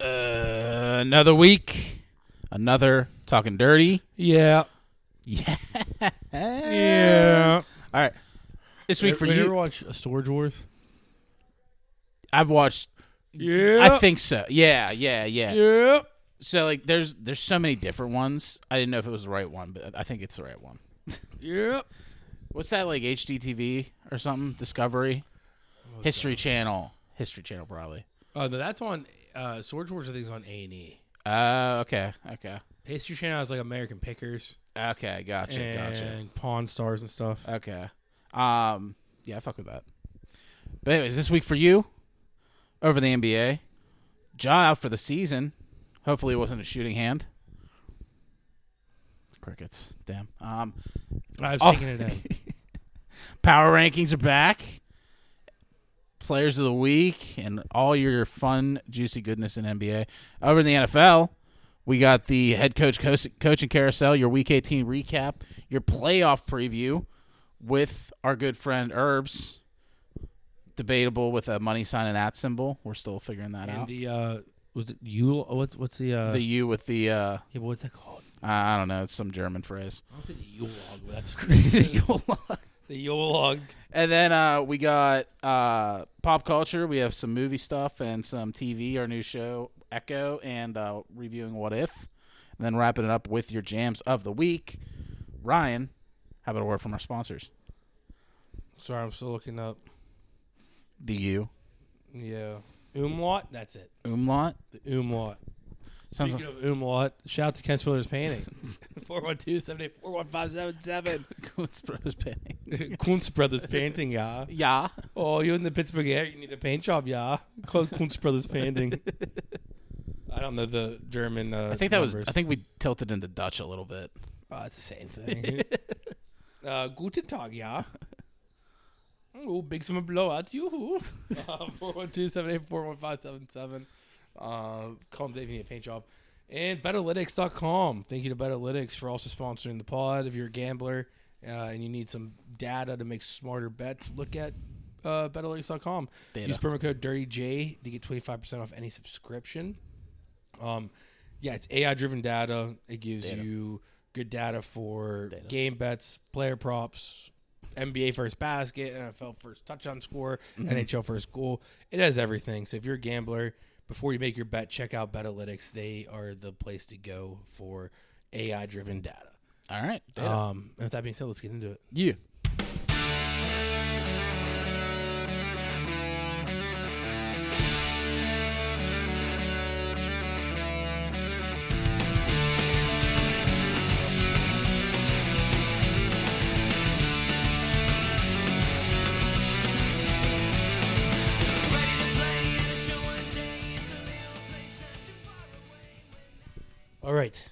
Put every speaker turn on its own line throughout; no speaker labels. Uh, Another week, another talking dirty.
Yeah.
Yeah.
Yeah.
All right. This week for
Have
you,
ever watch Storage Wars?
I've watched.
Yeah.
I think so. Yeah, yeah, yeah,
Yeah.
So like, there's there's so many different ones. I didn't know if it was the right one, but I think it's the right one.
Yeah.
What's that like HDTV or something? Discovery, History Channel, History Channel probably.
Uh, no, that's on uh, Storage Wars. I think is on A and E.
Uh, okay, okay,
History Channel has like American Pickers
okay. Gotcha,
and
gotcha.
Pawn Stars and stuff.
Okay. Um. Yeah, I fuck with that. But anyways, this week for you, over the NBA, Ja out for the season. Hopefully, it wasn't a shooting hand. Crickets. Damn. Um.
I was
Oh.
taking it in.
Power rankings are back. Players of the week and all your fun, juicy goodness in NBA. Over in the NFL, we got the head coach co- coaching carousel, your Week 18 recap, your playoff preview with our good friend Herbs. Debatable with a money sign and at symbol. We're still figuring that
And
out.
the uh, was it Yule? oh, What's what's the uh?
The U with the uh,
yeah, but what's that called?
I I don't know, it's some German phrase.
I don't think the Yule log. but That's
Yule.
the Yule log.
And then uh, we got uh, pop culture. We have some movie stuff and some TV. Our new show Echo and uh, reviewing What If, and then wrapping it up with your jams of the week. Ryan, how about a word from our sponsors?
Sorry, I'm still looking up.
The U
Yeah, umlaut. That's it.
umlaut
The umlaut.
sounds
Speaking of umlaut, shout out to Ken Spiller's painting. 412-784-1577.
like Coens Bros Painting.
Kuntz Brothers Painting, yeah.
Yeah,
Oh, you're in the Pittsburgh area. You need a paint job, yeah. Called Kuntz Brothers Painting. I don't know the German. Uh,
I think that was.
numbers.
I think we tilted into Dutch a little bit.
Oh, it's the same thing. uh, guten Tag, yeah. Oh, big summer blowout, yoo-hoo. Uh, 412-784-1577. Uh, call them Dave, if you need a paint job. And Betalytics.com. Thank you to Betalytics for also sponsoring the pod. If you're a gambler uh, and you need some data to make smarter bets, look at uh, Betalytics.com.
Data.
Use promo code DirtyJ to get 25% off any subscription. Um, yeah, it's AI driven data. It gives
Data.
you good data for
Data.
game bets, player props, NBA first basket, NFL first touchdown score,
Mm-hmm.
NHL first goal. It has everything. So if you're a gambler, before you make your bet, check out Betalytics. They are the place to go for AI driven data.
All right,
Um, and with that being said, let's get into it.
you.
All right,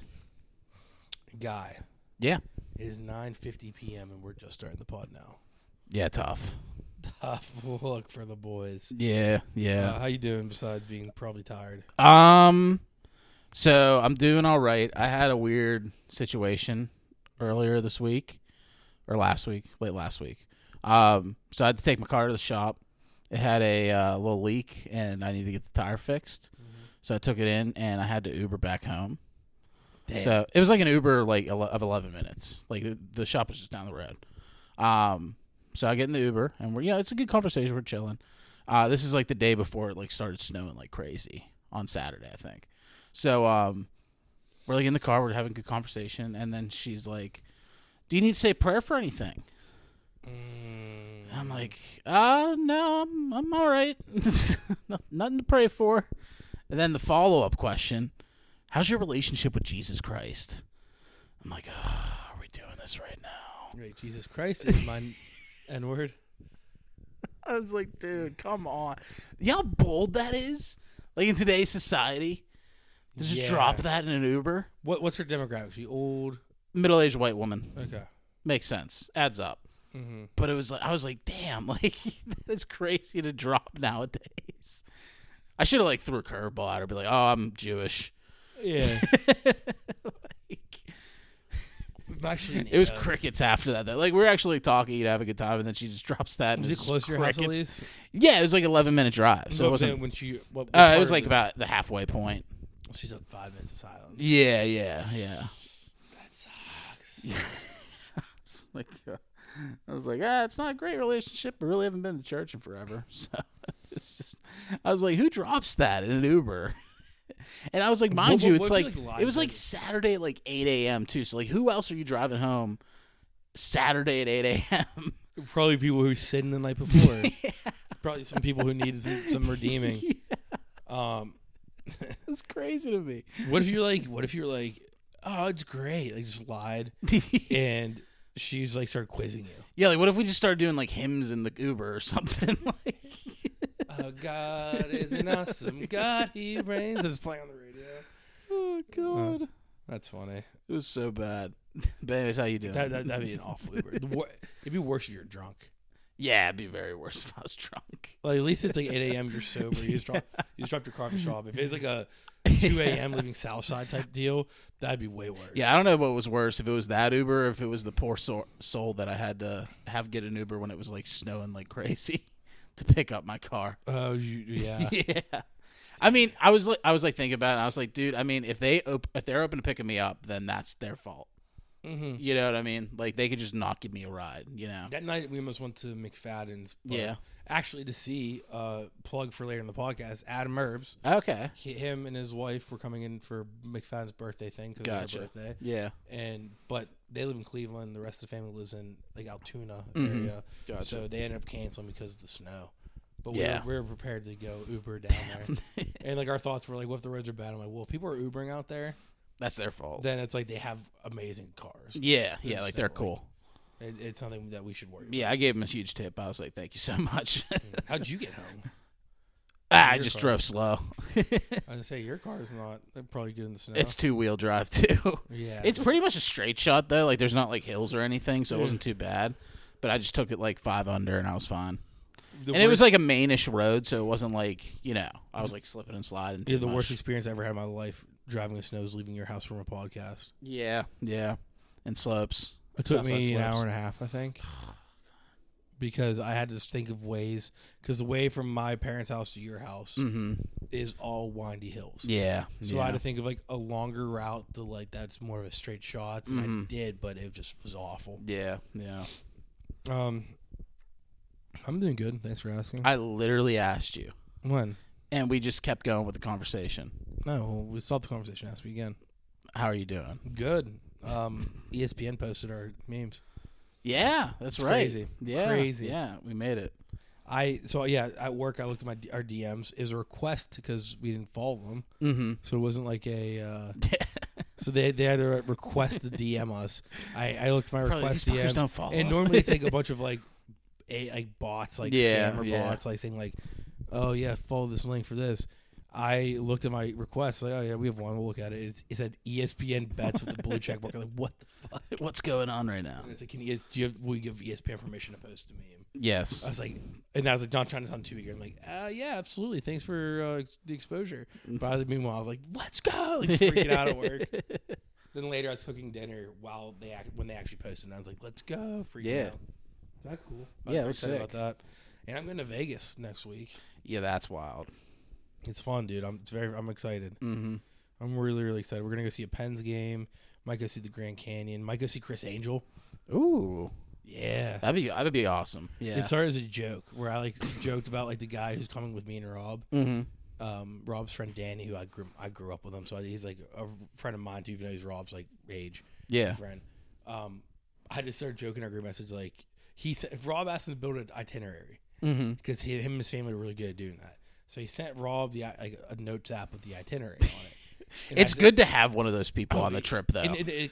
guy.
Yeah,
It is 9:50 p.m. and we're just starting the pod now.
yeah, tough.
Tough look for the boys.
Yeah, yeah.
Uh, how you doing besides being probably tired?
Um, so I'm doing all right. I had a weird situation earlier this week, or last week, late last week. Um, so I had to take my car to the shop. It had a uh, little leak, and I needed to get the tire fixed. So I took it in, and I had to Uber back home. So it was like an Uber like ele- of eleven minutes. Like the, the shop was just down the road. Um, so I get in the Uber, and we're yeah, it's a good conversation. We're chilling. Uh, this is like the day before it like started snowing like crazy on Saturday, I think. So um, we're like in the car, we're having a good conversation, and then she's like, "Do you need to say a prayer for anything?"
Mm.
And I'm like, "Uh, no, I'm I'm all right. No- Nothing to pray for." And then the follow up question: How's your relationship with Jesus Christ? I'm like, "Ah, "Are we doing this right now?"
Wait, Jesus Christ is my N word.
I was like, "Dude, come on! You know how bold that is? Like in today's society, to just
Yeah.
drop that in an Uber."
What what's her demographic? She old.
Middle aged white woman
Okay.
makes sense, adds up.
Mm-hmm.
But it was like I was like, "Damn! Like that is crazy to drop nowadays." I should have like threw a curveball at her, be like, "Oh, I'm Jewish."
Yeah.
Like,
Actually,
It was crickets after that. That like we were actually talking, you'd have a good time, and then she just drops that. And
Was it
it's
close to your house,
crickets.
Elise?
Yeah, it was like eleven minute drive, so
What
it wasn't.
when she. What, what
Uh,
part
it was
of
like about the halfway point.
She's done five minutes of silence.
Yeah, yeah, yeah.
That sucks.
It's like uh, I was like, ah, it's not a great relationship. I really haven't been to church in forever. So it's just, I was like, who drops that in an Uber? And I was like, mind
what-
you,
what
it's
if you,
like,
like, live
it was like
it?
Saturday at like eight a.m. too. So like, who else are you driving home Saturday at eight a.m.?
Probably people who sinned the night before. Probably some people who needed some, some redeeming. Um,
It's crazy to me.
what if you're like? What if you're like? Oh, it's great. Like just lied, and she's like started quizzing you.
yeah, like what if we just started doing like hymns in the Uber or something? like,
Oh, God is an awesome God. He reigns. And It's playing on the radio.
oh god,
That's funny.
it was so bad. But anyways, how you doing?
That, that that'd be an awful Uber. The wor- it'd be worse if you're drunk.
yeah, it'd be very worse if I was drunk.
Like at least it's like 8 a.m. You're sober. You just drop. You just dropped your car at the shop. If it's like a 2 a.m. leaving Southside type deal, that'd be way worse.
Yeah, I don't know what was worse if it was that Uber or if it was the poor soul, soul that I had to have get an Uber when it was like snowing like crazy to pick up my car.
Oh, you, yeah.
yeah. I mean, I was like, I was like thinking about it. And I was like, dude, I mean, if they op- if they're open to picking me up, then that's their fault.
hmm
You know what I mean? Like they could just not give me a ride. You know?
That night we almost went to McFadden's. but
Yeah.
Actually, to see uh, plug for later in the podcast, Adam Herbs,
Okay.
he, him and his wife were coming in for McFadden's birthday thing because
Gotcha.
it's their birthday.
Yeah.
And but they live in Cleveland. The rest of the family lives in like Altoona
Mhm.
area.
Gotcha.
So they ended up canceling because of the snow. But
Yeah.
we, were, we were prepared to go Uber down there, and like our thoughts were like, "What if the roads are bad?" I'm like, "Well, if people are Ubering out there,
that's their fault.
then it's like they have amazing cars.
yeah. Yeah.
Just
Like they're
that, like-
cool.
It, it's something that we should worry." about.
Yeah. I gave him a huge tip. I was like, thank you so much.
How'd you get home?
I
Your
Ah, just
car.
drove slow.
I was gonna say your car's not they're probably good in the snow.
It's two wheel drive too.
yeah,
It's pretty much a straight shot though. Like there's not like hills or anything, so it
Yeah.
wasn't too bad. But I just took it like five under and I was fine.
the
and it was
worst-
like a mainish road, so it wasn't like you know I was like slipping and sliding. Too
yeah, the
much.
worst experience I ever had in my life driving in the snow is leaving your house from a podcast.
Yeah, yeah, and slopes.
It took
Southside
me an
slopes.
hour and a half, I think, because I had to think of ways. Because the way from my parents' house to your house
Mm-hmm.
is all windy hills.
Yeah.
So
yeah.
I had to think of like a longer route to like that's more of a straight shot, and I
Mhm.
did, but it just was awful.
yeah, yeah.
Um, I'm doing good. Thanks for asking.
I literally asked you,
when?
and we just kept going with the conversation.
No, we stopped the conversation. Ask me again.
How are you doing?
Good. Um, ESPN posted our memes.
Yeah, that's
It's
right.
crazy.
Yeah,
Crazy.
Yeah, we made it.
I so yeah at work I looked at my D- our DMs is a request because we didn't follow them,
Mm-hmm.
so it wasn't like a. Uh, so they they had to request to DM us. I I looked at my
Probably these
request
fuckers
DMs,
don't follow
and
us.
normally it's like a bunch of like, a like bots like
Yeah,
scammer
yeah.
bots like saying like, oh yeah follow this link for this. I looked at my request like oh yeah we have one we'll look at it. It's, it said E ESPN bets with the blue check mark. I'm like what the fuck.
what's going on right now?
And it's like, can ES, do you have, will you give E ESPN permission to post to me?
Yes.
I was like, and I was like, not trying to sound too eager. I'm like, uh, yeah, absolutely. Thanks for uh, ex- the exposure. But I- meanwhile, I was like, let's go, like freaking out at work. Then later, I was cooking dinner while they act- when they actually posted, and I was like, let's go, freaking
Yeah.
out. That's cool.
Yeah,
I
it was
excited
sick.
about that. And I'm going to Vegas next week.
Yeah, that's wild.
It's fun, dude. I'm it's very I'm excited.
Mm-hmm.
I'm really really excited. We're gonna go see a Pens game. Might go see the Grand Canyon. Might go see Chris Angel.
Ooh,
Yeah.
that'd be that'd be awesome. Yeah.
It started as a joke where I like joked about like the guy who's coming with me and Rob.
mm-hmm.
um, Rob's friend Danny, who I grew I grew up with him, so he's like a friend of mine too, even though he's Rob's like age
Yeah.
friend. Um, I just started joking in our group message like he said if Rob asked him to build an itinerary
Mm-hmm.
because he him and his family were really good at doing that. So he sent Rob the i- like a notes app with the itinerary on it. And I
It's
said-
good to have one of those people
Oh,
on the
it-
trip, though.
and it- it-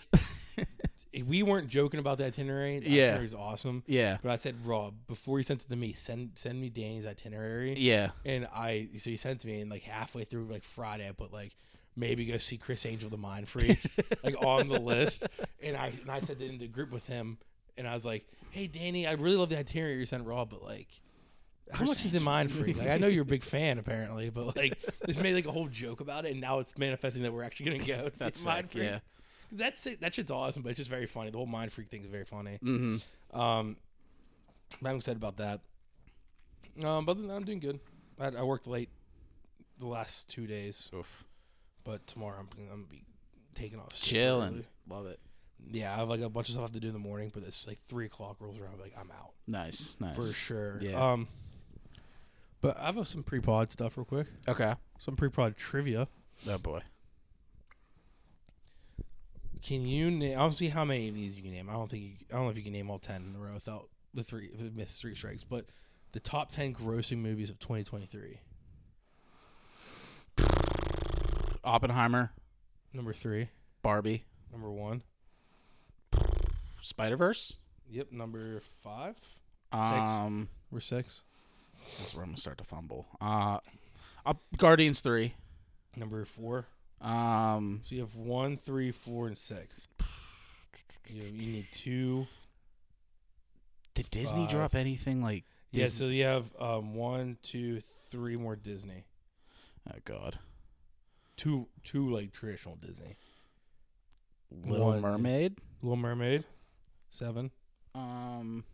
it- we weren't joking about the itinerary. The
Yeah.
itinerary is awesome.
yeah.
But I said, Rob, before he sent it to me, send send me Danny's itinerary.
Yeah.
And I, so he sent it to me, and like halfway through, like Friday, I put like maybe go see Chris Angel, the Mind Freak, like on the list. And I and I said that in the group with him, and I was like, "Hey, Danny, I really love the itinerary you sent Raw, but like, how much is the Mind Freak? Like, I know you're a big fan apparently, but like, this made like a whole joke about it, and now it's manifesting that we're actually gonna go. To
That's
see Mind
sick,
Freak.
yeah.
That's it. That shit's awesome, but it's just very funny. The whole Mind Freak thing is very funny.
Mm-hmm.
Um, I'm excited about that. Um, but other than that, I'm doing good. I, I worked late the last two days. But tomorrow I'm, I'm gonna be taking off. super
Chilling.
early.
Love it.
Yeah, I have like a bunch of stuff I have to do in the morning, but it's like three o'clock rolls around. I'm like I'm out
Nice. Nice.
for sure.
Yeah.
Um, but I have some pre-pod stuff real quick.
Okay.
Some pre-pod trivia.
Oh boy.
Can you name? I don't see how many of these you can name. I don't think you, I don't know if you can name all ten in a row without the three if it missed three strikes. But the top ten grossing movies of 2023.
Oppenheimer,
Number three.
Barbie,
Number one.
Spider Verse.
Yep. Number five.
Um,
Number six.
that's where I'm gonna start to fumble. Uh, uh, Guardians three.
Number four.
Um,
So you have one, three, four, and six. You, have, you need two.
did Disney
Five.
drop anything like?
Yeah.
Disney-
So you have um one, two, three more Disney.
Oh God,
Two, two like traditional Disney.
Little
One is-
Mermaid.
Little Mermaid. Seven.
Um,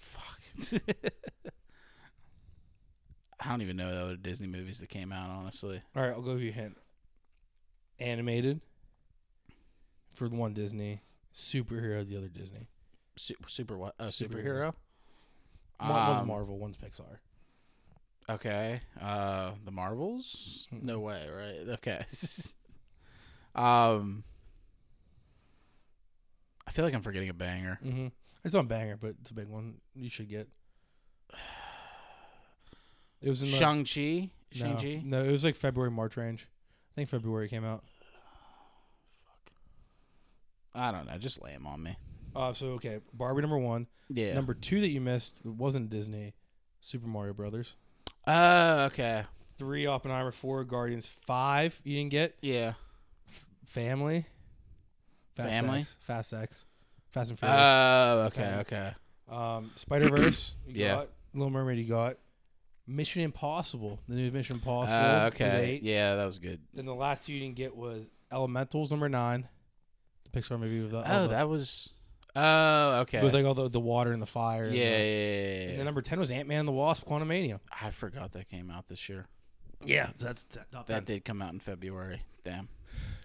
fuck. I don't even know the other Disney movies that came out. Honestly,
All right, I'll give you a hint. Animated for one Disney, superhero the other Disney.
Su- super what? Uh, superhero.
Superhero. One, one's
Um,
Marvel, one's Pixar.
Okay. Uh the Marvels?
Mm-mm.
No way, right? Okay. um I feel like I'm forgetting a banger.
Mm-hmm. It's on banger, but it's a big one. You should get. It was in the,
Shang-Chi?
no,
Shang-Chi?
No, it was like February, March range. I think February it came out.
I don't know. Just lay him on me.
Uh, so okay, Barbie number one,
Yeah.
number two that you missed wasn't Disney, Super Mario Brothers.
oh, okay.
Three Oppenheimer, four Guardians, five you didn't get.
Yeah.
F- family.
Family?
X, Fast X. Fast and
Oh,
Furious.
okay,
Okay.
okay.
um, Spider Verse.
Yeah.
Got. Little Mermaid. You got. Mission Impossible. The new Mission Impossible.
Uh,
was
okay.
eight.
Yeah, that was good.
Then the last two you didn't get was Elementals number nine, the Pixar movie with the, all
Oh,
the-
that was Oh, okay.
with like all the, the water and the fire.
yeah,
and
yeah,
the-
yeah, yeah,
And
yeah.
then number ten was Ant Man and the Wasp: Quantumania.
I forgot that came out this year.
Yeah, that's that. Not
That did come out in February. Damn.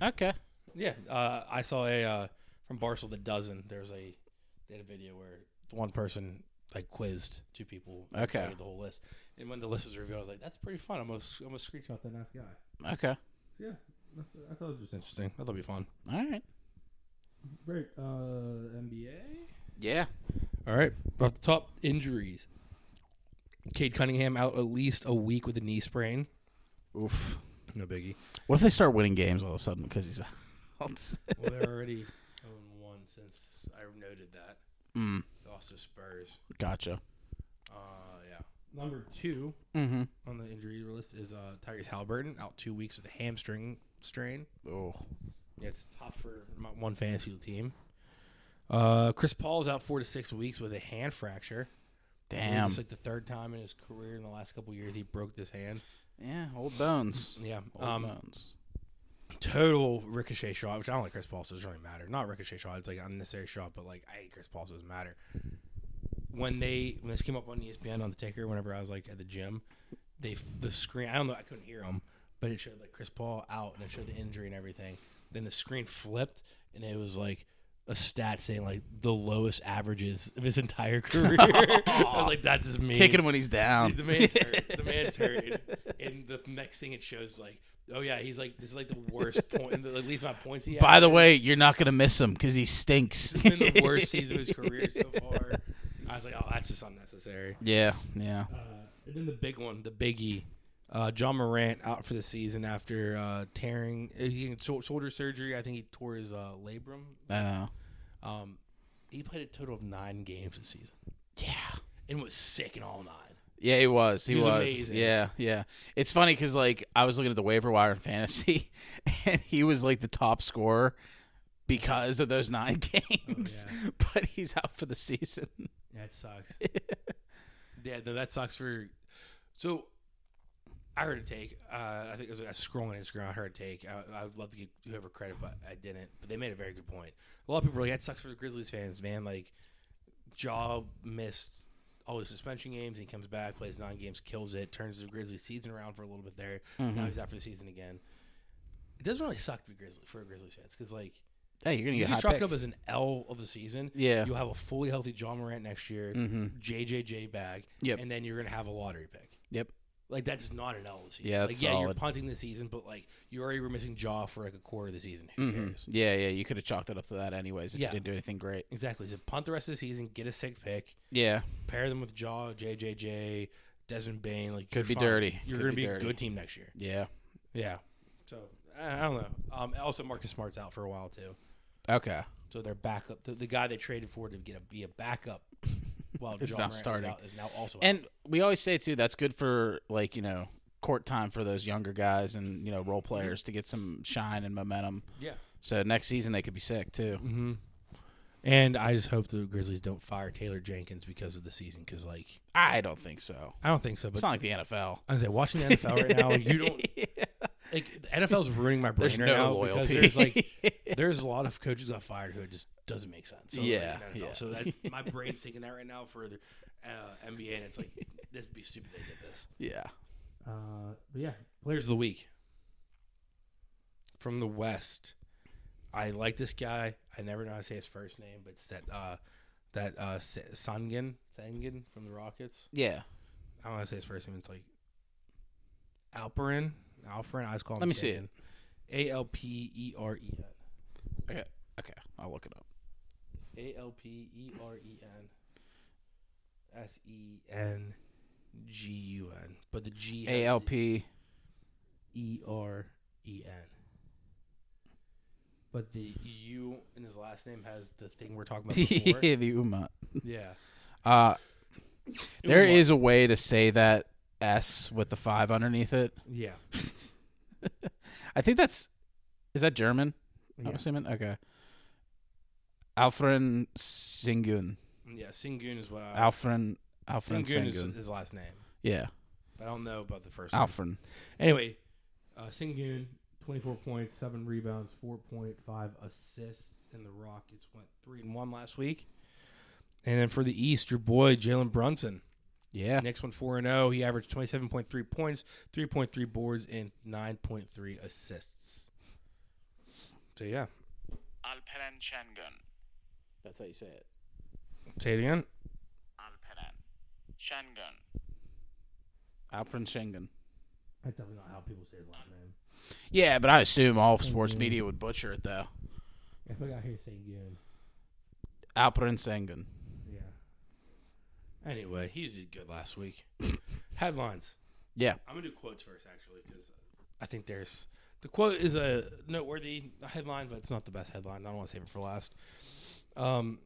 Okay.
Yeah, uh, I saw a uh, from Barcelona the dozen. There's a they had a video where one person like quizzed two people. and
Okay.
created the whole list, and when the list was revealed, I was like, "That's pretty fun." I'm gonna, I'm gonna screenshot that nice guy.
Okay.
So, yeah, that's, I thought it was just interesting. I thought it'd be fun.
All right.
Great, uh, NBA.
Yeah.
All right, off the top injuries. Cade Cunningham out at least a week with a knee sprain.
Oof.
No biggie.
What if they start winning games all of a sudden because he's out?
Well, they're already on one since I noted that.
mm,
Lost to Spurs.
gotcha.
Uh, yeah. Number two
Mm-hmm.
on the injury list is uh, Tyrese Halliburton out two weeks with a hamstring strain.
Oh.
It's tough for my one fantasy team. Uh, Chris Paul's out four to six weeks with a hand fracture.
Damn.
It's like the third time in his career in the last couple years he broke this hand.
Yeah, old bones.
Yeah.
Old
Um,
bones.
total ricochet shot, which I don't like Chris Paul, so it doesn't really matter. Not ricochet shot, it's like an unnecessary shot, but like I hate Chris Paul, so it doesn't matter. When they when this came up on E ESPN on the ticker, whenever I was like at the gym, they the screen I don't know I couldn't hear him, but it showed like Chris Paul out and it showed the injury and everything. Then the screen flipped and it was like a stat saying like the lowest averages of his entire career. I was like, that's just me.
Kicking him when he's down.
The man's hurt. The man's hurt. And, and the next thing it shows is like, oh yeah, he's like this is like the worst point, the least amount of points he had.
By the way, you're not gonna miss him because he stinks.
it's been the worst season of his career so far. I was like, oh, that's just unnecessary.
yeah, yeah.
Uh, and then the big one, the biggie, uh, John Morant out for the season after uh, tearing uh, he had shou- shoulder surgery. I think he tore his uh, labrum.
Uh,
Um, he played a total of nine games this season
yeah.
and was sick in all nine.
Yeah, he was. He,
He was
was.
amazing.
Yeah, yeah. It's funny because like I was looking at the waiver wire in fantasy, and he was like the top scorer because of those nine games.
Oh,
But he's out for the season.
Yeah, it sucks. yeah, no, that sucks for. So, I heard a take. Uh, I think it was like I was scrolling Instagram. I heard a take. I, I would love to give whoever credit, but I didn't. But they made a very good point. A lot of people were like, "That sucks for the Grizzlies fans, man." Like, Jaw missed all his suspension games. He comes back, plays nine games, kills it, turns the Grizzlies season around for a little bit there.
Mm-hmm.
Now he's out for the season again. It doesn't really suck to be Grizzly for a Grizzlies fans because like
Hey, you're gonna get
you
high
chalk
pick.
it up as an L of the season.
Yeah. Mm-hmm.
you'll have a fully healthy John Morant next year, JJJ bag,
Yep.
and then you're gonna have a lottery pick.
yep.
Like that's not an L of the season.
Yeah,
like,
that's
yeah, you're
solid.
punting the season, but like you already were missing Jaw for like a quarter of the season. Who cares?
Mm-hmm. Yeah, yeah. You could have chalked it up to that anyways if
Yeah.
you didn't do anything great.
Exactly. So punt the rest of the season, get a sick pick,
Yeah.
pair them with Jaw, JJJ, Desmond Bain. Like
Could
you're
be
fine.
dirty.
You're
Could
gonna
be
be,
dirty.
a good team next year.
Yeah.
Yeah. So I I don't know. Um, also, Marcus Smart's out for a while too.
Okay.
So their backup, the, the guy they traded for to get a, be a backup, while
It's
John
not
Morant
starting.
is out, is now also out.
And we always say too that's good for like you know court time for those younger guys and you know
Mm-hmm.
role players to get some shine and momentum.
yeah.
So next season they could be sick too.
Mm-hmm. And I just hope the Grizzlies don't fire Taylor Jenkins because of the season. Because like
I don't think so.
I don't think so.
It's
But
not like the NFL.
I was like watching the NFL right now. Like, you don't like the NFL's ruining my brain
There's
right
no
now
loyalty.
because there's like there's a lot of coaches got fired who it just doesn't make sense. So, like,
Yeah,
in the NFL.
yeah.
So that my brain's thinking that right now for the uh, NBA, and it's like this would be stupid they did this.
Yeah.
Uh, but yeah, players of the week from the West. I like this guy. I never know how to say his first name, but it's that uh, that uh, S- Sangin Sangin from the Rockets.
Yeah.
I don't want to say his first name. It's like Alperin. Alperin. I was calling.
Let me see it.
A L P E R E N.
Okay. Okay. I'll look it up.
A L P E R E N. S E N G U N. But the G has
A L P. E
E R E N. But the U in his last name has the thing we're talking about
Yeah,
before.
the Uma.
yeah.
Uh, there
Uma.
is a way to say that S with the five underneath it.
Yeah.
I think that's. Is that German? I'm
Yeah.
assuming. Okay. Alfred Singun.
Yeah. Singun is what I.
Alfred. Alfred
Singun Uh, is
Singun.
his last name.
Yeah.
But I don't know about the first one.
Alfred.
Anyway, uh, Singun, 24 points, 7 rebounds, 4.5 assists, and the Rockets went 3 and 1 last week. And then for the East, your boy, Jalen Brunson.
Yeah.
Next one, 4 and 0. He averaged 27.3 points, 3.3 boards, and 9.3 assists. So, yeah.
Alperen Şengün.
That's how you say it.
Say it again.
Alperen Şengün.
Alfred Schengen.
That's definitely not how people say his last name.
Yeah, but I assume all of sports media would butcher it though.
If I got here Singun,
Alfred Sengun.
yeah. Anyway, he did good last week. Headlines.
Yeah.
I'm gonna do quotes first, actually, because I think there's the quote is a noteworthy headline, but it's not the best headline. I don't want to save it for last. Um,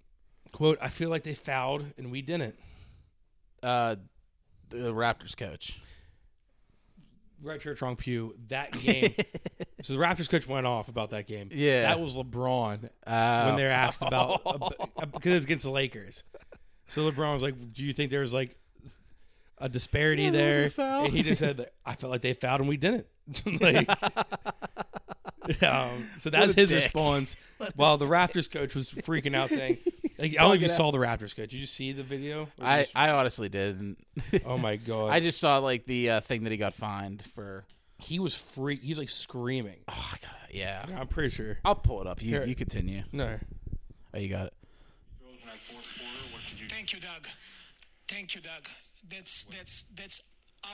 quote: I feel like they fouled and we didn't.
Uh, the Raptors coach.
Right church, wrong pew. That game. so the Raptors coach went off about that game.
Yeah.
that was LeBron
Uh,
when they're asked about uh, because it's against the Lakers. So LeBron was like, "Do you think there was like a disparity
Yeah, there
there?"
was a foul.
And he just said, that, "I felt like they fouled and we didn't." like, um, so that's
a
his
dick.
response. While the Raptors coach was freaking out, saying, like, "I don't know if you
out.
saw the Raptors coach. Did you see the video?" Or
I,
just-
I honestly didn't.
oh my god,
I just saw like the uh, thing that he got fined for.
he was freak. He's like screaming.
Oh, I gotta, yeah.
I'm pretty sure.
I'll pull it up. You
Here.
you continue.
No,
Oh, you got it.
In that fourth quarter, what could you
Thank you, Doug. Thank you, Doug. That's that's that's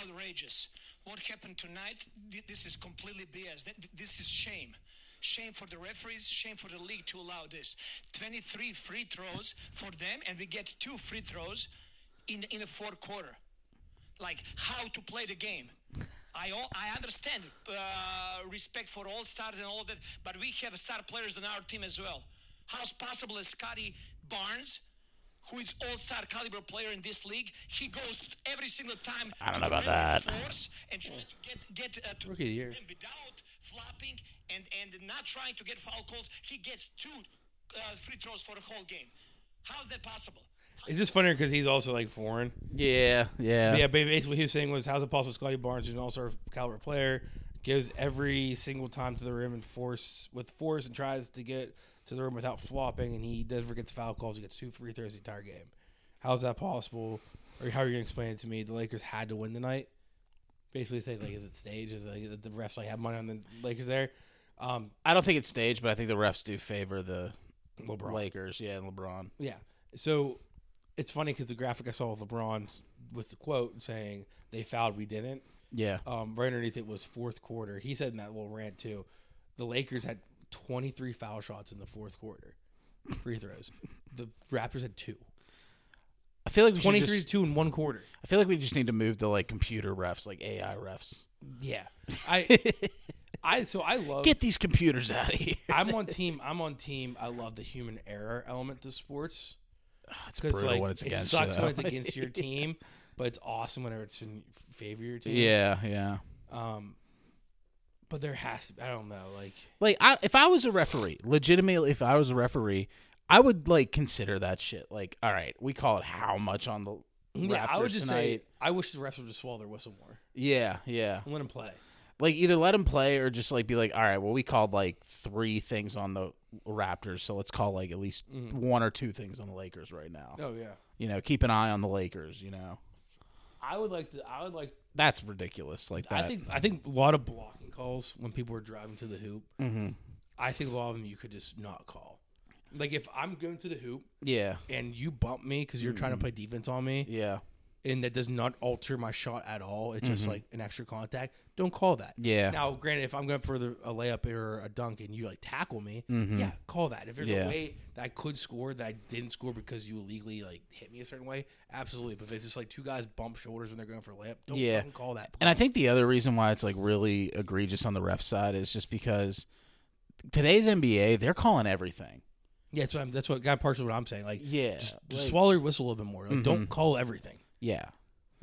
outrageous. What happened tonight? th- This is completely BS. That- This is shame. Shame for the referees. Shame for the league to allow this. 23 free throws for them, and we get two free throws in in the fourth quarter. Like how to play the game. I all, I understand uh, respect for all stars and all that, but we have star players on our team as well. How's possible is Scotty Barnes? who is all-star caliber player in this league. He goes every single time. I
don't know about that.
Force and try to get get uh, to
Rookie of the year.
them without flopping and and not trying to get foul calls. He gets two uh, free throws for the whole game. How's that possible?
it's just funnier because he's also like foreign.
Yeah, yeah,
yeah, but basically what he was saying was, how's it possible Scotty Barnes, who's an all-star caliber player, goes every single time to the rim and force with force and tries to get to the rim without flopping, and he never gets foul calls. He gets two free throws the entire game. How is that possible? or how are you gonna explain it to me? The Lakers had to win tonight. Basically, say like, is it staged? Is it, like, the refs like have money on the Lakers there? Um,
I don't think it's staged, but I think the refs do favor the
LeBron.
Lakers. Yeah, and LeBron.
Yeah. So it's funny because the graphic I saw with LeBron with the quote saying they fouled, we didn't.
Yeah.
Um, right underneath it was fourth quarter. He said in that little rant too, the Lakers had 23 foul shots in the fourth quarter, free throws. the Raptors had two.
I feel like we
23
should just-
to two in one quarter.
I feel like we just need to move to like computer refs, like AI refs.
Yeah. I, I, so I love.
Get these computers out of here.
I'm on team. I'm on team. I love the human error element to sports.
Ah, It's
Because
brutal
like
when it's
it
against.
sucks
you,
when it's
though.
against your team, but it's awesome whenever it's in favor of your team.
yeah, yeah.
Um, but there has to. Be, I don't know. Like,
Like, I, if I was a referee, legitimately, if I was a referee, I would like consider that shit. Like, all right, we call it how much on the
yeah, I would
Raptors
just say
tonight.
I wish the refs would just swallow their whistle more.
yeah, yeah.
Let them play.
Like, either let him play or just like be like, all right, well, we called like three things on the Raptors, so let's call like at least
Mm-hmm.
one or two things on the Lakers right now.
Oh yeah,
You know, keep an eye on the Lakers. You know,
I would like to. I would like.
that's ridiculous. Like that.
I think. I think a lot of blocking calls when people are driving to the hoop. Mm-hmm. I think a lot of them you could just not call. Like if I'm going to the hoop
yeah,
and you bump me because you're trying to play defense on me,
yeah.
and that does not alter my shot at all. It's just like an extra contact. Don't call that.
Mm-hmm. Yeah.
Now, granted, if I'm going for the, a layup or a dunk and you like tackle me, yeah, call that. If there's a
Mm-hmm. Yeah.
way that I could score that I didn't score because you illegally like hit me a certain way, absolutely. But if it's just like two guys bump shoulders when they're going for a layup, don't
Yeah.
fucking call that.
And I think the other reason why it's like really egregious on the ref side is just because today's NBA, they're calling everything.
yeah, that's what I'm, that's what got partial what I'm saying. Like,
Yeah.
just, just
like, Mm-hmm.
swallow your whistle a little bit more. Like, don't call everything.
yeah.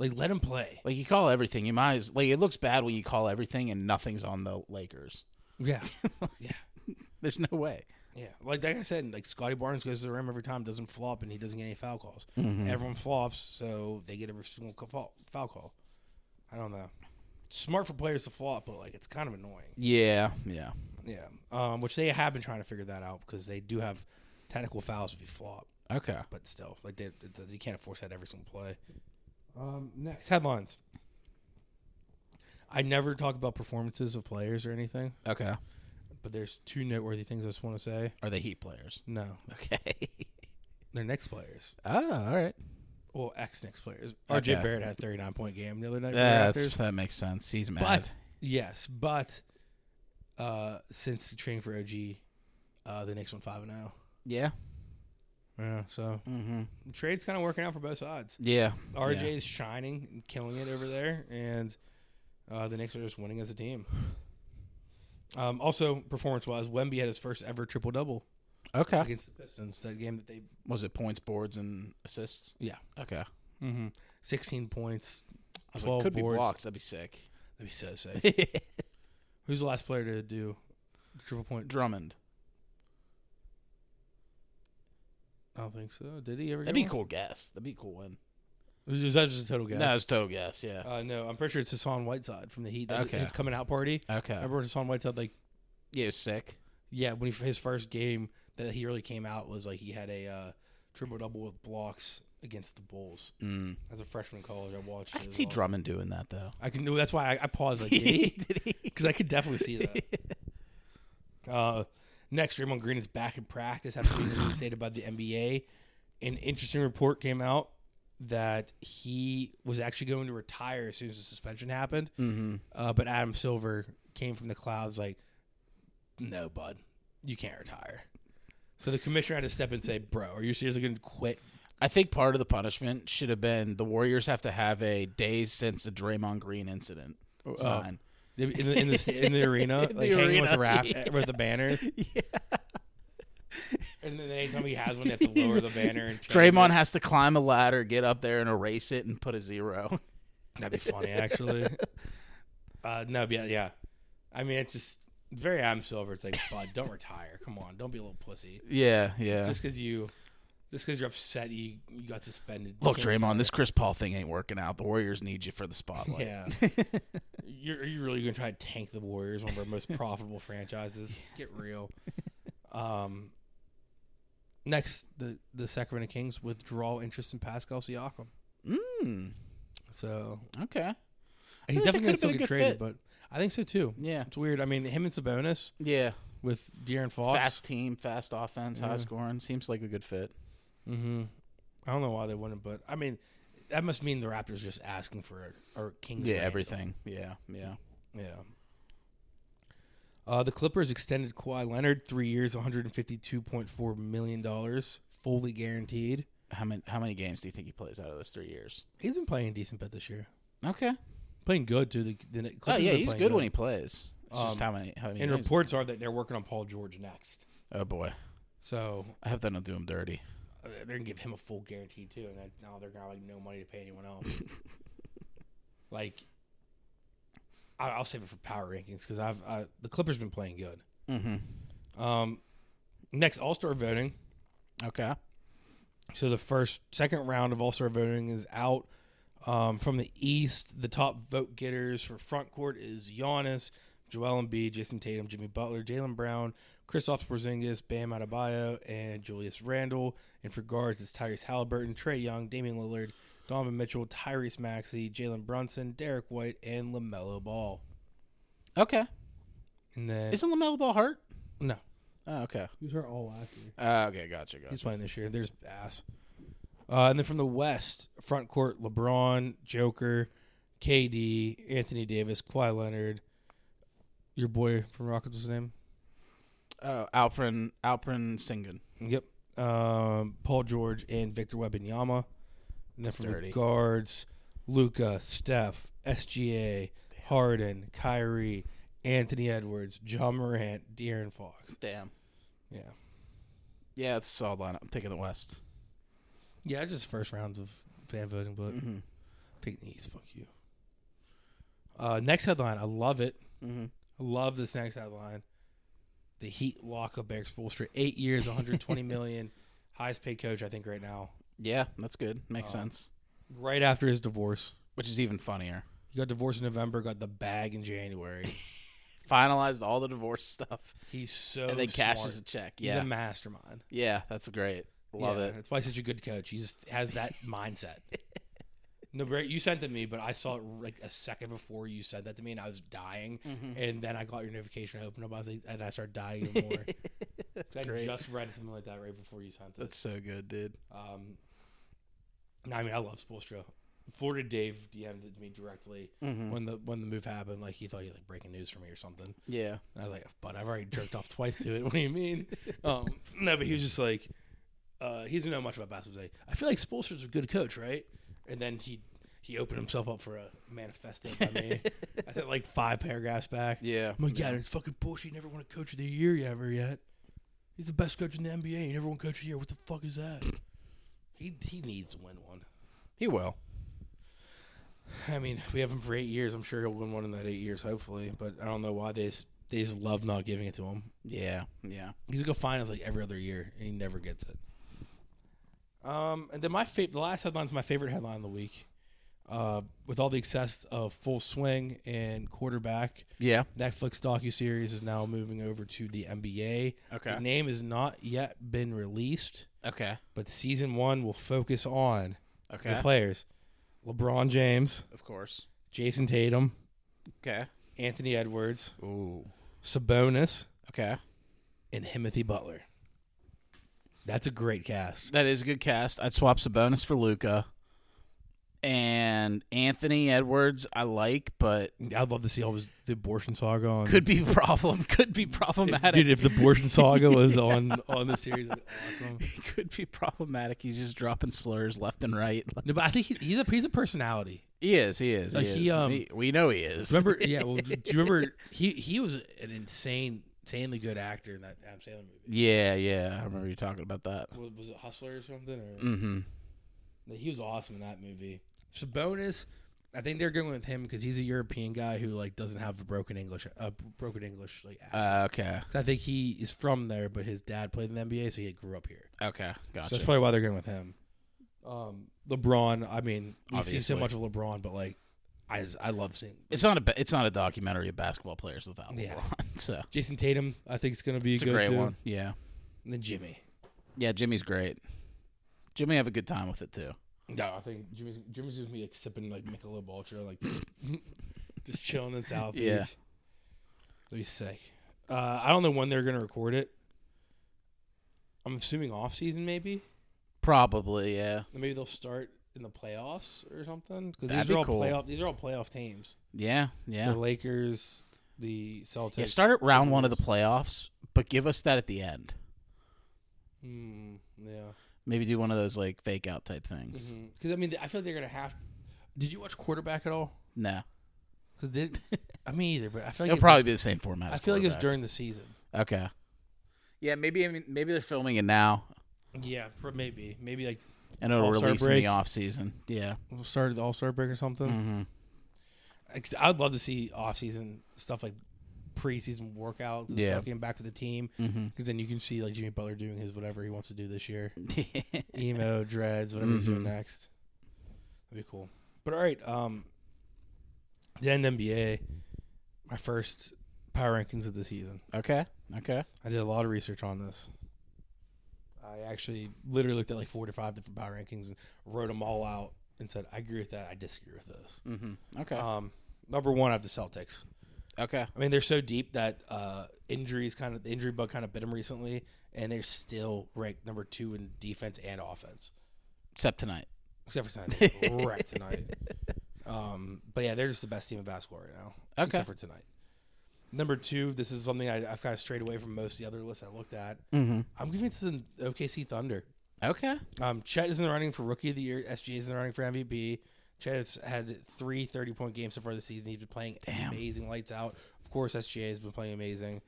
Like, let him play.
Like you call everything. You might as like it looks bad when you call everything and nothing's on the Lakers.
Yeah, yeah,
There's no way.
yeah. Like like I said, like Scotty Barnes goes to the rim every time, doesn't flop, and he doesn't get any foul calls. Everyone flops, so they get every single co- foul, foul call. I don't know. Smart for players to flop, but like it's kind of annoying.
Yeah. Yeah.
Yeah, um, which they have been trying to figure that out because they do have technical fouls if you flop,
Okay.
but still, like they, it does- you can't force that every single play. Um, next headlines. I never talk about performances of players or anything,
Okay.
but there's two noteworthy things I just want to say.
Are they Heat players?
No,
Okay.
they're next players.
oh, all right.
well, ex Knicks players. RJ
Okay.
Barrett had a 39 point game the other night. for the
That's,
Raptors.
that makes sense. He's mad.
But yes, but uh, since training for OG, uh, the Knicks won five and zero.
yeah.
Yeah, so
Mm-hmm.
trade's kind of working out for both sides.
Yeah.
RJ's shining and killing it over there, and uh, the Knicks are just winning as a team. Um, also, performance wise, Wemby had his first ever triple double
Yeah. Okay.
against the Pistons. That game that they,
Was it points, boards, and assists?
yeah,
Okay.
mm-hmm. 16 points,
I was
12
like, could
boards.
be blocks. That'd be sick.
That'd be so sick. Who's the last player to do triple point?
Drummond.
I don't think so. Did he ever?
That'd be
get
a
one?
cool guess. That'd be a cool win.
Is that just a total guess?
No, it's total guess. Yeah.
uh, no. I'm pretty sure it's Hassan Whiteside from the Heat. That's
Okay.
his coming out party.
Uh, okay.
Remember when Hassan Whiteside like
Yeah, it was sick.
yeah when he, his first game that he really came out was like he had a uh, triple double with blocks against the Bulls
Mm.
as a freshman in college. I watched.
I
it. It
could
was
see
awesome.
Drummond doing that though.
I can. no, That's why I, I paused. Like, because I could definitely see that. Uh, next, Draymond Green is back in practice after being reinstated by the NBA. An interesting report came out that he was actually going to retire as soon as the suspension happened.
Mm-hmm.
Uh, but Adam Silver came from the clouds like, "No, bud, you can't retire." So the commissioner had to step in and say, "Bro, are you seriously going to quit?"
I think part of the punishment should have been the Warriors have to have a days since the Draymond Green incident sign.
In the in the, sta- in the arena,
In the
like hanging with the
arena,
rap with the banner. Yeah. And then anytime he has one, they have to lower the banner. And change
Draymond
it.
has to climb a ladder, get up there, and erase it and put a zero.
that'd be funny actually. uh, no, but yeah, yeah. I mean, it's just very Adam Silver. It's like, bud, don't retire. Come on, don't be a little pussy.
yeah, yeah.
Just because you, just because you're upset, you you got suspended. you
Look,
can't retire.
Draymond, this Chris Paul thing ain't working out. The Warriors need you for the spotlight.
Yeah. You're, are you really going to try to tank the Warriors, one of our most profitable franchises? Get real. Um, next, the, the Sacramento Kings withdraw interest in Pascal Siakam.
Mm,
So
okay.
he's
think that
definitely
could've
gonna still
been a good
get traded,
fit.
but I think so too.
Yeah.
It's weird. I mean, him and Sabonis
Yeah.
with De'Aaron Fox.
Fast team, fast offense,
Yeah.
high scoring. Seems like a good fit.
hmm I don't know why they wouldn't, but I mean, that must mean the Raptors just asking for a, or Kings.
Yeah,
ransom.
everything. Yeah, yeah.
Yeah. Uh, the Clippers extended Kawhi Leonard three years, one hundred and fifty-two point four million dollars, fully guaranteed.
How many how many games do you think he plays out of those three years?
He's been playing decent bit this year,
Okay.
playing good too. The, the Clippers
oh
have
yeah,
been
he's
playing
good, when he plays. It's just
Um,
how many how many
And
games-
reports are that they're working on Paul George next,
Oh boy.
so
I hope they don't do him dirty.
uh, they're gonna give him a full guarantee too, and then now they're gonna have, like no money to pay anyone else. like, I, I'll save it for power rankings because I've I, the Clippers been playing good.
Mm-hmm.
Um, next All Star voting.
Okay.
So the first, second round of All Star voting is out. Um, from the East, the top vote getters for front court is Giannis, Joel Embiid, Jason Tatum, Jimmy Butler, Jalen Brown, Kristaps Porzingis, Bam Adebayo, and Julius Randle. And for guards, it's Tyrese Halliburton, Trey Young, Damian Lillard, Donovan Mitchell, Tyrese Maxey, Jalen Brunson, Derek White, and Lamelo Ball.
Okay.
And then
Isn't Lamelo Ball hurt?
no,
Oh, okay.
these are all last year.
Uh, okay, gotcha,
He's
gotcha.
playing this year. There's ass. Uh, and then from the West, front court: LeBron, Joker, KD, Anthony Davis, Kawhi Leonard. Your boy from Rockets was his name.
Oh, Alprin Alprin Singen.
Yep. Um, Paul George and Victor Wembanyama. And then
That's
from
dirty.
the guards: Luca, Steph, SGA, Harden, Kyrie, Anthony Edwards, John Morant, De'Aaron Fox.
Damn.
Yeah.
Yeah, it's a solid lineup. I'm taking the West.
Yeah, it's just first rounds of fan voting, but
Mm-hmm.
Take the East. Fuck you. Uh, next headline. I love it.
Mm-hmm.
I love this next headline. The Heat lock up Eric Spoelstra. Eight years, 120 million. Highest paid coach, I think, right now.
Yeah, that's good. Makes
Um,
sense.
Right after his divorce.
Uh, Which is even funnier.
He got divorced in November, got the bag in January.
Finalized all the divorce stuff
He's so
and then
smart.
cashes Oh, a check.
He's
Yeah,
a mastermind.
yeah, that's great. Love
Yeah,
it.
That's why he's such a good coach. He just has that mindset. No, Brett, you sent it to me, but I saw it like a second before you said that to me, and I was dying.
Mm-hmm.
And then I got your notification. I opened up, I was like, and I started dying even more.
that's
I
great.
just read something like that right before you sent it.
That's so good, dude.
um, no, I mean, I love Spoelstra. Florida Dave DM'd it to me directly
Mhm.
when the when the move happened. Like he thought he was like breaking news for me or something.
Yeah.
And I was like, but I've already jerked off twice to it. What do you mean? Um, no, but he was just like, uh, he doesn't know much about basketball. He's like, I feel like Spoelstra's a good coach, right? And then he he opened himself up for a manifesto by me. I think like five paragraphs back.
Yeah.
I'm like, yeah, it's fucking bullshit. You never won a coach of the year ever yet. He's the best coach in the NBA. You never won coach of the year. What the fuck is that? he he needs to win one.
He will.
I mean, we have him for eight years. I'm sure he'll win one in that eight years, hopefully. But I don't know why they just, they just love not giving it to him.
Yeah. Yeah.
He's gonna finals like every other year, and he never gets it. Um, and then my favorite, the last headline's my favorite headline of the week. Uh, with all the excess of full swing and quarterback,
Yeah.
Netflix docu series is now moving over to the NBA.
Okay.
the name has not yet been released,
Okay.
but season one will focus on
Okay.
the players: LeBron James,
of course.
Jason Tatum,
Okay.
Anthony Edwards,
Ooh.
Sabonis,
Okay.
and Timothy Butler. That's a great cast.
That is a good cast. I'd swap Sabonis for Luca. And Anthony Edwards, I like, but
I'd love to see all his, the abortion saga on.
could be problem. Could be problematic.
dude, if the abortion saga was on on the series, that'd be awesome.
he could be problematic. He's just dropping slurs left and right. Like-
No, but I think he, he's a he's a personality.
He is. He is.
Like,
he, is.
he, um,
He- we know he is.
Remember? Yeah. Well, do you remember? He he was an insane, insanely good actor in that Adam Sandler movie.
Yeah. Yeah. I remember you talking about that.
Was, was it Hustler or something? Or
Mm-hmm.
he was awesome in that movie. Sabonis, I think they're going with him because he's a European guy who like doesn't have a broken English, a broken English like. accent.
Uh, okay.
I think he is from there, but his dad played in the NBA, so he grew up here.
Okay. Gotcha.
So that's probably why they're going with him. Um, LeBron, I mean, we see so
Obviously.
much of LeBron, but like, I just, I love seeing
It's not a ba- it's not a documentary of basketball players without LeBron.
Yeah.
So
Jason Tatum. I think it's going to be
it's a
good
great
too.
one. Yeah.
And then Jimmy.
Yeah, Jimmy's great. Jimmy have a good time with it too.
No, I think Jimmy's Jimmy's just be like sipping like Michelob Ultra, like just chilling in South Beach.
Yeah.
That'd be sick. Uh, I don't know when they're gonna record it. I'm assuming off season, maybe.
Probably, yeah.
Maybe they'll start in the playoffs or something. Because
That'd
these are
be
all
cool.
playoff. These are all playoff teams.
Yeah, yeah.
The Lakers, the Celtics.
Yeah, start at round one of the playoffs, but give us that at the end.
Hmm, yeah.
Maybe do one of those like fake out type things.
Because I mean, I feel like they're gonna have. Mm-hmm. Did you watch quarterback at all?
No,
Because I mean, either. But I feel like
it'll
it-
probably be the same format.
I
as
feel like it's
quarterback.
during the season.
Okay. Yeah, maybe I mean, maybe they're filming it now,
Yeah, pro- maybe, maybe like
and it'll
All-Star
release in
break.
the off season. Yeah.
we'll start at the All Star break or something.
hmm
Ex- I'd love to see off season stuff like preseason workouts and
Yeah.
stuff getting back with the team because
Mm-hmm.
then you can see like Jimmy Butler doing his whatever he wants to do this year, emo dreads, whatever he's doing next. That'd be cool. But all right, um, the NBA, my first power rankings of the season.
okay. Okay.
I did a lot of research on this. I actually literally looked at like four to five different power rankings and wrote them all out and said, I agree with that. I disagree with this.
Mm-hmm. Okay.
Um, number one, I have the Celtics.
okay.
I mean, they're so deep that uh, injuries kind of the injury bug kind of bit them recently, and they're still ranked number two in defense and offense,
Except tonight.
except for tonight. They were wrecked tonight. Um, but yeah, they're just the best team in basketball right now,
Okay.
except for tonight. Number two, this is something I, I've kind of strayed away from most of the other lists I looked at.
Mm-hmm.
I'm giving it to the OKC Thunder.
Okay.
Um, Chet is in the running for rookie of the year. SGA is in the running for MVP. Chet has had three 30 point games so far this season. He's been playing amazing lights out. Of course, SGA has been playing amazing.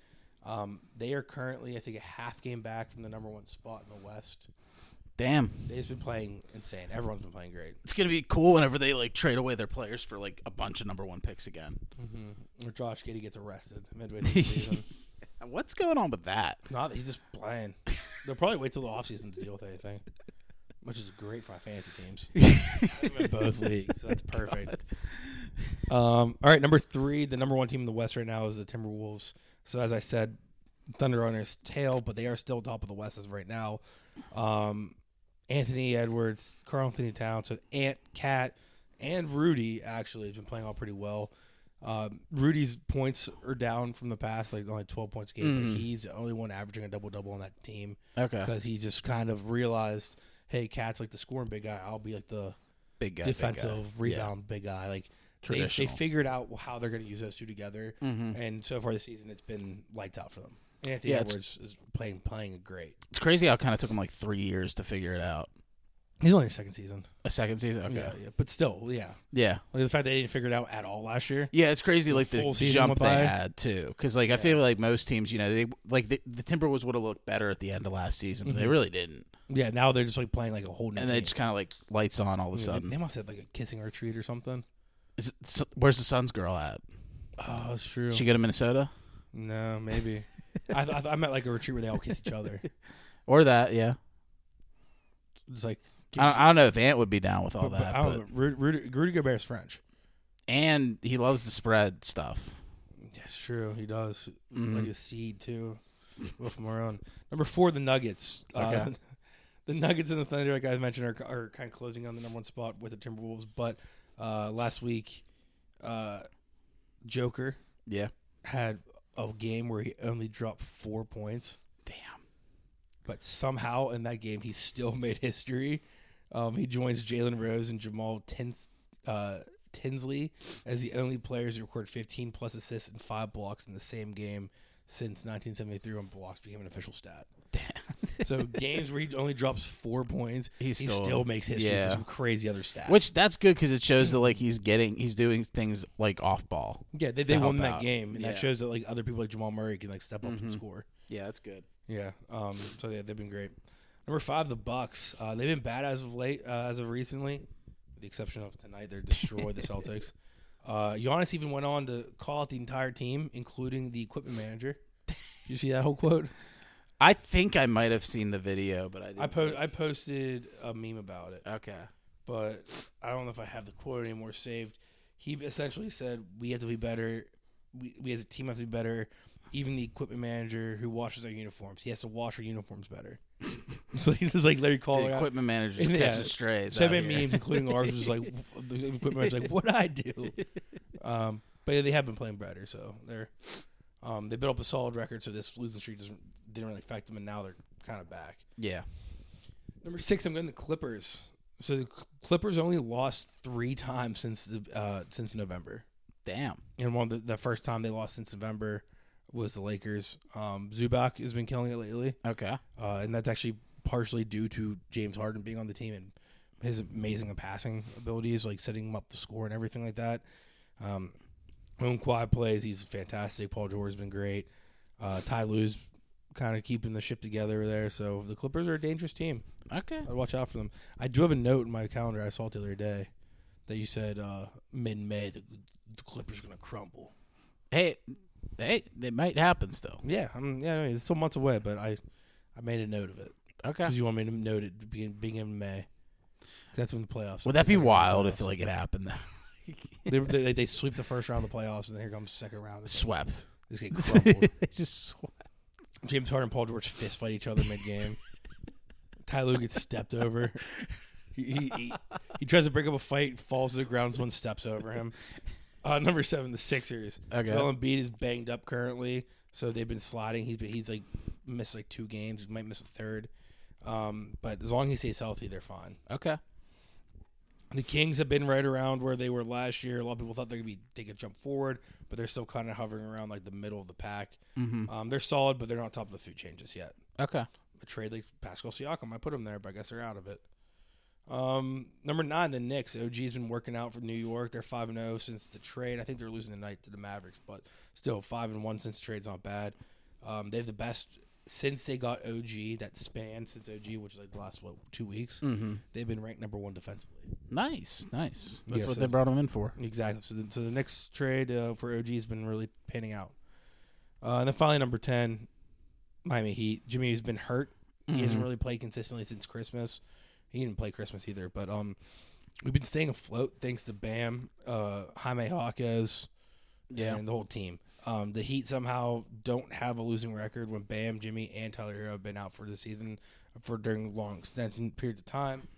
Um, they are currently, I think, a half game back from the number one spot in the West.
Damn.
They've just been playing insane. Everyone's been playing great.
It's gonna be cool whenever they like trade away their players for like a bunch of number one picks again.
Or Josh Giddy gets arrested midway through the season.
What's going on with that?
Not that he's just playing. They'll probably wait till the offseason to deal with anything, which is great for my fantasy teams. I'm in both leagues. so That's perfect. Um, all right, number three, the number one team in the West right now is the Timberwolves. So as I said, Thunder on his tail, but they are still top of the West as of right now. Um, Anthony Edwards, Carl Anthony Towns, so Ant, Cat, and Rudy actually have been playing all pretty well. Um, Rudy's points are down from the past, like only 12 points a game, but he's the only one averaging a double double on that team
Okay.
because he just kind of realized, hey, Cat's like the scoring big guy. I'll be like the
Big guy. big guy.
defensive rebound big guy. Like they, they
Traditional.
figured out how they're going to use those two together, and so far this season it's been lights out for them. Anthony
Yeah, it's-
Edwards is playing playing great.
It's crazy how it kind of took him like three years to figure it out.
He's only in his second season.
A second season. Okay.
Yeah, yeah, but still, yeah.
yeah.
Like the fact that they didn't figure it out at all last year.
Yeah, it's crazy like the
full season
jump
went
they
by.
had too, because like I feel like most teams, you know, they like the, the Timberwolves would have looked better at the end of last season, but they
Mm-hmm.
really didn't,
Yeah, now they're just like playing like a whole new.
and they
game.
just kind of like lights on all of a
They-
sudden.
they must have like a kissing retreat or something.
Is it, s- where's the Suns girl at?
Oh, that's true.
Did she go to Minnesota
no, maybe. I, th- I, th- I meant like a retreat where they all kiss each other.
or that? Yeah,
It's like
I don't, I don't know if Ant would be down with all
but- but
that,
I don't
but,
know. Rudy, Rudy, Rudy Gobert's French.
and he loves the spread stuff.
That's true. He does.
Mhm.
Like a seed too. Wolf Moron. Number four, the Nuggets. Uh,
Okay.
the Nuggets and the Thunder, like I mentioned, are, are kind of closing on the number one spot with the Timberwolves. But uh, last week, uh, Joker
Yeah,
had a game where he only dropped four points,
damn.
but somehow in that game he still made history. Um, he joins Jalen Rose and Jamal Tins, uh, Tinsley as the only players to record 15 plus assists and five blocks in the same game since 1973 when blocks became an official stat. so games where he only drops four points,
He's
he
still-
still, makes history
yeah.
for some crazy other stat.
Which that's good because it shows that like he's getting, he's doing things like off ball.
yeah, they, they
help
won that
out.
game, and
Yeah. Mm-hmm.
that shows that like other people like Jamal Murray can like step up and score.
Yeah, that's good.
Yeah. Um. So yeah, they've been great. Number five, the Bucks. Uh, they've been bad as of late, uh, as of recently, with the exception of tonight. They're destroyed the Celtics. Uh, Giannis even went on to call out the entire team, including the equipment manager. You see that whole quote?
I think I might have seen the video, but I didn't.
I po- I posted a meme about it,
okay.
but I don't know if I have the quote anymore saved. He essentially said, "We have to be better. We, we as a team have to be better. even the equipment manager who washes our uniforms, he has to wash our uniforms better. it's like it's like Larry
The
Calling
equipment manager
Oh, Yeah.
catching strays.
so
out
many
here.
memes, including ours, was like the equipment manager's like, "What I do?" Um, but yeah, they have been playing better, so they're um, they built up a solid record. So this losing streak doesn't didn't really affect them, and now they're kind of back.
Yeah.
Number six, I'm going the Clippers. So the Clippers only lost three times since the uh, since November,
Damn.
and one of the, the first time they lost since November was the Lakers. Um, Zubac has been killing it lately,
Okay.
uh, and that's actually partially due to James Harden being on the team and his amazing passing abilities, like setting him up the score and everything like that. Um, when Quad plays, he's fantastic. Paul George has been great. Uh, Ty Lue's kind of keeping the ship together there. So the Clippers are a dangerous team.
Okay.
I'd watch out for them. I do have a note in my calendar I saw it the other day that you said uh, mid-May the, the Clippers gonna crumble.
Hey, hey, it might happen still.
Yeah, I'm yeah, I mean, it's still months away, but I I made a note of it
Okay.
because you want me to note it beginning, beginning of May. 'Cause That's when the playoffs.
Would that be
that's when the
wild
playoffs-
if like it happened? though?
they, they they sweep the first round of the playoffs and then here comes the second round. This,
Swept.
this get crumbled.
They just swept.
James Harden and Paul George fist fight each other mid game. Ty Lue gets stepped over. He, he, he, he tries to break up a fight, falls to the ground, someone steps over him. Uh, number seven, the Sixers.
Okay.
Joel Embiid is banged up currently, so they've been sliding. He's been, he's like missed like two games, might miss a third. Um, but as long as he stays healthy, they're fine.
Okay.
The Kings have been right around where they were last year. A lot of people thought they could be take a jump forward, but they're still kind of hovering around like the middle of the pack. Um, they're solid, but they're not top of the food chain just yet
Okay.
a trade like Pascal Siakam. I put him there, but I guess they're out of it. Um, number nine, the Knicks. OG's been working out for New York. They're five and zero since the trade. I think they're losing tonight to the Mavericks, but still five and one since the trade's not bad. Um, they have the best since they got OG. That span since OG, which is like the last what two weeks, they've been ranked number one defensively.
Nice. Nice. That's
Yeah,
what
so-
they brought him in for.
Exactly. So the, so the next trade uh, for OG has been really panning out. Uh, and then finally, number 10, Miami Heat. Jimmy has been hurt. He hasn't really played consistently since Christmas. He didn't play Christmas either. But um, we've been staying afloat thanks to Bam, uh, Jaime Hawkes,
Yeah.
and the whole team. Um, the Heat somehow don't have a losing record when Bam, Jimmy, and Tyler Hero have been out for the season for during long extended periods of time.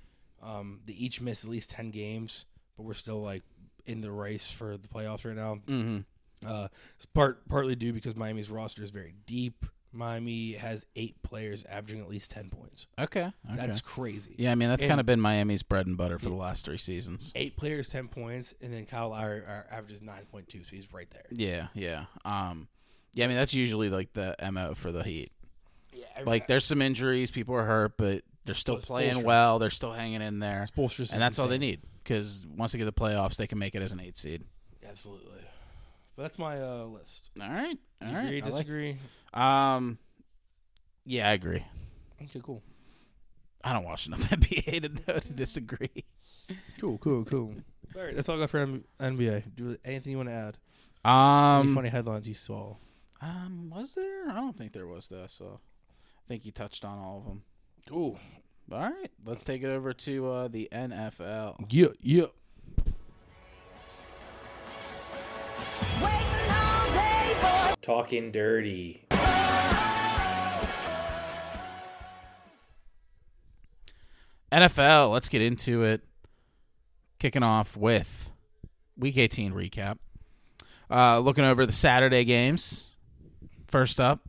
Um, they each missed at least ten games, but we're still like in the race for the playoffs right now.
Mm-hmm.
Uh, it's part partly due because Miami's roster is very deep. Miami has eight players averaging at least ten points.
Okay. okay.
That's crazy.
yeah. I mean, that's
and-
kind of been Miami's bread and butter for the last three seasons.
Eight players, ten points, and then Kyle Lowry uh, averages nine point two, so he's right there.
Yeah. Yeah. Um. Yeah. I mean, that's usually like the mo for the Heat.
Yeah,
Like, there's some injuries, people are hurt, but they're still
It's
playing
Spoelstra.
well. They're still hanging in there,
Bolster's
and that's all they need. Because once they get the playoffs, they can make it as an eight seed.
Absolutely. But that's my uh, list.
All right. All right.
agree,
I like-
disagree?
um. Yeah, I agree.
okay, cool.
I don't watch enough NBA to know to disagree.
Cool, cool, cool. all right, that's all I got for M- NBA. Do anything you want to add? Any
Um.
funny headlines you saw?
Um, was there? I don't think there was though. So I think you touched on all of them.
Cool.
All right, let's take it over to uh, the NFL.
Yeah, yeah.
Waiting all day, boys.
Talking dirty.
NFL. Let's get into it. Kicking off with Week 18 recap. Uh, looking over the Saturday games. First up,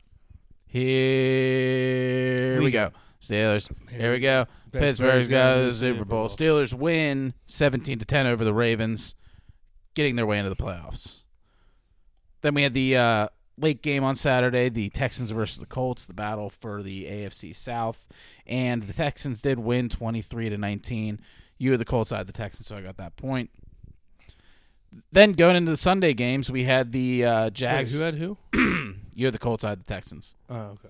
here we go. Steelers. Here we go. Pittsburgh's got the Super Bowl. Steelers win 17 to 10 over the Ravens, getting their way into the playoffs. Then we had the uh, late game on Saturday, the Texans versus the Colts, the battle for the AFC South, and the Texans did win 23 to 19. You were the Colts, I had the Texans, so I got that point. Then going into the Sunday games, we had the uh,
Wait,
Jags.
who had who?
you had the Colts, I had the Texans.
Oh, okay.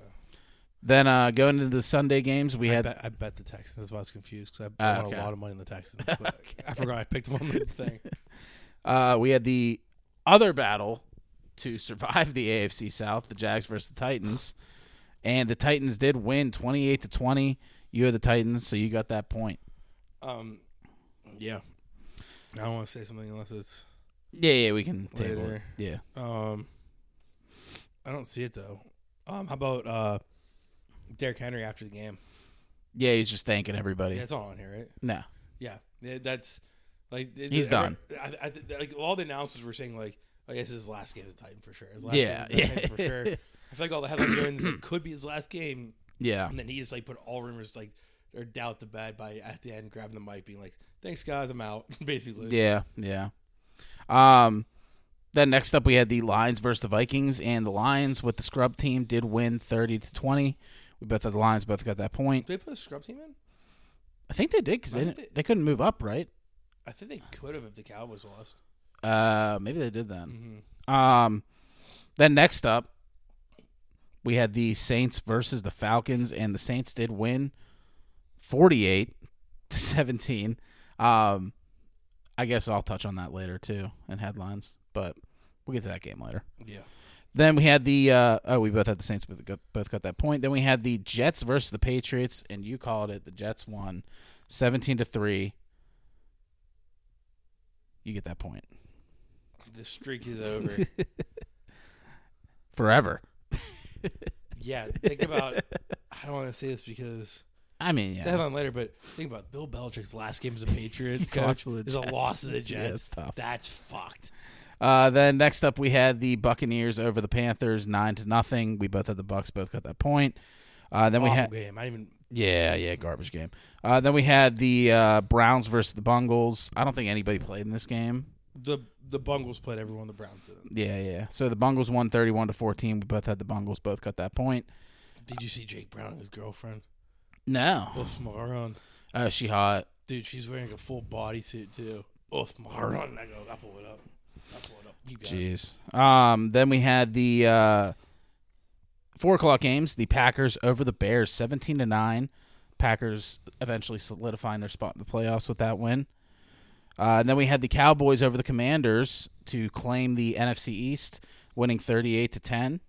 Then uh, going into the Sunday games, we
I
had
bet, I bet the Texans. That's why I was confused because I bet
Ah, okay.
a lot of money in the Texans. But I forgot I picked them on the thing.
Uh, we had the other battle to survive the AFC South, the Jags versus the Titans, and the Titans did win twenty eight to twenty. You had the Titans, so you got that point.
Um, yeah. I don't want to say something unless it's
Yeah, yeah, we can
table it.
table it. Yeah,
um. I don't see it though. Um, how about uh, Derrick Henry after the game?
Yeah, he's just thanking everybody.
Yeah, it's all on here, right?
no.
Yeah, Yeah, that's like it-
He's
every- I, I, th- like all the announcers were saying like, like this is his last game as a Titan for sure. His last
Yeah,
game as a
yeah.
Titan for sure. I feel like all the headlines are in this, it could be his last game,
Yeah.
and then he just like put all rumors like or doubt the bed by at the end grabbing the mic, being like, "Thanks guys, I'm out." Basically,
Yeah, yeah. Um, then next up we had the Lions versus the Vikings, and the Lions with the scrub team did win thirty to twenty. We both had the Lions both got that point.
Did they put a scrub team in?
I think they did because
I
they
think
didn't, they couldn't move up, right?
I think they could have if the Cowboys lost.
Uh, maybe they did then.
Mm-hmm.
Um, then next up we had the Saints versus the Falcons, and the Saints did win forty eight to seventeen. Um, I guess I'll touch on that later too in headlines, but we'll get to that game later.
Yeah.
Then we had the uh, oh, we both had the Saints, but got, both got that point. Then we had the Jets versus the Patriots, and you called it. The Jets won, seventeen to three. You get that point
The streak is over.
forever.
yeah, think about. I don't want to say this because
I mean,
the
yeah,
headline later, but think about Bill Belichick's last game as a Patriots
Lost
coach
to the
is a
Jets.
loss to the
Yeah,
Jets.
it's tough.
That's fucked.
Uh, then next up, we had the Buccaneers over the Panthers, nine to nothing. We both had the Bucks, both got that point. Uh, then we
Awful
had
game. I didn't
yeah, yeah, garbage game. Uh, then we had the uh, Browns versus the Bungles. I don't think anybody played in this game.
even the the Bungles played everyone. The Browns didn't.
Yeah, yeah. So the Bungles won thirty-one to fourteen. We both had the Bungles. Both got that point.
Did you see Jake Brown and his girlfriend?
No.
Oof, moron.
Oh, she hot.
Dude, she's wearing like, a full bodysuit too. Oof, moron. I go. I pull it up. I pull it up. You got it.
Jeez. Um. Then we had the uh, four o'clock games. The Packers over the Bears, seventeen to nine. Packers eventually solidifying their spot in the playoffs with that win. Uh, and then we had the Cowboys over the Commanders to claim the NFC East, winning thirty-eight to ten.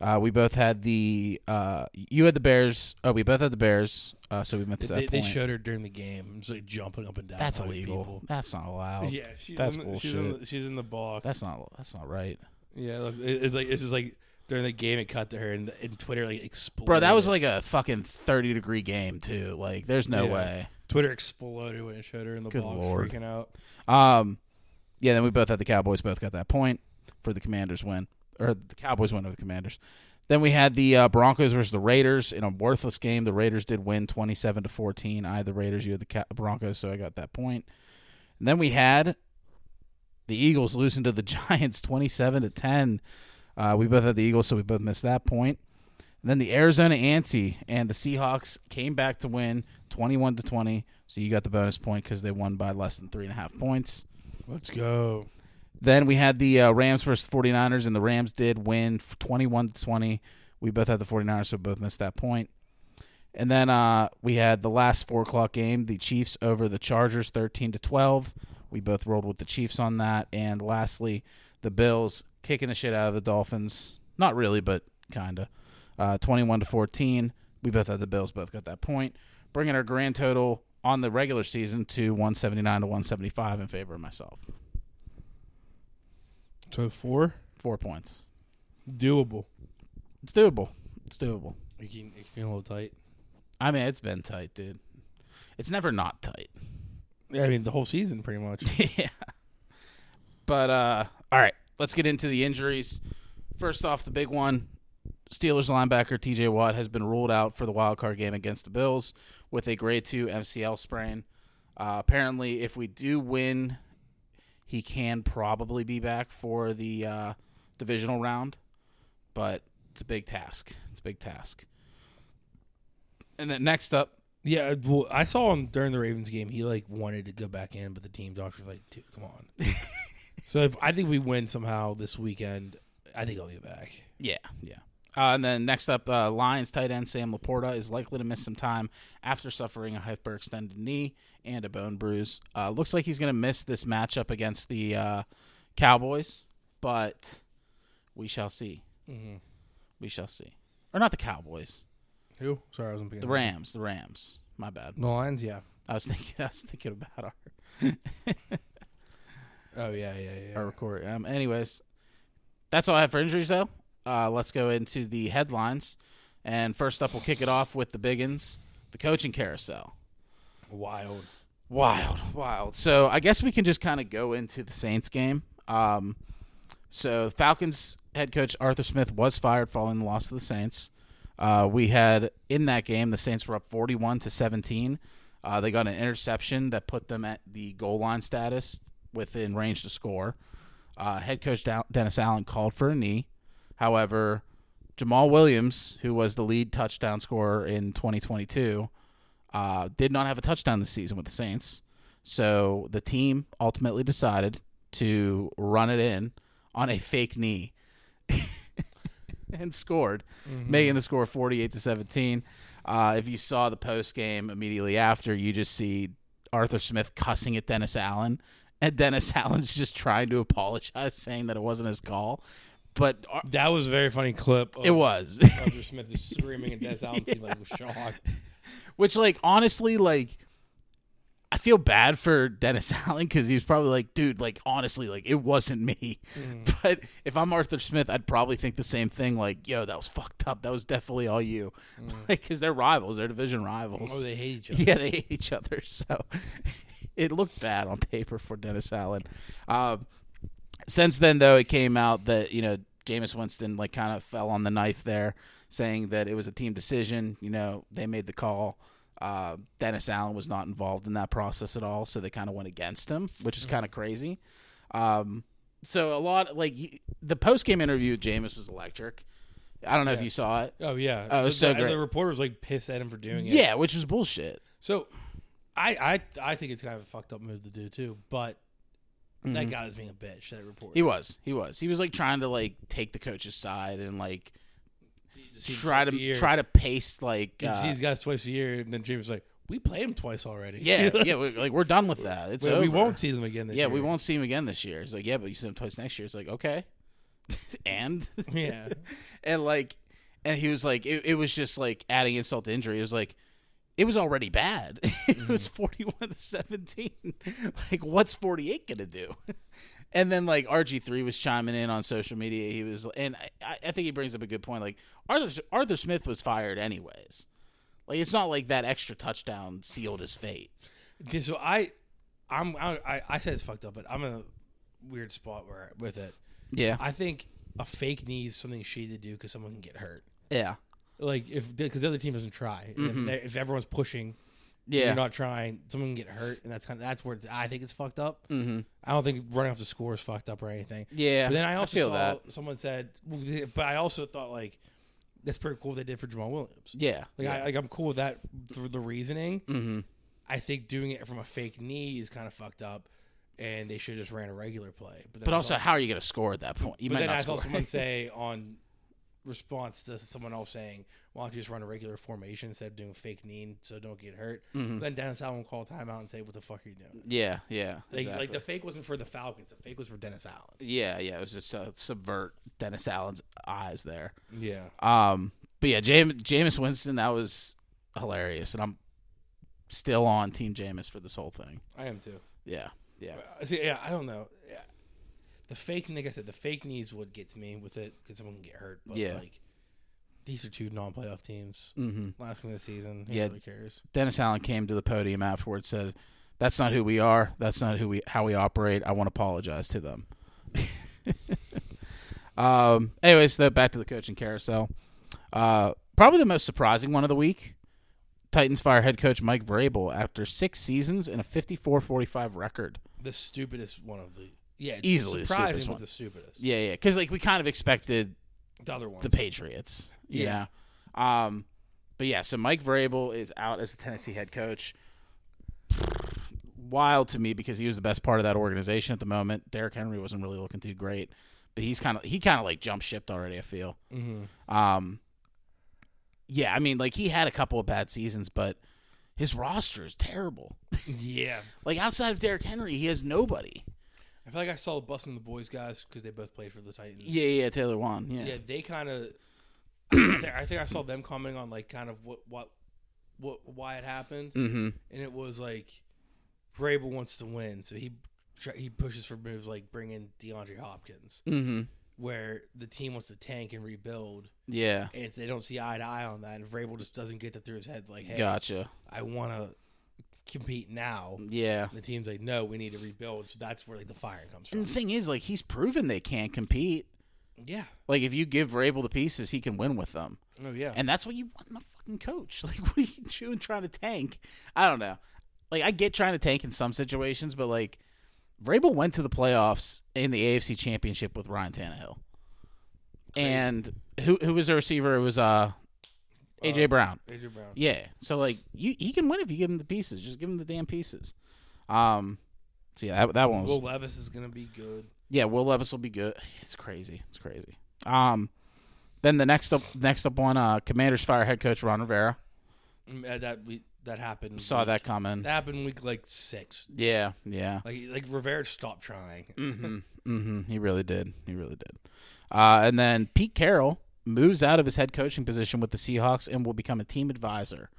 Uh, we both had the uh, you had the Bears. Oh, we both had the Bears. Uh, so we went to that
They, they
point.
showed her during the game. Just like jumping up and down.
That's
like
illegal.
people.
That's not allowed.
Yeah, she's
That's
in the, She's in,
bullshit.
the, she's in the box.
That's not that's not right.
yeah. Look, it- it's like it's just like during the game it cut to her and, and Twitter like exploded.
Bro, that was like a fucking 30 degree game too. Like there's no
Yeah.
way.
Twitter exploded when it showed her in the
Good
box
lord.
freaking out.
Um yeah, then we both had the Cowboys both got that point for the Commanders win or the Cowboys win over the Commanders. Then we had the uh, Broncos versus the Raiders in a worthless game. The Raiders did win 27 to 14. I had the Raiders, you had the Ca- Broncos, so I got that point. And then we had the Eagles losing to the Giants 27 to 10. Uh, we both had the Eagles, so we both missed that point. And then the Arizona Ante and the Seahawks came back to win 21 to 20. So you got the bonus point because they won by less than three and a half points.
Let's go.
Then we had the uh, Rams versus 49ers, and the Rams did win 21 to 20. We both had the 49ers, so both missed that point. And then uh, we had the last four o'clock game, the Chiefs over the Chargers, 13 to 12. We both rolled with the Chiefs on that. And lastly, the Bills kicking the shit out of the Dolphins. Not really, but kinda. Uh, 21 to 14. We both had the Bills. Both got that point, bringing our grand total on the regular season to 179 to 175 in favor of myself.
So four
Four points.
doable.
It's doable. It's doable.
You can, you can feel a little tight.
I mean, it's been tight, dude. It's never not tight.
Yeah, I mean the whole season pretty much.
yeah. But uh all right, let's get into the injuries. First off, the big one. Steelers linebacker TJ Watt has been ruled out for the wild card game against the Bills with a grade 2 MCL sprain. Uh, apparently, if we do win, he can probably be back for the uh, divisional round, but it's a big task. It's a big task. And then next up,
yeah, well, I saw him during the Ravens game. He like wanted to go back in, but the team doctor was like, "Dude, come on." so if I think we win somehow this weekend, I think I'll get back.
Yeah, yeah. Uh, and then next up, uh, Lions tight end Sam Laporta is likely to miss some time after suffering a hyperextended knee and a bone bruise. Uh, looks like he's going to miss this matchup against the uh, Cowboys, but we shall see.
Mhm.
We shall see. Or not the Cowboys,
Who? Sorry, I wasn't picking
the
up.
Rams. The Rams. My bad.
The Lions, yeah.
I was thinking. I was thinking about our
Oh yeah, yeah, yeah.
our record. Um. Anyways, that's all I have for injuries, though. uh, let's go into the headlines. And first up, we'll kick it off with the biggins, the coaching carousel.
Wild.
Wild, wild. So I guess we can just kind of go into the Saints game. Um, so Falcons head coach Arthur Smith was fired following the loss to the Saints. Uh, we had in that game the Saints were up forty-one to seventeen. Uh, they got an interception that put them at the goal line status within range to score. Uh, head coach Dal- Dennis Allen called for a knee. However, Jamal Williams, who was the lead touchdown scorer in 2022, uh, did not have a touchdown this season with the Saints. So the team ultimately decided to run it in on a fake knee and scored, making the score 48 to 17. Uh, if you saw the post game immediately after, you just see Arthur Smith cussing at Dennis Allen, and Dennis Allen's just trying to apologize, saying that it wasn't his call. But Ar-
That was a very funny clip. Of
it was.
Arthur Smith is screaming at Des Allen. He like was shocked.
Which, like, honestly, like, I feel bad for Dennis Allen because he was probably like, dude, like, honestly, like, it wasn't me.
Mm.
But if I'm Arthur Smith, I'd probably think the same thing. Like, yo, that was fucked up. That was definitely all you. Like, because they're rivals, they're division rivals.
Mm. Oh, they hate each other.
yeah, they hate each other. So it looked bad on paper for Dennis Allen. Um, since then, though, it came out that you know Jameis Winston like kind of fell on the knife there, saying that it was a team decision. You know, they made the call. Uh, Dennis Allen was not involved in that process at all, so they kind of went against him, which is kind of crazy. Um, so a lot like y- the post game interview with Jameis was electric. I don't know if you saw it.
Oh yeah.
Oh, it was
the,
so
and
great.
the reporter was like pissed at him for doing it.
Yeah, which was bullshit.
So, I I I think it's kind of a fucked up move to do too. But that guy was being a bitch. That reporter.
Mm-hmm. He was. He was. He was like trying to like take the coach's side and like
Just see him
try
twice a
to
year.
try to paste like
You see
uh,
these guys twice a year, and then James was like, "We played him twice already.
yeah yeah we like we're done with that. It's
we, we
over.
won't see them again this
yeah
year.
we won't see him again this year. It's like yeah but you see him twice next year. It's like okay and
Yeah,
and like and he was like it, it was just like adding insult to injury. It was like it was already bad. it was forty one to seventeen. like what's forty eight gonna do? And then like RG three was chiming in on social media. He was, and I- I, I think he brings up a good point. Like Arthur Arthur Smith was fired anyways. Like it's not like that extra touchdown sealed his fate.
Yeah, so I, I'm I, I- I said it's fucked up, but I'm in a weird spot where with it.
Yeah,
I think a fake knee is something shady to do because someone can get hurt.
yeah,
Like if because the other team doesn't try, And
Mm-hmm.
if, they- if everyone's pushing,
yeah.
you're not trying, someone can get hurt, and that's kind of that's where it's, I think it's fucked up. Mm-hmm. I don't think running off the score is fucked up or anything.
Yeah,
But then
I
I also
feel
saw
that.
someone said, but I also thought like that's pretty cool they did for Jamal Williams.
yeah,
Like,
yeah.
I, like I'm cool with that for the reasoning. Mm-hmm. I think doing it from a fake knee is kind of fucked up, and they should have just ran a regular play. then
but
I
also,
saw-
how are you gonna score at that point? You
but
might
then
not
I saw
score.
someone say on response to someone else saying, "Why don't you just run a regular formation instead of doing a fake knee so don't get hurt?"
Mm-hmm.
Then Dennis Allen called timeout and say, "What the fuck are you doing?"
yeah, yeah.
Like,
exactly.
like the fake wasn't for the Falcons. The fake was for Dennis Allen.
Yeah, yeah, it was just to subvert Dennis Allen's eyes there.
Yeah.
Um, but yeah, Jam- Jameis Winston, that was hilarious, and I'm still on Team Jameis for this whole thing.
I am too.
Yeah, yeah,
Uh, See, yeah, I don't know. Yeah. The fake, like I said, the fake knees would get to me with it because someone can get hurt. But
Yeah.
like, these are two non-playoff teams.
hmm
Last game of the season, who
Yeah.
really cares?
Dennis Allen came to the podium afterwards, said, "That's not who we are. That's not who we how we operate. I want to apologize to them." um. Anyways, though, back to the coaching carousel. Uh, probably the most surprising one of the week. Titans fire head coach Mike Vrabel after six seasons and a 54-45 record.
The stupidest one of the yeah, it's
Easily the
surprising,
stupidest
but
one.
the stupidest.
Yeah, yeah, because like we kind of expected
The other one,
the Patriots. You
Yeah.
know? Um, but yeah, so Mike Vrabel is out as the Tennessee head coach. Wild to me because he was the best part of that organization at the moment. Derrick Henry wasn't really looking too great, but he's kind of he kind of like jump shipped already. I feel. Um, yeah, I mean, like he had a couple of bad seasons, but his roster is terrible.
yeah.
like outside of Derrick Henry, he has nobody.
I feel like I saw the busting the boys guys because they both played for the Titans.
Yeah, yeah, Taylor Wan.
yeah, they kind of. I, think- I think I saw them commenting on like kind of what what what why it happened,
Mm-hmm.
and it was like Vrabel wants to win, so he tr- he pushes for moves like bringing DeAndre Hopkins,
Mm-hmm.
where the team wants to tank and rebuild,
Yeah.
and it's, they don't see eye to eye on that, and Vrabel just doesn't get that through his head. Like, hey,
Gotcha.
I want to compete now.
Yeah.
And the team's like, no, we need to rebuild. So that's where like the fire comes
And
from.
the thing is, like, he's proven they can't compete.
Yeah.
Like, if you give Rabel the pieces, he can win with them.
Oh yeah.
And that's what you want in a fucking coach. Like, what are you doing trying to tank? I don't know. Like, I get trying to tank in some situations, but like, Vrabel went to the playoffs in the AFC Championship with Ryan Tannehill. And who who was the receiver? It was uh AJ
Uh,
Brown.
AJ Brown.
Yeah. So like, you he can win if you give him the pieces. Just give him the damn pieces. Um. So yeah, that, that one was
Will Levis is gonna be good.
yeah, Will Levis will be good. It's crazy. It's crazy. Um, then the next up, next up one, uh, Commanders fire head coach Ron Rivera.
Mm, uh, That we that happened.
Saw
week-
that coming.
That happened week like six.
yeah, yeah.
Like like Rivera stopped trying.
Mm-hmm. mm-hmm. He really did. He really did. Uh, and then Pete Carroll moves out of his head coaching position with the Seahawks and will become a team advisor.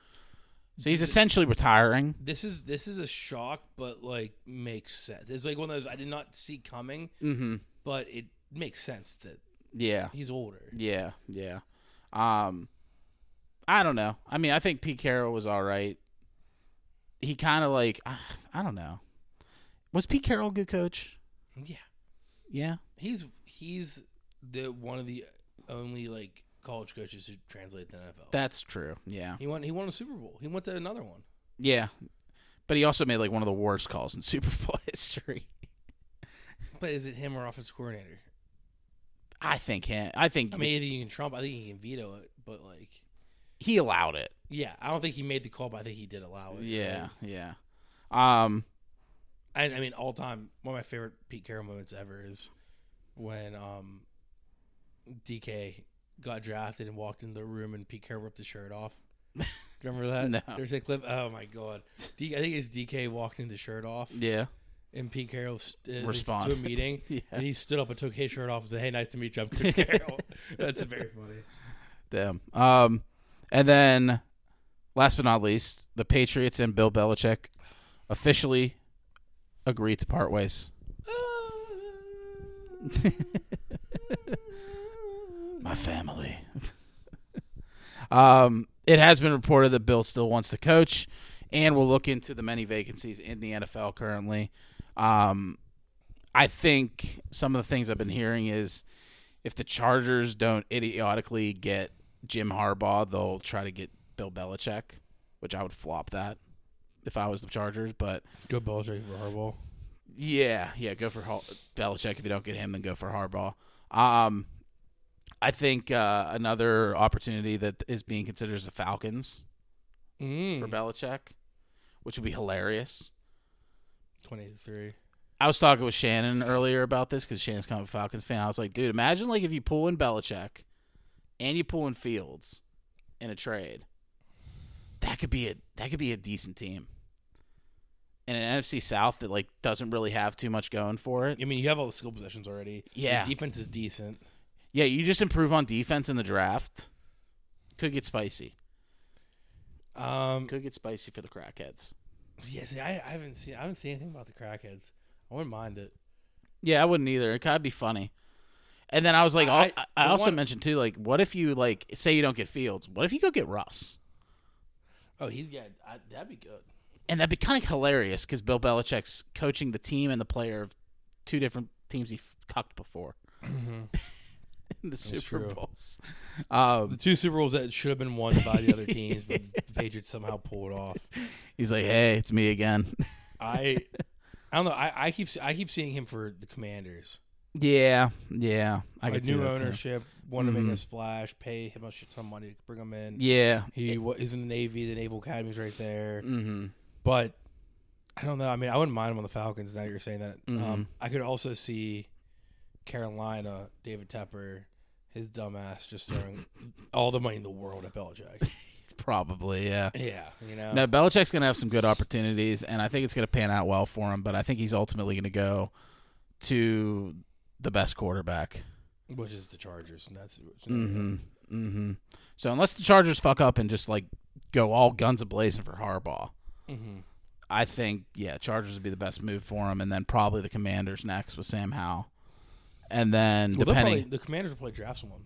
So he's essentially retiring.
This is this is a shock, but like makes sense. It's like one of those I did not see coming,
Mm-hmm.
but it makes sense that
Yeah.
he's older.
Yeah, yeah. Um, I don't know. I mean, I think Pete Carroll was all right. He kind of like I, I don't know. Was Pete Carroll a good coach?
Yeah,
Yeah,
he's he's the one of the only like college coaches who translate to NFL.
that's true. Yeah,
he won he won a Super Bowl. He went to another one.
yeah. But he also made like one of the worst calls in Super Bowl history.
But is it him or offensive coordinator?
I think him. I think
I mean, either you can trump. I think he can veto it, but like,
he allowed it.
yeah, I don't think he made the call, but I think he did allow it.
Yeah, yeah. Um,
And I mean, all time, one of my favorite Pete Carroll moments ever is when um, DK got drafted and walked in the room and Pete Carroll ripped his shirt off. Do you Remember that?
No.
There's that clip. Oh my god! D- I think it's DK walked in the shirt off,
yeah,
and Pete Carroll st- uh,
Respond.
to a meeting,
Yeah.
and he stood up and took his shirt off and said, "Hey, nice to meet you. I'm Pete Carroll." That's very funny.
damn. Um, and then last but not least, the Patriots and Bill Belichick officially agree to part ways. My family. um, it has been reported that Bill still wants to coach, and we'll look into the many vacancies in the NFL currently. Um, I think some of the things I've been hearing is if the Chargers don't idiotically get Jim Harbaugh, they'll try to get Bill Belichick, which I would flop that if I was the Chargers, but
Good balls right for Harbaugh.
yeah, yeah. Go for Hall- Belichick. If you don't get him, then go for Harbaugh. Um, I think uh, another opportunity that is being considered is the Falcons
Mm.
for Belichick, which would be hilarious.
23.
I was talking with Shannon earlier about this because Shannon's kind of a Falcons fan. I was like, dude, imagine like if you pull in Belichick and you pull in Fields in a trade, that could be a that could be a decent team. And an NFC South that like doesn't really have too much going for it.
I mean, you have all the skill positions already.
Yeah.
Your defense is decent.
Yeah, you just improve on defense in the draft. Could get spicy.
Um,
Could get spicy for the crackheads.
yeah, see, I, I haven't seen I haven't seen anything about the crackheads. I wouldn't mind it.
Yeah, I wouldn't either. It could be funny. And then I was like, I,
I- I-
I,
the
also
one-
mentioned too, like, what if you like say you don't get Fields? What if you go get Russ?
Oh, he's got I, that'd be good.
And that'd be kind of hilarious because Bill Belichick's coaching the team and the player of two different teams he f- cucked before in the Super
Mm-hmm. true.
Bowls.
The
Um,
two Super Bowls that should have been won by the other teams, but the Patriots somehow pulled it off.
he's like, hey, it's me again.
I I don't know. I, I keep I keep seeing him for the Commanders.
yeah, yeah. I
like
could see
new
that too.
ownership, want to make
Mhm.
a splash, pay him a shit ton of money to bring him in.
Yeah.
He wa- he's in the Navy. The Naval Academy's right there.
Mm-hmm.
But I don't know. I mean, I wouldn't mind him on the Falcons. Now that you're saying that,
Mhm.
um, I could also see Carolina, David Tepper, his dumbass just throwing all the money in the world at Belichick.
Probably, yeah.
yeah, you know.
No, Belichick's going to have some good opportunities, and I think it's going to pan out well for him. But I think he's ultimately going to go to the best quarterback.
Which is the Chargers, and that's
Mm-hmm. Mm-hmm. So unless the Chargers fuck up and just like go all guns a blazing for Harbaugh,
hmm
I think yeah, Chargers would be the best move for him, and then probably the Commanders next with Sam Howell, and then
Well, they'll
depending,
probably, the Commanders will probably draft someone.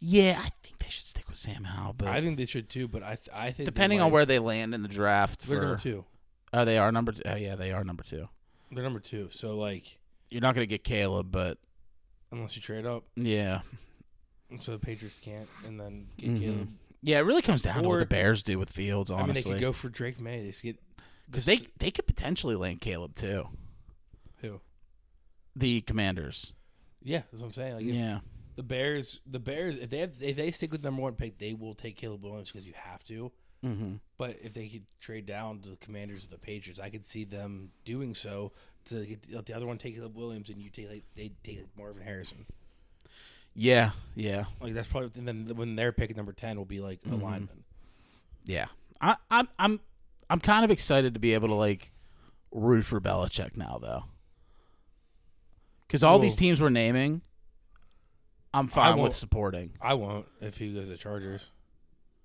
yeah, I think they should stick with Sam Howell, but
I think they should too, but I th- I think they
depending on
might-
where they land in the draft,
they're number
for,
two,
oh, they are number. Two. Oh, yeah, they are number two.
they're number two. So like,
You're not going to get Caleb, but
unless you trade up,
yeah,
so the Patriots can't, and then get
Mhm.
Caleb.
yeah, it really comes down to what
Or-
the Bears do with Fields,
I mean, they
honestly.
could go for Drake May. They could get
Because
this-
they they could potentially land Caleb too.
who?
The Commanders.
Yeah, that's what I'm saying. Like, if
Yeah.
the Bears, the Bears, if they have, if they stick with number one pick, they will take Caleb Williams because you have to.
Mm-hmm.
But if they could trade down to the Commanders of the Patriots, I could see them doing so to get, let the other one take Caleb Williams and you take like they take like Marvin Harrison.
Yeah. Yeah.
Like that's probably and then when their pick at number ten will be like a lineman.
Yeah. I, I'm I'm I'm kind of excited to be able to like root for Belichick now though. Because all these
Well-
teams we're naming, I'm fine
won't-
with supporting.
I won't if he goes to Chargers.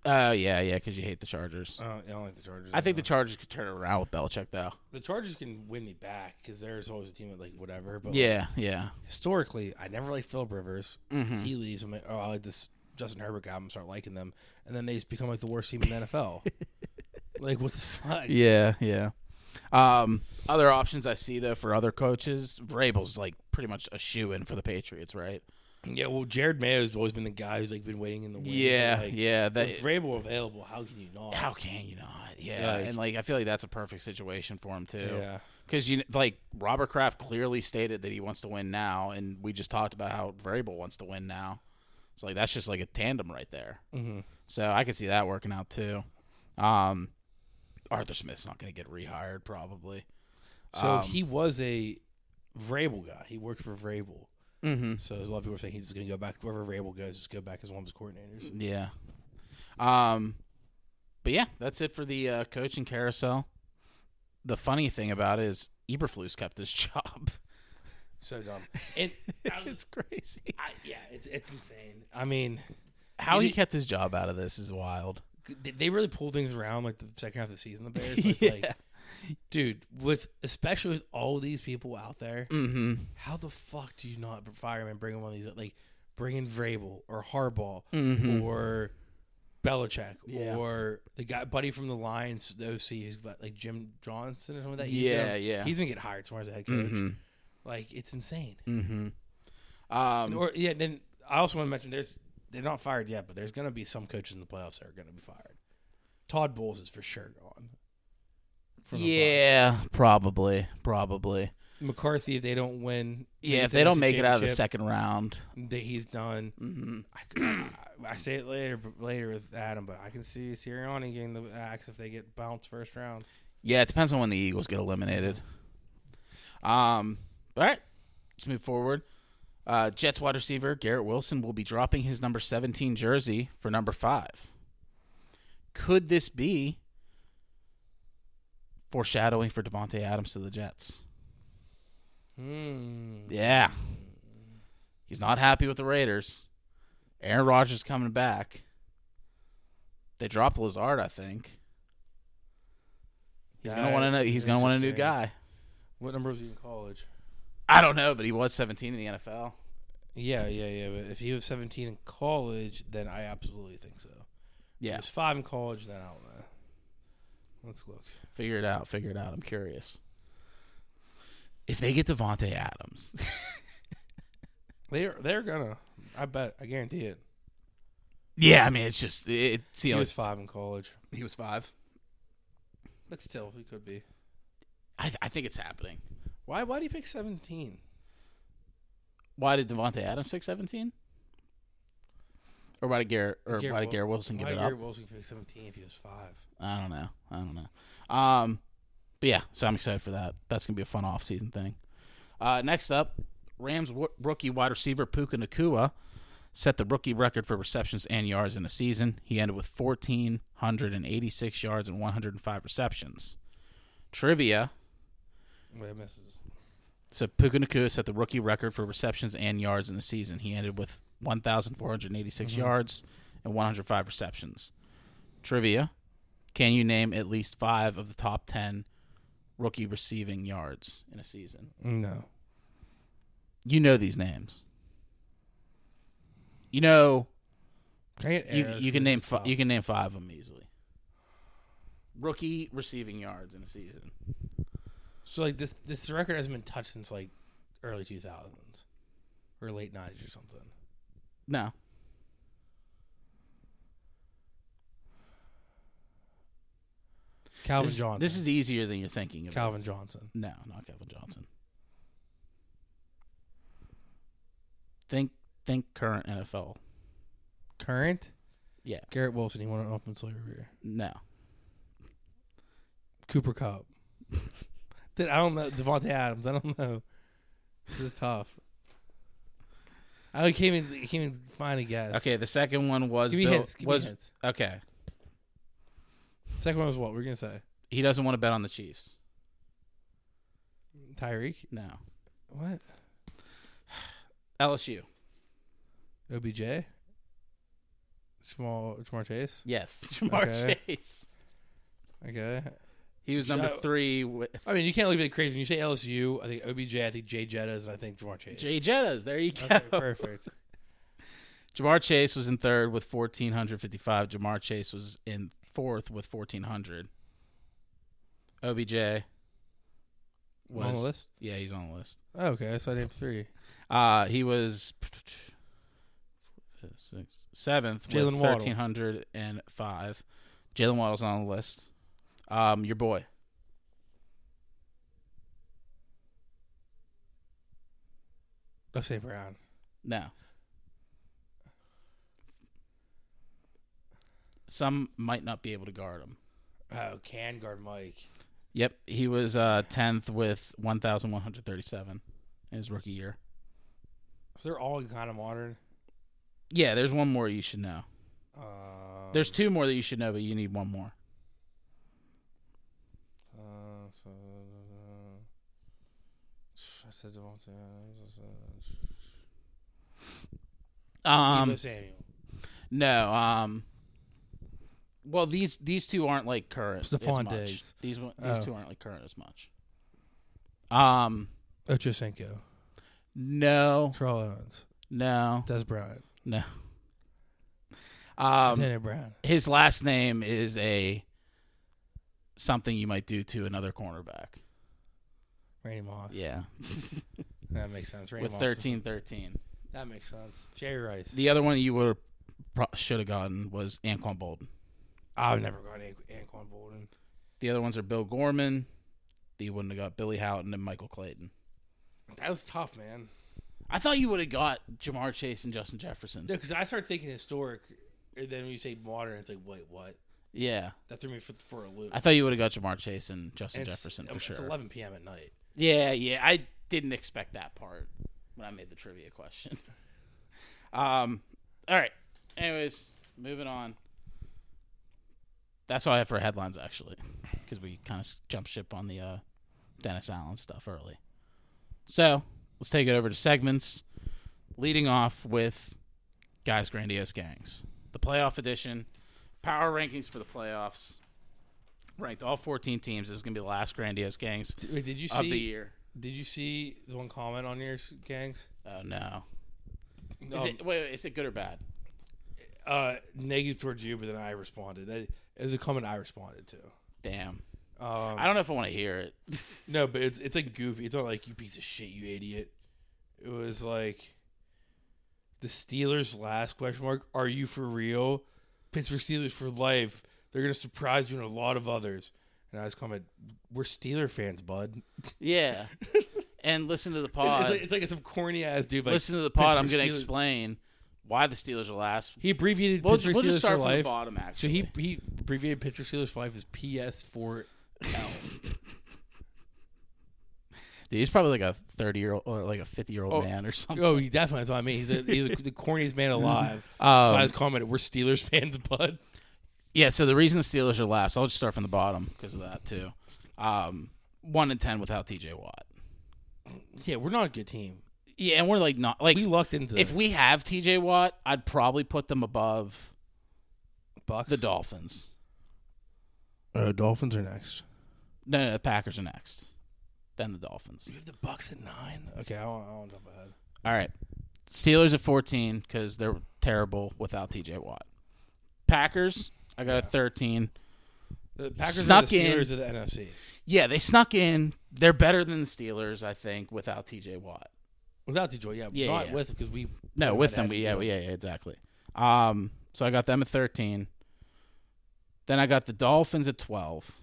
Oh yeah, yeah. Because you hate the Chargers.
Uh, I don't like the Chargers.
I think the
anymore.
Chargers could turn it around with Belichick though.
the Chargers can win me back because there's always a team that like whatever. But like,
Yeah. Yeah.
historically, I never liked Philip Rivers.
Mhm.
He leaves. I'm like, oh, I like this Justin Herbert guy. I'm gonna start liking them, and then they just become like the worst team in the NFL. like what the fuck?
Yeah, yeah. Um, other options I see though for other coaches, Vrabel's like pretty much a shoe in for the Patriots, right?
Yeah, well, Jared Mayo's always been the guy who's like been waiting in the wings.
Yeah,
like,
yeah. That
With Vrabel available, how can you not?
how can you not? Yeah,
Like-
and like I feel like that's a perfect situation for him too.
Yeah.
because you like Robert Kraft clearly stated that he wants to win now, and we just talked about how Vrabel wants to win now. So like that's just like a tandem right there.
Mm-hmm.
So I could see that working out too. Um, Arthur Smith's not going to get rehired probably.
So
Um,
he was a Vrabel guy. He worked for Vrabel.
Mm-hmm.
So there's a lot of people saying he's just going to go back wherever Vrabel goes. Just go back as one of his coordinators.
Yeah. Um, but yeah, that's it for the uh, coaching carousel. The funny thing about it is Eberflus kept his job.
So dumb. And I,
it's crazy.
I, yeah, it's it's insane. I mean,
How he
Maybe-
kept his job out of this is wild.
they- they really pull things around like the second half of the season. The Bears, but it's
Yeah.
like, dude, with especially with all these people out there,
Mm-hmm.
how the fuck do you not fire him and bring him one of these like bring in Vrabel or Harbaugh
Mhm.
or Belichick
Yeah.
or the guy buddy from the Lions, the OC, who's got, like Jim Johnson or something like that.
Yeah,
gonna,
yeah.
He's gonna get hired tomorrow as a head coach.
Mm-hmm.
Like it's insane.
Mm-hmm. Um,
Or yeah, then I also want to mention there's they're not fired yet, but there's gonna be some coaches in the playoffs that are gonna be fired. Todd Bowles is for sure gone. From the playoffs.
yeah, probably, probably.
McCarthy, if they don't win,
Yeah,
get
if
the
they don't
NFC
make it out of the
championship,
second round.
that he's done.
Mm-hmm.
I, I say it later, but later with Adam, but I can see Sirianni getting the axe if they get bounced first round.
Yeah, it depends on when the Eagles get eliminated. Um, all right, let's move forward. Uh, Jets wide receiver Garrett Wilson will be dropping his number 17 jersey for number five. Could this be foreshadowing for Devontae Adams to the Jets?
Hmm.
Yeah. He's not happy with the Raiders. Aaron Rodgers coming back. They dropped Lazard, I think. He's gonna want to know. He's gonna want a new guy.
What number was he in college?
I don't know, but he was 17 in the NFL.
Yeah, yeah, yeah. But if he was 17 in college, then I absolutely think so. If he
Yeah,
was five in college, then I don't know. Let's look.
figure it out. Figure it out. I'm curious. If they get Devonte Adams,
They're they're gonna. I bet. I guarantee it.
yeah, I mean it's just it, it's the
He
only-
was five in college,
he was five.
but still, he could be.
I, I think it's happening.
Why? Why do you pick 17?
Why did Devonte Adams pick 17? Or why did Garrett or why did
Wil-
Garrett Wilson give
why
it
did
up?
Garrett Wilson pick 17 if he was five?
I don't know. I don't know. Um, but yeah, so I'm excited for that. That's gonna be a fun off-season thing. Uh, next up, Rams w- rookie wide receiver Puka Nakua set the rookie record for receptions and yards in a season. He ended with 1,486 yards and 105 receptions. Trivia:
Wait, I missed this.
So Puka Nakua set the rookie record for receptions and yards in the season. He ended with
Mm-hmm.
1,486 yards and 105 receptions. Trivia: Can you name at least five of the top ten rookie receiving yards in a season?
No.
you know these names. You know
Can I get
you,
arrows
you
'cause
can name
it's
fi-
tough.
you can name five of them easily. Rookie receiving yards in a season.
So like this this record hasn't been touched since like early two thousands or late nineties or something.
No.
Calvin
this,
Johnson.
this is easier than you're thinking. Of
Calvin Johnson.
No, not Calvin Johnson. Think think current NFL.
Current.
Yeah.
Garrett Wilson. He won an offensive career.
No.
Cooper Cup. Dude, I don't know Devontae Adams. I don't know. This is tough. I can't even I can't even find a guess.
Okay, the second one was
Give me
Bill,
hints. Give
was
me hints.
okay.
Second one was what? We're gonna say
He doesn't want to bet on the Chiefs.
Tyreek.
No.
What?
LSU.
OBJ. Jamal Jamar Chase.
Yes. Jamar
Okay.
Chase.
Okay.
He was number
Should I-
three with
I mean, you can't leave it crazy. When you say LSU, I think OBJ, I think Jay Jettas, and I think Jamar Chase.
Jay Jettas. There you go.
Okay, perfect.
Jamar Chase was in third with 1,455. Jamar Chase was in fourth with 1,400. OBJ was.
On the list?
Yeah, he's on the list.
Oh, okay, so I named three.
Uh, he was seventh
Jalen
with
Waddle.
1,305. Jalen Waddle's on the list. Um, your boy.
Let's say Oh, Brown.
No. Some might not be able to guard him.
Oh, can guard Mike.
Yep, he was uh tenth with one thousand one hundred thirty-seven in his rookie year.
So they're all kind of modern.
Yeah, there's one more you should know.
Um,
There's two more that you should know, but you need one more.
Uh, so, I said Devontae Adams. I said-
Um,
Debo Samuel.
no, um, well these these two aren't like current
Stephon
as much.
Diggs.
These one- these
Oh.
two aren't like current as much. Um,
Ochocinco.
no,
Terrell Owens.
no,
Des Bryant.
no. Um,
Antonio Brown.
his last name is a something you might do to another cornerback.
Randy Moss.
Yeah,
That makes sense. Randy
with
Moss.
thirteen thirteen.
That makes sense. Jerry Rice.
The other one you would have pro- should have gotten was Anquan Bolden.
I've never got An- Anquan Bolden.
The other ones are Bill Gorman. You wouldn't have got Billy Houghton and Michael Clayton.
That was tough, man.
I thought you would have got Jamar Chase and Justin Jefferson.
No, because I started thinking historic, and then when you say modern, it's like, wait, what?
Yeah,
That threw me for, for a loop.
I thought you would have got Jamar Chase and Justin
And it's- um,
Jefferson for
it's
sure.
11 p.m. at night.
Yeah, yeah. I didn't expect that part when I made the trivia question. um, all right. Anyways, moving on. That's all I have for headlines, actually, because we kind of jump ship on the uh, Dennis Allen stuff early. So let's take it over to segments, leading off with guys, grandiose gangs, the playoff edition, power rankings for the playoffs. Ranked all 14 teams. This is going to be the last grandiose gangs
Wait, did you
of the
see?
year.
Did you see the one comment on yours, gangs?
Oh no! Is
Um,
it wait, wait, Is it good or bad?
uh, negative towards you, but then I responded. That is a comment I responded to.
Damn!
Um,
I don't know if I want to hear it.
no, but it's it's like goofy. It's not like you piece of shit, you idiot. It was like the Steelers last question mark. Are you for real? Pittsburgh Steelers for life. They're gonna surprise you and a lot of others. And I was comment, we're Steeler fans, bud.
yeah. and listen to the
it's,
pod.
like, it's like some corny ass dude. Like,
listen to the pod. I'm
Pittsburgh
going to
Steelers-
explain why the Steelers are last.
He abbreviated
We'll,
Pittsburgh
we'll
Steelers
just start
for
from
life.
the bottom.
so
Actually,
he he abbreviated Pittsburgh Steelers for life as PS4.
Dude, he's probably like a 30 year old or like a 50 year old
Oh.
man or something.
Oh, he definitely. That's what I mean. He's a, he's a, the corniest man alive. so
Um,
I just commented, "We're Steelers fans, bud."
Yeah, so the reason the Steelers are last, I'll just start from the bottom because of that too. Um, one in ten without T.J. Watt.
Yeah, we're not a good team.
Yeah, and we're like not like
We lucked into this.
if we have T.J. Watt, I'd probably put them above
Bucks,
the Dolphins.
uh, Dolphins are next.
No, no, the Packers are next. than the Dolphins.
You have the Bucks at nine. Okay, I want, I want to jump ahead.
All right. Steelers at 14 because they're terrible without TJ Watt. Packers, I got a 13.
The Packers
Snuck
are the
in.
Steelers of the NFC.
Yeah, they snuck in. They're better than the Steelers, I think, without TJ Watt.
Without Detroit, yeah,
Yeah,
not
yeah.
with because we
No,
we
with
had
them,
had-
we yeah, we- yeah, yeah, exactly. Um, so I got them at thirteen. Then I got the Dolphins at twelve.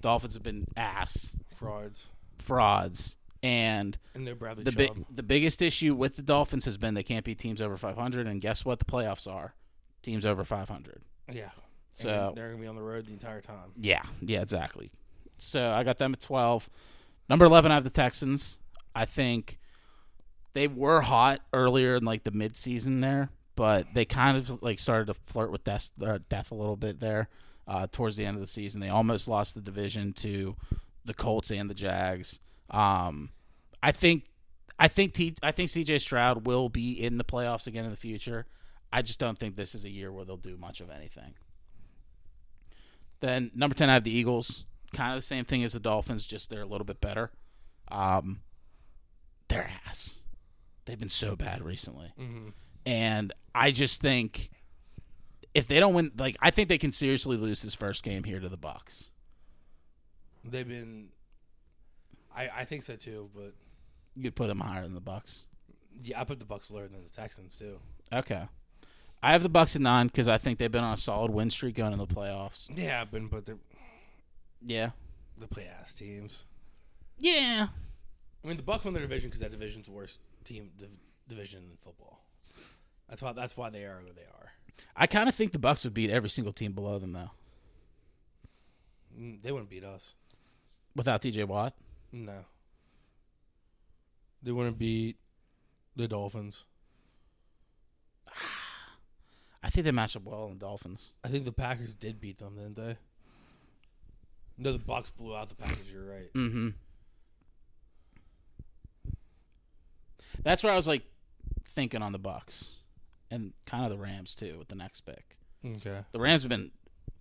Dolphins have been ass
frauds
frauds, and
and no Bradley
the
Chubb.
big the biggest issue with the Dolphins has been they can't beat teams over five hundred. And guess what? The playoffs are teams over five hundred.
yeah,
So
and they're gonna be on the road the entire time.
yeah, yeah, exactly. So I got them at twelve. Number eleven, I have the Texans. I think they were hot earlier in like the midseason there, but they kind of like started to flirt with death, uh, death a little bit there uh, towards the end of the season. They almost lost the division to the Colts and the Jags. Um, I think I think T, I think CJ Stroud will be in the playoffs again in the future. I just don't think this is a year where they'll do much of anything. Then number ten, I have the Eagles. Kind of the same thing as the Dolphins, just they're a little bit better. Um, their ass. They've been so bad recently, and I just think if they don't win, like I think they can seriously lose this first game here to the Bucks.
They've been, I I think so too, but
You'd put them higher than the Bucks.
yeah, I put the Bucks lower than the Texans too.
Okay, I have the Bucks at nine because I think they've been on a solid win streak going into the playoffs.
Yeah, but but they're
Yeah,
they play ass teams.
yeah,
I mean, the Bucks won their division because that division's the worst team div- division in football. That's why that's why they are where they are.
I kind of think the Bucks would beat every single team below them though,
Mm, They wouldn't beat us.
without TJ Watt.
No. They wouldn't beat the Dolphins.
I think they match up well in the Dolphins.
I think the Packers did beat them, didn't they? No, the Bucks blew out the Packers. You're right.
Mm-hmm. That's where I was like thinking on the Bucks and kind of the Rams too with the next pick.
Okay.
The Rams have been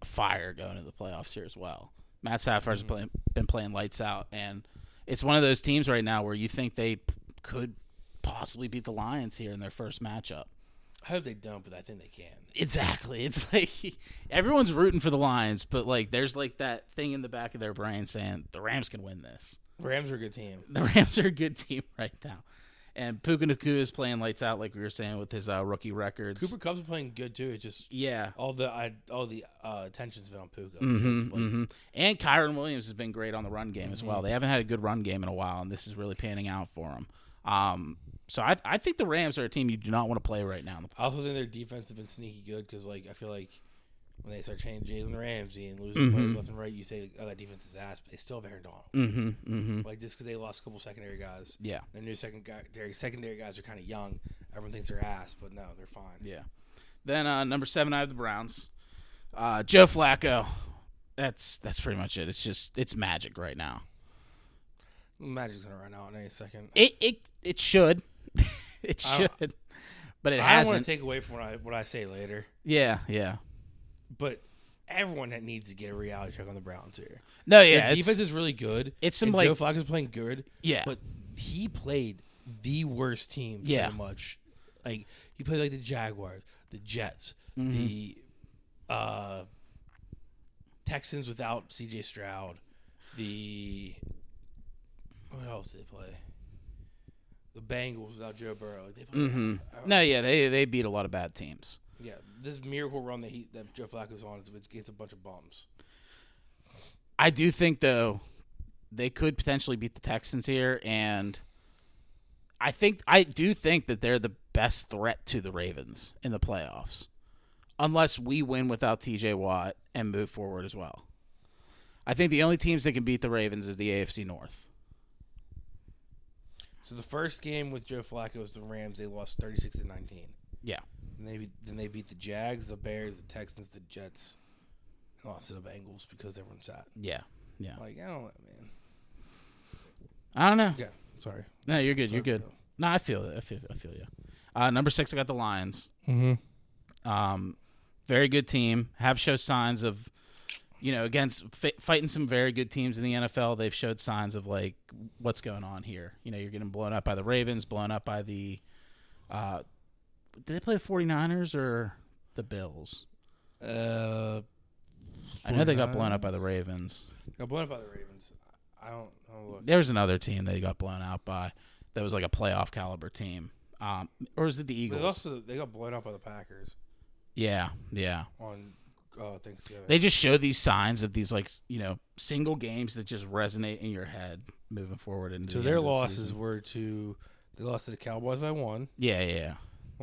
fire going into the playoffs here as well. Matt Safford's playing, been playing lights out, and it's one of those teams right now where you think they p- could possibly beat the Lions here in their first matchup.
I hope they don't, but I think they can.
Exactly. It's like everyone's rooting for the Lions, but like there's like that thing in the back of their brain saying the Rams can win this
Rams are a good team.
the Rams are a good team right now. And Puka Nakua is playing lights out, like we were saying, with his uh, rookie records.
Cooper Cup's been playing good too. It's just
Yeah.
all the I, all the uh, attention's been on Puka.
Mhm,
It's like-
mhm. And Kyron Williams has been great on the run game as
Mm-hmm.
well. They haven't had a good run game in a while, and this is really panning out for them. Um, so I, I think the Rams are a team you do not want to play right now. in the-
I also think their defense has been sneaky good because, like, I feel like when they start changing Jalen Ramsey and losing
Mm-hmm.
players left and right, you say, "Oh, that defense is ass," but they still have Aaron Donald.
Mhm, mhm.
Like, just because they lost a couple secondary guys,
Yeah.
their new second guy, their secondary guys are kind of young. Everyone thinks they're ass, but no, they're fine.
Yeah. Then uh, number seven, I have the Browns. Uh, Joe Flacco. That's that's pretty much it. It's just it's magic right now.
Magic's gonna run out in any second.
It it it should. it
I don't-
should. But it
I don't want
hasn't.
to take away from what I what I say later,
yeah, yeah.
but everyone that needs to get a reality check on the Browns here.
No,
Their
yeah, it's-
defense is really good.
it's some,
and
like-
Joe Flacco's playing good.
Yeah.
but he played the worst team.
Yeah.
pretty much. Like he played like the Jaguars, the Jets,
Mm-hmm.
the uh, Texans without C.J. Stroud, the what else did they play? The Bengals without Joe Burrow. They played,
Mm-hmm. no, yeah, they they beat a lot of bad teams.
Yeah, this miracle run that he that Joe Flacco's on is gets a bunch of bums.
I do think though they could potentially beat the Texans here, and I think I do think that they're the best threat to the Ravens in the playoffs, unless we win without T.J. Watt and move forward as well. I think the only teams that can beat the Ravens is the AFC North.
So the first game with Joe Flacco was the Rams. They lost thirty six to nineteen.
Yeah,
And they beat- then they beat the Jags, the Bears, the Texans, the Jets, and lost to the Bengals because everyone's sat.
yeah, yeah.
Like I don't know, man.
I don't know.
Yeah, sorry.
No, you're good. You're
Sorry.
good. No, I feel it. I feel. I feel you. Uh, number six, I got the Lions.
Mm-hmm.
Um, very good team. Have show signs of you know, against f- fighting some very good teams in the NFL, they've showed signs of like what's going on here. You know, you're getting blown up by the Ravens, blown up by the. Uh, did they play the 49ers or the Bills?
Uh,
I know they got blown up by the Ravens.
Got blown up by the Ravens. I don't know. Look.
There was another team they got blown out by that was like a playoff caliber team. Um, or is it the
They
Eagles?
also they got blown up by the Packers
yeah, yeah.
on uh, Thanksgiving.
They just show these signs of these like s- you know single games that just resonate in your head moving forward into
so
the
their
end of the
losses
season.
were to they lost to the Cowboys by one,
Yeah, yeah, yeah.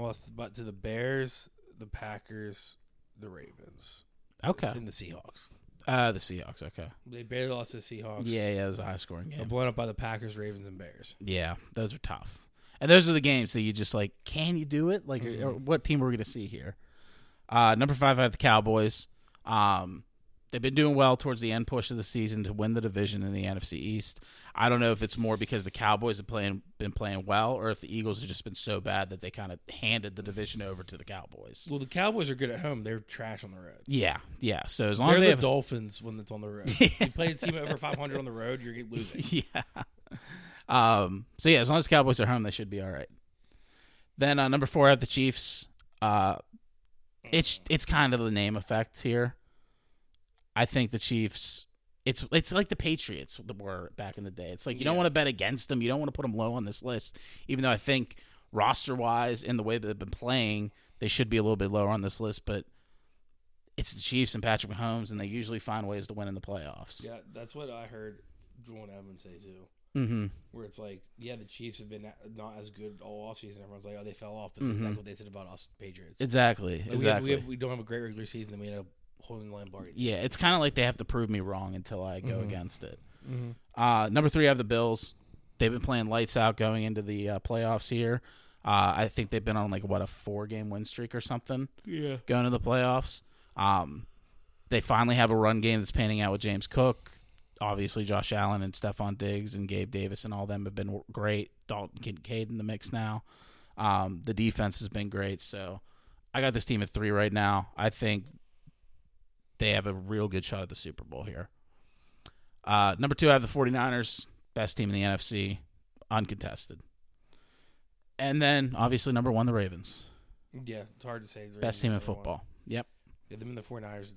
lost but to the Bears, the Packers, the Ravens,
Okay.
and the Seahawks.
Uh, the Seahawks. Okay.
They barely lost to the Seahawks.
Yeah, yeah. It was a high scoring
Got
game.
blown up by the Packers, Ravens, and Bears.
Yeah, those are tough. And those are the games that you just like, can you do it? Like, or, or
Mm-hmm.
what team are we going to see here? Uh, number five, I have the Cowboys. Um, they've been doing well towards the end push of the season to win the division in the NFC East. I don't know if it's more because the Cowboys have playing been playing well, or if the Eagles have just been so bad that they kind of handed the division over to the Cowboys.
Well, the Cowboys are good at home. They're trash on the road.
Yeah, yeah. So as long
They're
as
the
they have,
Dolphins when it's on the road. You play a team over 500 on the road, you're losing.
yeah. Um, so yeah, as long as the Cowboys are home, they should be all right. Then uh, number four, I have the Chiefs. Uh, it's it's kind of the name effect here. I think the Chiefs. It's it's like the Patriots were back in the day. It's like you don't
Yeah.
want to bet against them. You don't want to put them low on this list, even though I think roster wise and the way that they've been playing, they should be a little bit lower on this list. But it's the Chiefs and Patrick Mahomes, and they usually find ways to win in the playoffs.
Yeah, that's what I heard Julian Evans say too.
Mm-hmm.
Where it's like, yeah, the Chiefs have been a- not as good all offseason. Everyone's like, oh, they fell off. But that's exactly what they said about us Patriots.
Exactly.
Like, we have-
Mm-hmm. exactly.
We, have, we, don't have a great regular season, then we end up holding the line bar.
Yeah, it's kind of like they have to prove me wrong until I go against it. Uh, number three, I have the Bills. They've been playing lights out going into the uh, playoffs here. Uh, I think they've been on like what a four game win streak or something
Yeah.
going to the playoffs. Um, they finally have a run game that's panning out with James Cook. Obviously, Josh Allen and Stephon Diggs and Gabe Davis and all them have been great. Dalton Kincaid in the mix now. Um, the defense has been great. So I got this team at three right now. I think they have a real good shot at the Super Bowl here. Uh, number two, I have the 49ers, best team in the NFC, uncontested. And then, obviously, number one, the Ravens,
Yeah, it's hard to say. they're
best
gonna
team in
be number one.
football. Yep.
Yeah, them and the 49ers,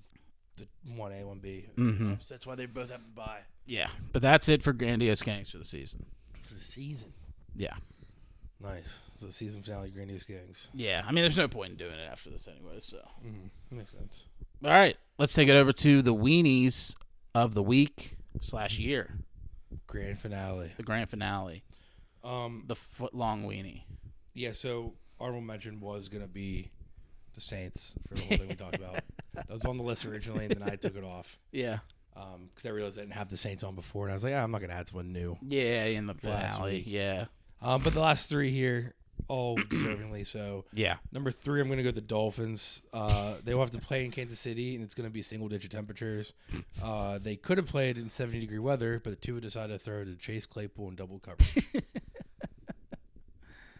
the 1A, 1B.
Mhm.
That's why they both have to buy
Yeah, but that's it for Grandiose Gangs for the season.
for the season.
Yeah.
Nice. So season finale, Grandiose Gangs.
Yeah, I mean, there's no point in doing it after this anyway, so.
Mm-hmm. Makes sense.
All right, let's take it over to the weenies of the week slash year,
Grand finale.
the grand finale,
Um.
the foot long weenie.
Yeah. So honorable mention was gonna be the Saints for the whole thing we talked about. That was on the list originally, and then I took it off
Yeah.
because I realized I didn't have the Saints on before, and I was like, ah, I'm not gonna add someone new.
Yeah, in the
Last
finale.
week.
Yeah.
Um. But the last three here, all deservingly so.
Yeah.
Number three, I'm going to go with the Dolphins. Uh, they will have to play in Kansas City, and it's going to be single digit temperatures. Uh, they could have played in 70 degree weather, but the two decided to throw to Chase Claypool in double coverage.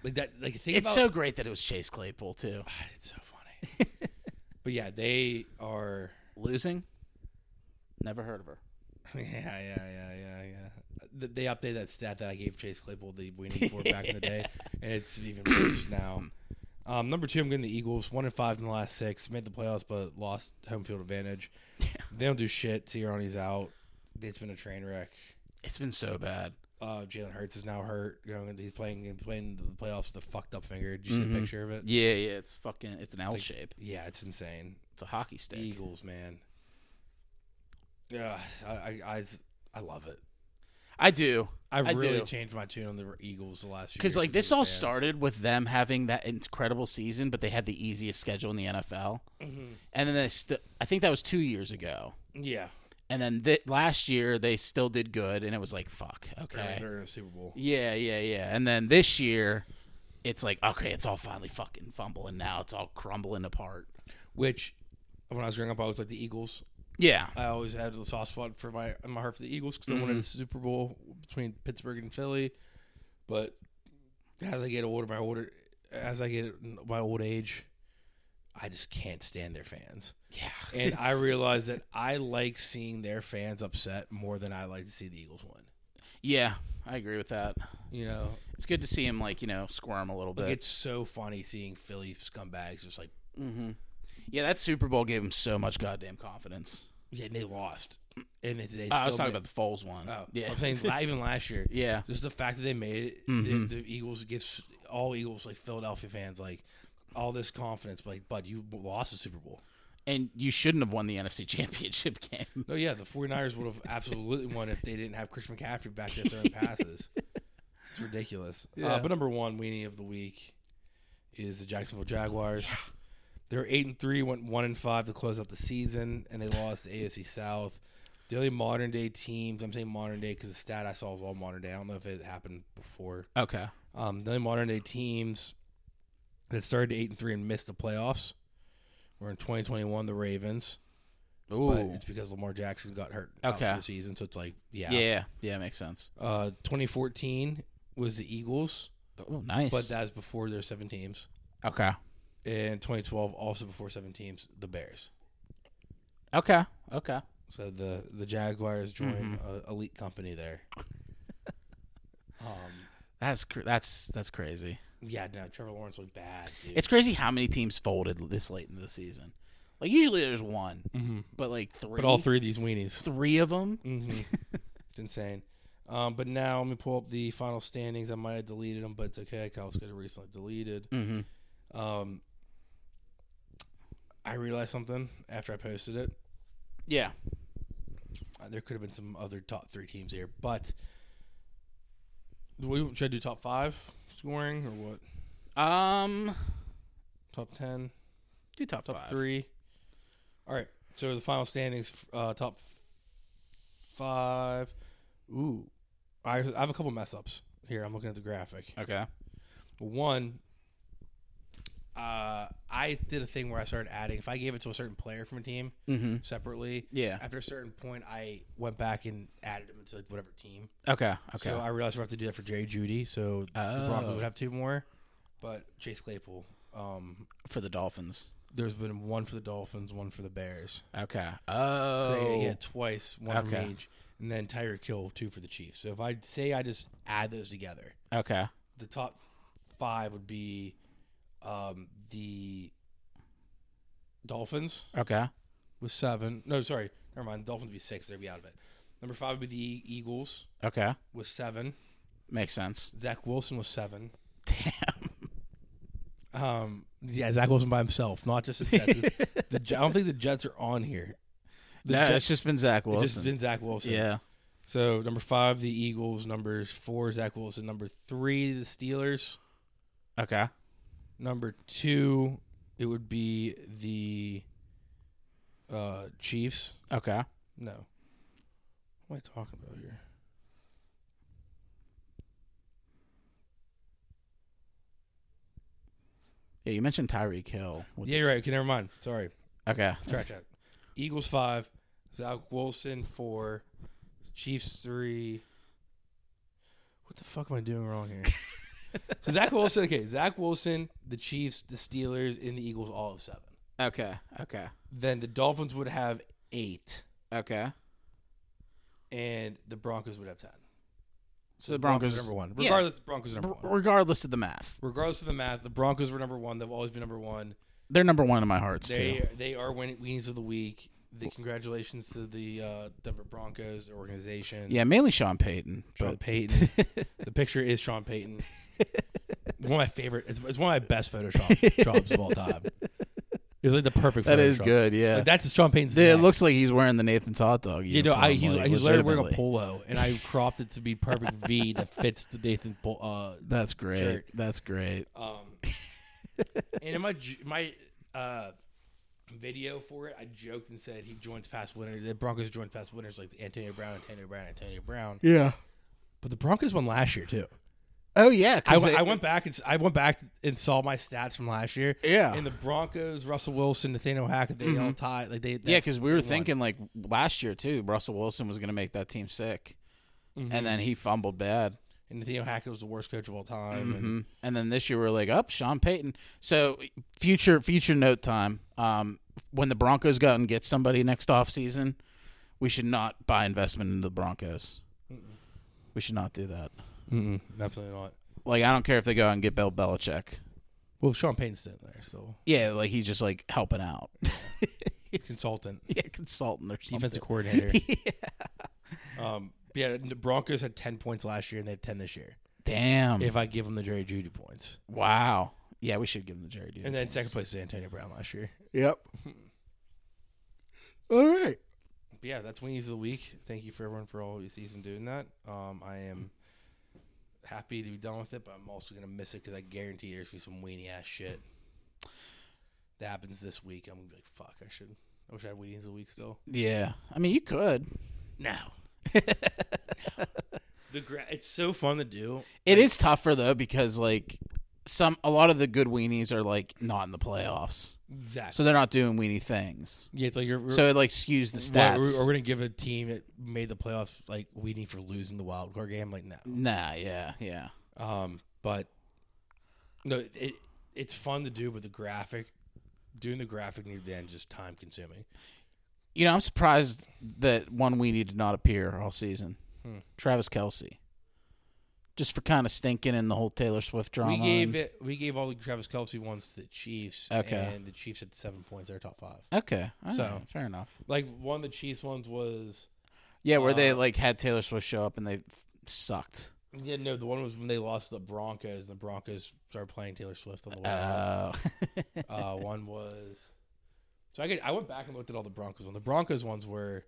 like that, like think
It's so
about,
great that it was Chase Claypool, too.
it's so funny. but yeah, they are.
Losing? Never heard of her.
Yeah, yeah, yeah, yeah, yeah. Th- They updated that stat that I gave Chase Claypool the winning for back in the day, and it's even worse now. Um, number two, I'm getting the Eagles. One and five in the last six. Made the playoffs, but lost home field advantage. They don't do shit. Sirianni's out. It's been a train wreck.
It's been so bad.
Uh, Jalen Hurts is now hurt. You know, he's playing playing the playoffs with a fucked up finger. Did you see a picture of it?
Yeah, yeah. It's fucking, it's an L shape.
Yeah, it's insane.
It's a hockey stick.
Eagles, man. Yeah, I, I, I, I love it.
I do.
I
I
really
do.
changed my tune on the Eagles the last few
Because
years
like
as
this
a
all
fan.
started with them having that incredible season, but they had the easiest schedule in the NFL,
Mm-hmm.
and then they st- I think that was two years ago,
Yeah,
and then th- last year they still did good, and it was like fuck,
they're,
okay,
they're in a Super Bowl.
yeah, yeah, yeah, and then this year it's like okay, it's all finally fucking fumbling now, it's all crumbling apart.
Which, when I was growing up, I was like the Eagles.
Yeah,
I always had a soft spot for my in my heart for the Eagles because I wanted a Super Bowl between Pittsburgh and Philly. But as I get older, my older as I get in my old age, I just can't stand their fans.
Yeah,
And I
it's-
realize that I like seeing their fans upset more than I like to see the Eagles win.
yeah, I agree with that.
You know,
It's good to see him like you know squirm a little
like
bit.
it's so funny seeing Philly scumbags just like,
hmm Yeah, that Super Bowl gave him so much goddamn confidence.
yeah, and they lost. And they, they still
I was talking
ma-
about the Foles one.
Oh,
yeah,
I'm saying li- even last year,
yeah,
just the fact that they made it,
Mhm.
the, the Eagles gives all Eagles like Philadelphia fans like all this confidence. Like, bud, you lost the Super Bowl.
and you shouldn't have won the NFC Championship game.
No, yeah, the 49ers would have absolutely won if they didn't have Chris McCaffrey back there throwing passes. It's ridiculous.
Yeah.
Uh, but number one weenie of the week is the Jacksonville Jaguars. They're eight and three, went one and five to close out the season, and they lost the AFC South. The only modern day teams, I'm saying modern day because the stat I saw was all modern day. I don't know if it happened before.
Okay,
Um, the only modern day teams that started eight and three and missed the playoffs were in 2021 the Ravens, but
ooh,
it's because Lamar Jackson got hurt out
Okay.
for the season. So it's like, yeah,
yeah, yeah, makes sense.
Uh, 2014 was the Eagles,
Oh, nice.
but that's before their seven teams.
okay,
And 2012 also before seven teams, the Bears.
okay, okay.
So the the Jaguars joined a elite company there. um,
That's cr- that's that's crazy.
yeah, no, Trevor Lawrence looked bad. Dude.
It's crazy how many teams folded this late in the season. Like usually there's one, Mm-hmm. but like three.
but all three of these weenies.
three of them.
Mm-hmm. it's insane. Um, but now let me pull up the final standings. I might have deleted them, but it's okay. Kyle's got it recently deleted.
Mm-hmm.
Um, I realized something after I posted it.
Yeah.
Uh, there could have been some other top three teams here, but we should I do top five scoring or what?
Um.
Top ten,
Do top,
top
five.
three. All right. So the final standings, uh, top f- five. Ooh, I, I have a couple mess ups here. I'm looking at the graphic.
Okay.
One, uh, I did a thing where I started adding. If I gave it to a certain player from a team
Mm-hmm.
separately,
Yeah.
after a certain point, I went back and added them to like whatever team.
Okay. Okay.
So I realized we have to do that for Jerry Judy. So the
Oh.
Broncos would have two more, but Chase Claypool. Um,
for the Dolphins.
there's been one for the Dolphins, one for the Bears.
Okay.
So
Oh.
yeah, twice, one
Okay.
from each, and then Tyreek Hill two for the Chiefs. So if I say I just add those together,
Okay.
the top five would be um, the Dolphins
Okay.
with seven. No, sorry, never mind. The Dolphins would be six. They'd be out of it. Number five would be the Eagles
Okay.
with seven.
Makes sense.
Zach Wilson with seven.
Damn.
Um, yeah, Zach Wilson by himself, not just the Jets. It's- the, Je- I don't think the Jets are on here. The
no,
Jets,
it's just been Zach
it's
Wilson.
just been Zach Wilson.
yeah.
So number five, the Eagles. Number four, Zach Wilson. Number three, the Steelers.
Okay.
Number two, it would be the uh, Chiefs.
Okay.
No, what am I talking about here?
Yeah, you mentioned Tyreek Hill. with
yeah,
the-
you're right. Okay, never mind. Sorry.
Okay.
Trash out. Eagles five, Zach Wilson four, Chiefs three. What the fuck am I doing wrong here? so Zach Wilson, okay, Zach Wilson, the Chiefs, the Steelers, and the Eagles all have seven.
Okay. Okay.
Then the Dolphins would have eight,
Okay.
and the Broncos would have ten.
So the Broncos,
are number one.
yeah.
Regardless, the Broncos are number
R-
one.
regardless of the math,
Regardless of the math, the Broncos were number one. They've always been number one.
they're number one in my hearts too.
They they are winning weenies of the week. The congratulations to the uh, Denver Broncos the organization.
Yeah, mainly Sean Payton.
Sean
But
Payton. the picture is Sean Payton. one of my favorite. It's, it's one of my best Photoshop jobs of all time. It was like the perfect.
that is
Photoshop.
good. Yeah.
Like, that's Sean Payton's.
Dude, it
neck.
looks like he's wearing the Nathan's hot dog.
You know, I,
uniform,
he's
like,
he's literally wearing a
legitimately.
polo, and I cropped it to be perfect V that fits the Nathan. Pol- Uh,
That's great.
shirt.
That's great.
um, and in my j- my uh, video for it, I joked and said he joins past winners. The Broncos joined past winners like Antonio Brown, Antonio Brown, Antonio Brown.
Yeah.
But the Broncos won last year too.
Oh yeah.
I,
'cause
w-
they-
I went back and s- I went back and saw my stats from last year.
Yeah. Mm-hmm.
and the Broncos, Russell Wilson, Nathaniel Hackett, they all tied. Like they,
yeah, because we were
they won.
thinking like
Mm-hmm.
last year too. Russell Wilson was going to make that team sick, and then he fumbled bad.
and Nathaniel Hackett was the worst coach of all time. And
Mhm. And then this year we're like, up Sean Payton. So future future note time. Um, when the Broncos go out and get somebody next off season, we should not buy investment into the Broncos. We should not do that.
Mm-mm,
Mm-hmm.
definitely not.
Like I don't care if they go out and get Bill Belichick.
Well, Sean Payton's still there, so
Yeah, like he's just like helping out. he's
consultant,
yeah, consultant or something.
defensive coordinator. Um, yeah, the Broncos had ten points last year, and they have ten this year.
Damn.
If I give them the Jerry Judy points,
wow. Yeah, we should give him the Jerry Judy.
and then
points.
second place is Antonio Brown last year.
Yep. All right.
But yeah, that's Weenies of the Week. Thank you for everyone for all your season doing that. Um, I am happy to be done with it, but I'm also going to miss it because I guarantee there's going to be some weenie ass shit that happens this week. I'm going to be like, fuck, I should. I wish I had Weenies of the Week still.
Yeah. I mean, you could.
No. the gra- It's so fun to do.
It is tougher though because like some a lot of the good weenies are like not in the playoffs,
Exactly.
so they're not doing weenie things.
yeah, it's like you're.
So it like skews the
we're,
stats.
we're, we're going to give a team that made the playoffs like weenie for losing the wild card game. Like, no.
nah, yeah, yeah,
Um, but no, it it's fun to do, but the graphic, doing the graphic near the end, is just time consuming.
you know, I'm surprised that one weenie did not appear all season.
Hmm.
Travis Kelsey, just for kind of stinking in the whole Taylor Swift drama.
We gave
and-
it. We gave all the Travis Kelsey ones to the Chiefs.
Okay.
and the Chiefs had seven points. They're top five.
okay, all
So-
right, fair enough.
Like one of the Chiefs ones was.
Yeah, where they
Uh,
like had Taylor Swift show up and they f- sucked.
Yeah, no. The one was when they lost to the Broncos. and The Broncos started playing Taylor Swift on the way. out.
Oh,
Uh, one was. So I could, I went back and looked at all the Broncos ones. The Broncos ones were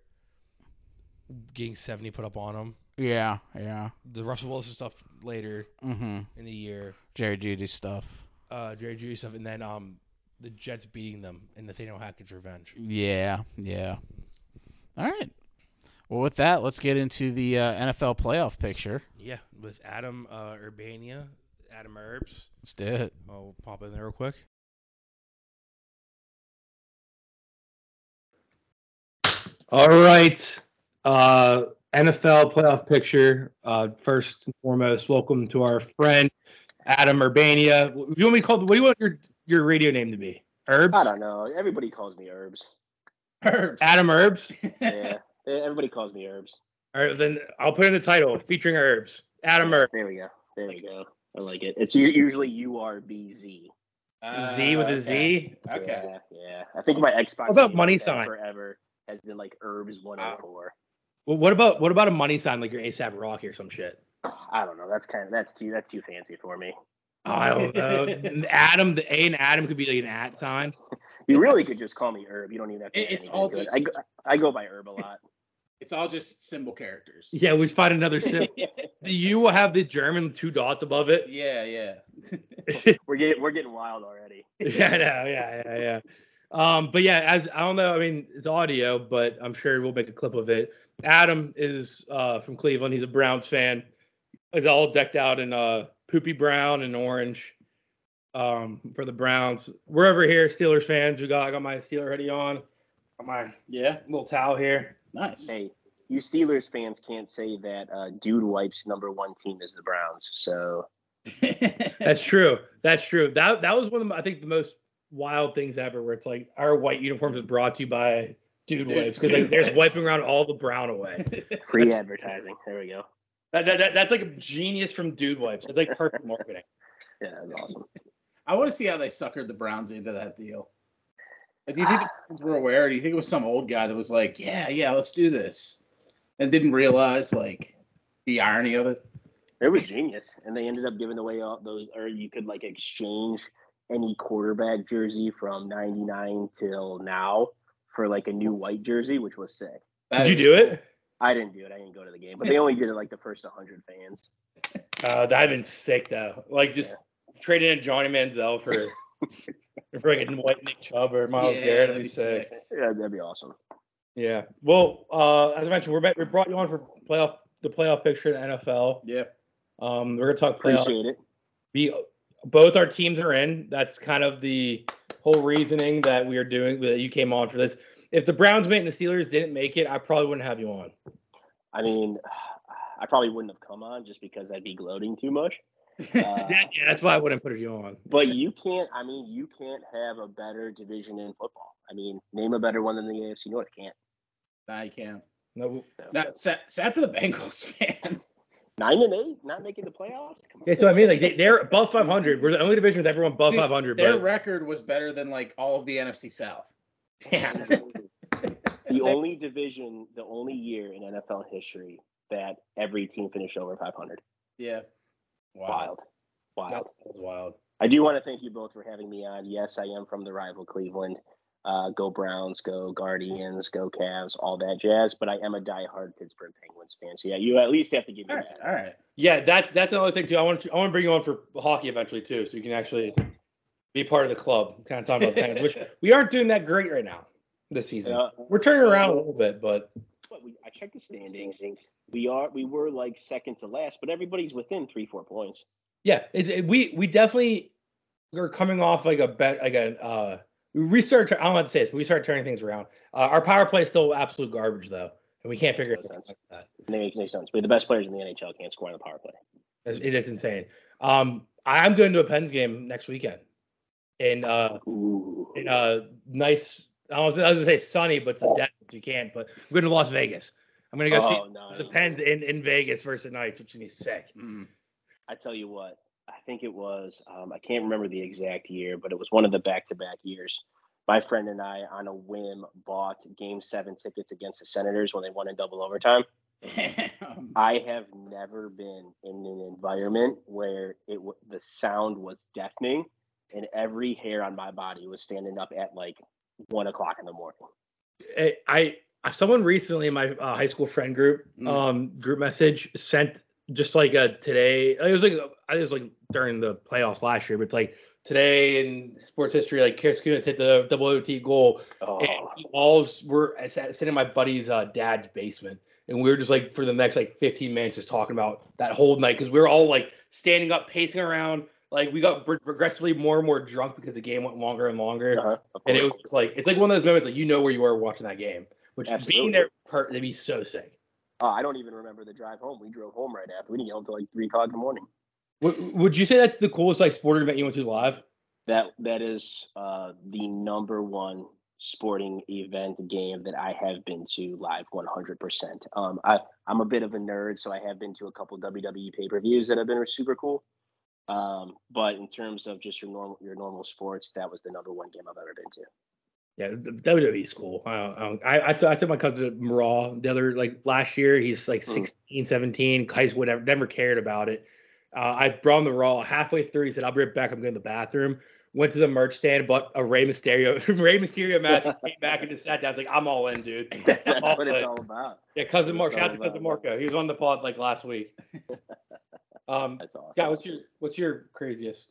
getting seventy put up on them.
yeah, yeah.
The Russell Wilson stuff later
Mm-hmm.
in the year.
Jerry Judy stuff.
uh, Jerry Judy stuff, and then um, the Jets beating them and Nathaniel Hackett's revenge.
Yeah, yeah. All right. Well, with that, let's get into the uh, NFL playoff picture.
Yeah, with Adam uh, Urbania, Adam Herbs.
Let's do it.
I'll pop in there real quick.
All right. Uh, NFL playoff picture. Uh, first and foremost, welcome to our friend Adam Urbania. You want me to call? What do you want your your radio name to be? Herbs.
I don't know. Everybody calls me Herbs.
Herbs. Adam Herbs.
Yeah, Yeah, everybody calls me Herbs.
All right, then I'll put in the title featuring Herbs. Adam Herbs.
There we go. There we go. I like it. It's u- usually U R B Z. Uh,
Z with a Z.
Okay.
Yeah, yeah. I think my Xbox.
What about
name
money
for
sign?
Forever has been like Herbs one hundred four.
Well, what about what about a money sign like your ASAP Rocky or some shit?
I don't know. That's kind of that's too that's too fancy for me.
Oh, I don't know. Adam, the A and Adam could be like an at sign.
You really could just call me Herb. You don't even have to.
It-
add
it's
anything
all
to it.
just-
I go, I go by Herb a lot.
It's all just symbol characters.
Yeah, we find another sim. you will have the German two dots above it.
Yeah, yeah.
we're getting we're getting wild already.
yeah, I know. Yeah, yeah, yeah. Um, but yeah, as I don't know, I mean, it's audio, but I'm sure we'll make a clip of it. Adam is uh, from Cleveland. He's a Browns fan. He's all decked out in uh, poopy brown and orange um, for the Browns. We're over here, Steelers fans. We got I got my Steeler hoodie on, got my
Yeah.
little towel here.
Nice.
Hey, you Steelers fans can't say that uh, Dude Wipes number one team is the Browns. So
That's true. That's true. That that was one of the, I think the most wild things ever, where it's like our white uniforms is brought to you by Dude,
Dude-
Waves because
Dude
like they're just
Waves.
wiping around all the brown away.
free advertising. There we go.
That, that, that- that's like a genius from Dude Wipes. It's like perfect marketing.
Yeah, that's awesome.
I want to see how they suckered the Browns into that deal. Like, Do you think the Browns were aware? Or do you think it was some old guy that was like, "Yeah, yeah, let's do this," and didn't realize like the irony of it?
They were genius, and they ended up giving away all those, or you could like exchange any quarterback jersey from '99 till now for like a new white jersey, which was sick.
Did you do it?
I didn't do it. I didn't go to the game, but they only did it like the first 100 fans.
Uh, that'd been sick though. Like just trading in Johnny Manziel for freaking white Nick Chubb or Miles Garrett. That'd be sick.
Yeah, that'd be awesome.
Yeah. Well, uh, as I mentioned, we're back- we brought you on for playoff the playoff picture in the NFL.
Yeah.
Um, we're gonna talk playoff
Appreciate it.
we both our teams are in. That's kind of the whole reasoning that we are doing that you came on for this. If the Browns made it and the Steelers didn't make it, I probably wouldn't have you on.
I mean, I probably wouldn't have come on just because I'd be gloating too much. Uh,
That- yeah, that's why I wouldn't put you on.
But you can't. I mean, you can't have a better division in football. I mean, name a better one than the AFC North. Can't.
I can.
No.
So.
Not sad, sad for the Bengals fans.
Nine and eight, not making the playoffs. Come on.
Yeah, so I mean, like they, they're above 500. We're the only division with everyone above
Dude,
500.
Their
But
record was better than like all of the NFC South.
yeah.
the only division, the only year in NFL history that every team finished over 500.
Yeah. Wow.
Wild, wild.
That was wild.
I do want to thank you both for having me on. Yes, I am from the rival Cleveland. Uh, go Browns, go Guardians, go Cavs, all that jazz. But I am a diehard Pittsburgh Penguins fan. So yeah, you at least have to give me
All right.
that.
All right.
yeah, that's that's another thing too. I want to, I want to bring you on for hockey eventually too, so you can actually be part of the club. Kind of talking about the Penguins, which we aren't doing that great right now this season.
Uh,
We're turning around a little bit, but
but we, I checked the standings. and We are we were like second to last, but everybody's within three four points.
yeah, it, it- we we definitely are coming off like a bet like a uh we restart. I don't want to say this, but we started turning things around. Uh, our power play is still absolute garbage though, and we can't figure
Makes
it
no
out.
sense.
That.
And that makes no sense. But the best players in the NHL can't score on the power play.
It's, it is insane. Um, I'm going to a Pens game next weekend, and uh,
Ooh.
in a uh, nice. I was, I was gonna say sunny, but it's a death you can't. But I'm going to Las Vegas. I'm going to go
oh,
see
no.
the Pens in, in Vegas versus the Knights, which is sick.
Mm.
I tell you what, I think it was, um, I can't remember the exact year, but it was one of the back to back years. My friend and I, on a whim, bought game seven tickets against the Senators when they won in double overtime. I have never been in an environment where it w- the sound was deafening and every hair on my body was standing up at like one o'clock in the morning.
I, Eh, I uh, someone recently in my uh, high school friend group
Mm.
um group message sent just like a today. It was like it was like during the playoffs last year, but it's like today in sports history, like Karaskunas hit the double OT goal.
Oh,
And we all were I sat, sitting in my buddy's uh, dad's basement, and we were just like for the next like 15 minutes just talking about that whole night because we were all like standing up, pacing around. Like we got pro- progressively more and more drunk because the game went longer and longer,
uh-huh, of
and it
course.
was just, like it's like one of those moments like you know where you are watching that game, which
Absolutely.
being there hurt. They'd be so sick.
Oh, I don't even remember the drive home. We drove home right after. We didn't get home till like three o'clock in the morning.
W- would you say that's the coolest like sporting event you went to live?
That that is uh, the number one sporting event game that I have been to live 100%. Um, I I'm a bit of a nerd, so I have been to a couple WWE pay per views that have been super cool. Um, but in terms of just your normal your normal sports, that was the number one game I've ever been to.
Yeah, the WWE's cool. I, don't- I, don't- I, I, took, I took my cousin to Raw the other like last year. He's like
Hmm.
16, 17. Guys would have never cared about it. Uh, I brought him the Raw halfway through. He said, "I'll be right back. I'm going to the bathroom." Went to the merch stand, bought a Rey Mysterio Rey Mysterio mask. came back and just sat down. I was like, "I'm all in, dude."
That's
all
what it's
in.
all about.
Yeah, cousin Mark.
That's
Shout
all
out to cousin
about
Marco. He was on the pod like last week. um,
That's awesome.
yeah. What's your what's your craziest?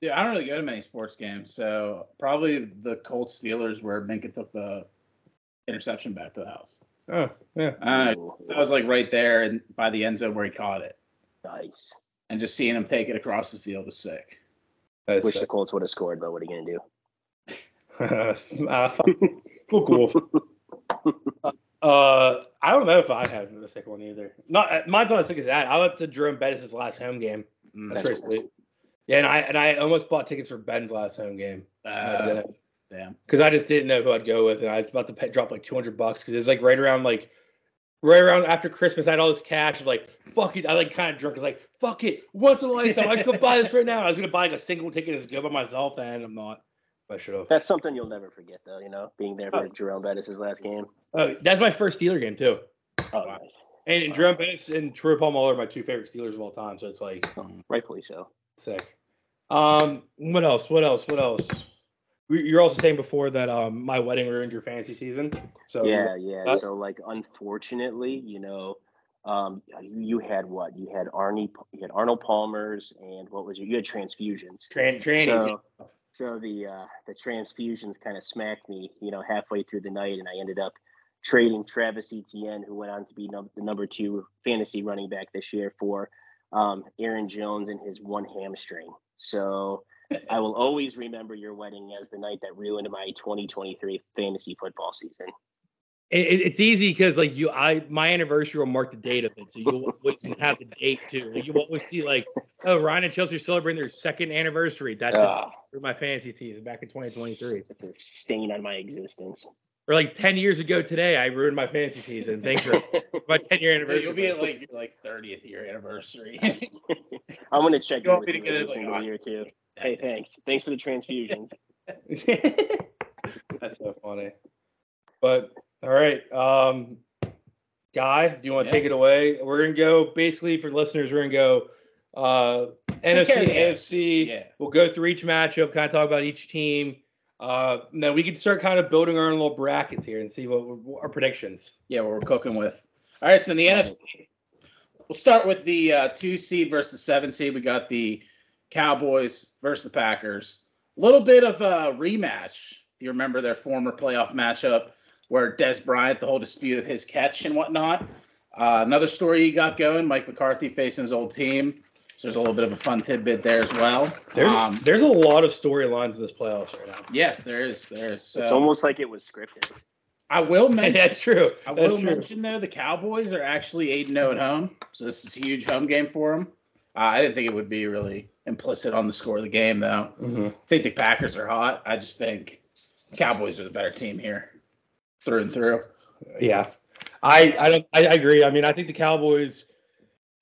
Yeah, I don't really go to many sports games, so probably the Colts Steelers where Minka took the interception back to the house.
Oh, yeah.
Uh, so I was like right there and by the end zone where he caught it,
nice.
and just seeing him take it across the field was sick.
That's
Wish the Colts would have scored, but what are you gonna do?
uh, cool, cool. Uh, I don't know if I have a sick one either. Not uh, mine's not as sick as that. I went to Jerome Bettis' last home game.
Mm.
That's pretty sweet. Yeah, and I and I almost bought tickets for Ben's last home game
Uh, damn.
because I just didn't know who I'd go with, and I was about to pay, drop like two hundred bucks because it's like right around like right around after Christmas. I had all this cash. I'm like, fuck it. I like kind of drunk. I was like, fuck it. Once in a lifetime, I should go buy this right now. I was gonna buy like a single ticket and just go by myself, and I'm not. I should have.
That's something you'll never forget, though. You know, being there for
Oh.
Jerome Bettis' last game.
Oh, that's my first Steeler game too.
Oh,
Wow.
nice.
And, and Jerome Bettis and Troy Palmer are my two favorite Steelers of all time, so it's like
rightfully so.
sick. Um, what else? What else? What else? We- You're also saying before that um, my wedding ruined your fantasy season. So
yeah, yeah.
uh,
so like, unfortunately, you know, um, you had what? You had Arnie, you had Arnold Palmer's, and what was your? You had transfusions.
Tran- tranny.
So, so the uh, the transfusions kind of smacked me, you know, halfway through the night, and I ended up trading Travis Etienne, who went on to be num- the number two fantasy running back this year, for um, Aaron Jones and his one hamstring. So I will always remember your wedding as the night that ruined my 2023 fantasy football season.
it, it- it's easy because like you, I my anniversary will mark the date of it, so you'll always have the date too. Like, you always see like, oh, Ryan and Chelsea are celebrating their second anniversary. That's it
Ah,
for my fantasy season back in 2023.
It's a stain on my existence.
Or like 10 years ago today, I ruined my fantasy season. Thanks for my 10 year
Dude,
anniversary.
you'll be at like your like 30th year anniversary.
I'm gonna check
You
in with
want me to
you
get
every
it, like,
single
on-
year too. Hey, thanks. Thanks for the transfusions.
That's so funny. But all right, um, guy, do you want to
Yeah.
take it away? We're gonna go basically for listeners. We're gonna go uh, NFC,
care of the
AFC.
yeah.
We'll go through each matchup, kind of talk about each team. Uh, now we can start kind of building our own little brackets here and see what, what our predictions.
Yeah, what we're cooking with. All right, so in the NFC, we'll start with the uh, two seed versus the seven seed. We got the Cowboys versus the Packers. A little bit of a rematch. If you remember their former playoff matchup where Des Bryant, the whole dispute of his catch and whatnot. Uh, another story you got going, Mike McCarthy facing his old team. So there's a little bit of a fun tidbit there as well.
There's
Um,
there's a lot of storylines in this playoffs right now.
yeah, there is. There is. So
It's almost like it was scripted.
I will
And
mention.
that's true.
I
That's
will
true.
mention though the Cowboys are actually eight zero at home, so this is a huge home game for them. Uh, I didn't think it would be really implicit on the score of the game though.
Mm-hmm.
I think the Packers are hot. I just think Cowboys are the better team here, through and through.
Yeah, I I don't I, I agree. I mean, I think the Cowboys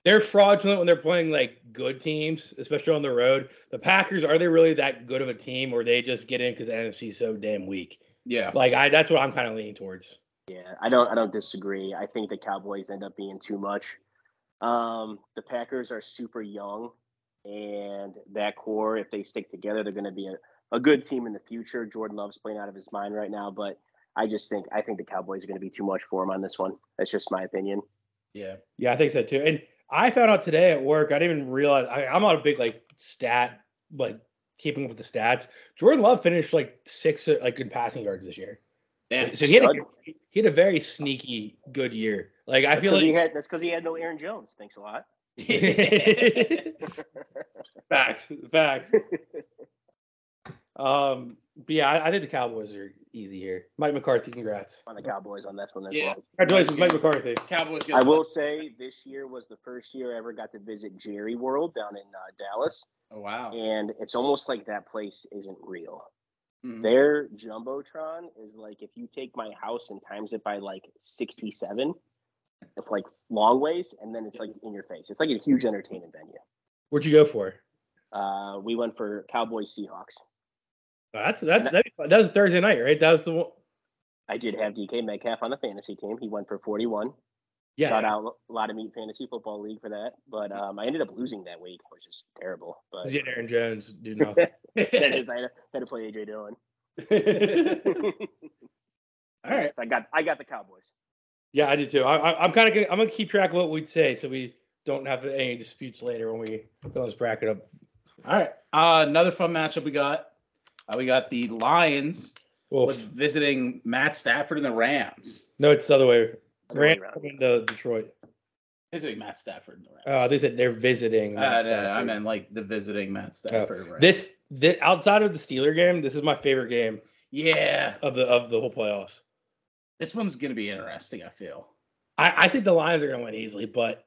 they're fraudulent when they're playing like good teams, especially on the road. The Packers are they really that good of a team, or they just get in because the NFC is so damn weak?
Yeah,
Like I that's what I'm kind of leaning towards.
Yeah, I don't I don't disagree. I think the Cowboys end up being too much. Um, the Packers are super young and that core, if they stick together, they're gonna be a, a good team in the future. Jordan Love's playing out of his mind right now, but I just think I think the Cowboys are gonna be too much for him on this one. That's just my opinion.
yeah.
Yeah, I think so too. And I found out today at work. I didn't even realize I, I'm not a big like stat like keeping up with the stats. Jordan Love finished like six like in passing yards this year.
yeah.
So he had a,
Stud.
he had a very sneaky good year. Like I
That's
feel
'cause
like
he had that's because he had no Aaron Jones. Thanks a lot.
facts, facts. um, but yeah, I, I think the Cowboys are easy here. Mike McCarthy, congrats.
On the Cowboys on this one as
Yeah.
well.
Congratulations, Mike McCarthy.
Cowboys.
I will say this year was the first year I ever got to visit Jerry World down in uh, Dallas.
Oh, wow.
and it's almost like that place isn't real.
Mhm.
Their jumbotron is like if you take my house and times it by like sixty-seven, it's like long ways, and then it's like in your face. It's like a huge entertainment venue.
Where'd you go for?
Uh, we went for Cowboys Seahawks.
Oh, that's that, that. That was Thursday night, right? That was the one.
I did have DK Metcalf on the fantasy team. He went for forty-one.
Yeah,
Shout out a lot of meat fantasy football league for that. But um, I ended up losing that week, which is terrible. But
'cause you had Aaron Jones do nothing.
that is, I had to- had to play AJ Dillon.
All right.
So I got I got the Cowboys.
Yeah, I do too. I, I, I'm kind of gonna, I'm gonna keep track of what we'd say, so we don't have any disputes later when we fill this bracket up.
All right. Uh, another fun matchup we got. Uh, we got the Lions
Well,
with visiting Matt Stafford and the Rams.
no, it's the other way.
Other way
Rams
around.
coming to Detroit.
Visiting Matt Stafford and the Rams.
Uh, they said they're visiting.
Uh,
Matt
no, I
Stafford. Oh,
meant like the visiting Matt Stafford. right?
this, this outside of the Steeler game, this is my favorite game
yeah,
of the of the whole playoffs.
this one's gonna be interesting. I feel
I, I think the Lions are going to win easily, but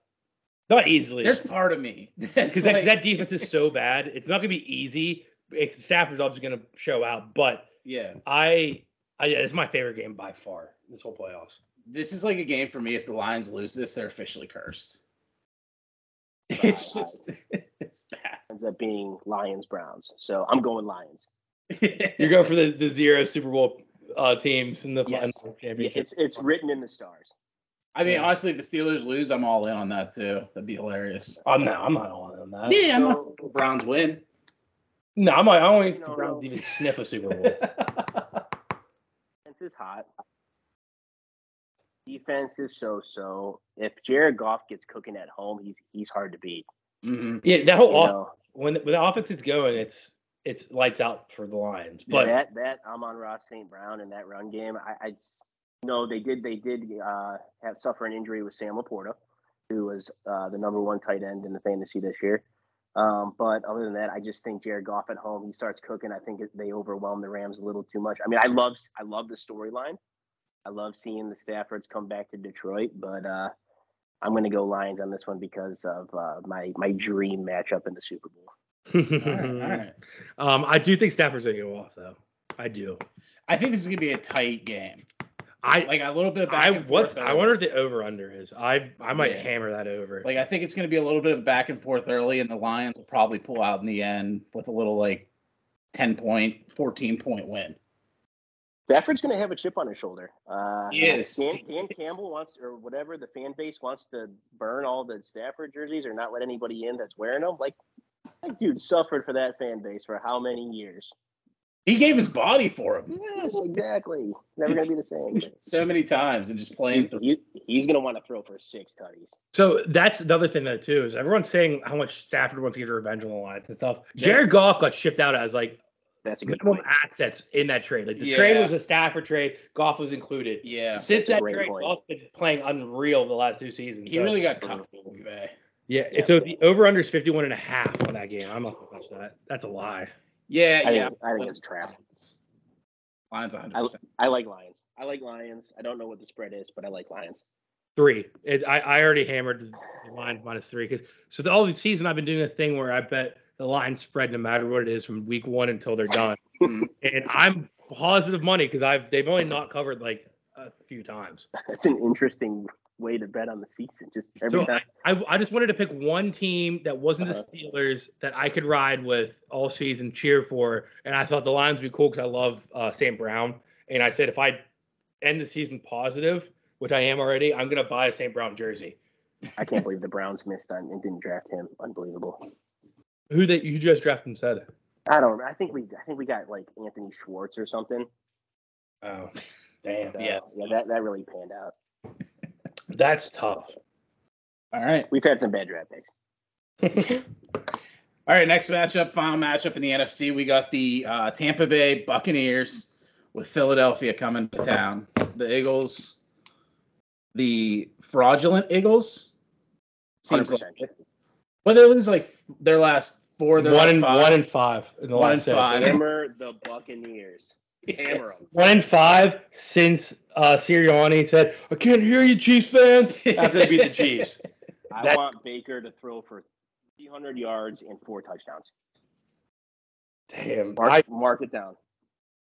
not easily
there's
because
part of me that's
that, 'cause
like-
that defense is so bad. It's not going to be easy. It's- Stafford's obviously going to show out, but
yeah,
I, I yeah, it's my favorite game by far this whole playoffs.
this is like a game for me. If the Lions lose this, they're officially cursed. It's just it's
ends up being Lions Browns. So I'm going Lions.
bad.
You go for the, the zero Super Bowl uh, teams in the
Yes.
final championship.
It's it's written in the stars.
I mean,
Yeah.
honestly, if the Steelers lose, I'm all in on that too. That'd be hilarious.
oh, no, I'm not all in on that.
Yeah, I'm not
so-
saying the Browns win.
No, I'm not, I don't think
No,
the Browns
no.
even sniff a Super Bowl.
Defense is hot. Defense is so so. If Jared Goff gets cooking at home, he's he's hard to beat.
Mhm.
yeah, that whole
You
off-
know,
when when the offense is going, it's it's lights out for the Lions.
Yeah.
But
that that Amon Ross St. Brown in that run game, I, I just- no, they did they did uh, have suffer an injury with Sam Laporta, who was uh, the number one tight end in the fantasy this year. Um, but other than that, I just think Jared Goff at home, he starts cooking. I think they overwhelm the Rams a little too much. I mean, I love I love the storyline I love seeing the Staffords come back to Detroit, but uh, I'm going to go Lions on this one because of uh, my my dream matchup in the Super Bowl.
All right, all right.
Um, I do think Stafford's gonna go off though. I do.
I think this is gonna be a tight game.
I
Like a little bit of back
I
and
what
forth
I
early.
wonder if the over under is. I I might
Yeah.
hammer that over.
Like I think it's gonna be a little bit of back and forth early, and the Lions will probably pull out in the end with a little like ten point, fourteen point win.
Stafford's going to have a chip on his shoulder. Uh,
He is.
Dan, Dan Campbell wants, or whatever the fan base wants to burn all the Stafford jerseys or not let anybody in that's wearing them. Like, that dude suffered for that fan base for how many years?
He gave his body for him
Yes, exactly. Never going to be the same.
so many times and just playing through.
He, he's going to want to throw for six tutties.
So that's the other thing though too is everyone's saying how much Stafford wants to get revenge on the Lions and stuff.
Yeah.
Jared Goff got shipped out as like
That's a good
minimum
point.
assets in that trade. Like the trade
Yeah.
was a Stafford trade, Goff was included.
Yeah,
Since
That's a
that
great
trade,
point.
Goff's been playing unreal the last two seasons.
he
so-
really got comfortable today.
yeah,
Yeah.
So the over under is 51 and a half on that game. I'm not gonna touch that. That's a lie.
Yeah,
I
yeah.
think, I think it's a trap.
Lions 100. percent
I like Lions. I like Lions. I don't know what the spread is, but I like Lions.
Three. It, I, I already hammered the Lions minus three because so the, all the season I've been doing a thing where I bet the line spread no matter what it is from week one until they're done,
Mhm.
and I'm positive money because I've they've only not covered like a few times.
That's an interesting way to bet on the season. Just every
So
time.
I, I just wanted to pick one team that wasn't
Uh-huh.
the Steelers that I could ride with all season, cheer for, and I thought the Lions would be cool because I love uh, Sam Brown, and I said if I end the season positive, which I am already, I'm gonna buy a St. Brown jersey.
I can't believe the Browns missed on and didn't draft him. Unbelievable.
Who that you just drafted and said?
I don't. I think we. I think we got like Anthony Schwartz or something.
Oh,
Damn.
So,
Yes.
Yeah, that, that really panned out.
that's tough.
All right.
We've had some bad draft picks.
All right, next matchup, final matchup in the NFC, we got the uh, Tampa Bay Buccaneers with Philadelphia coming to town. The Eagles, the fraudulent Eagles, seems
100%.
like. But they lose like their last four, their
One
last
and
five.
one and five in the
One
last
and
six.
five.
Hammer the Buccaneers. Hammer
Yes.
them.
One and five since uh, Sirianni said, "I can't hear you, Chiefs fans." After they beat the Chiefs,
I
That-
want Baker to throw for 300 yards and four touchdowns.
damn.
Mark,
I,
mark it down.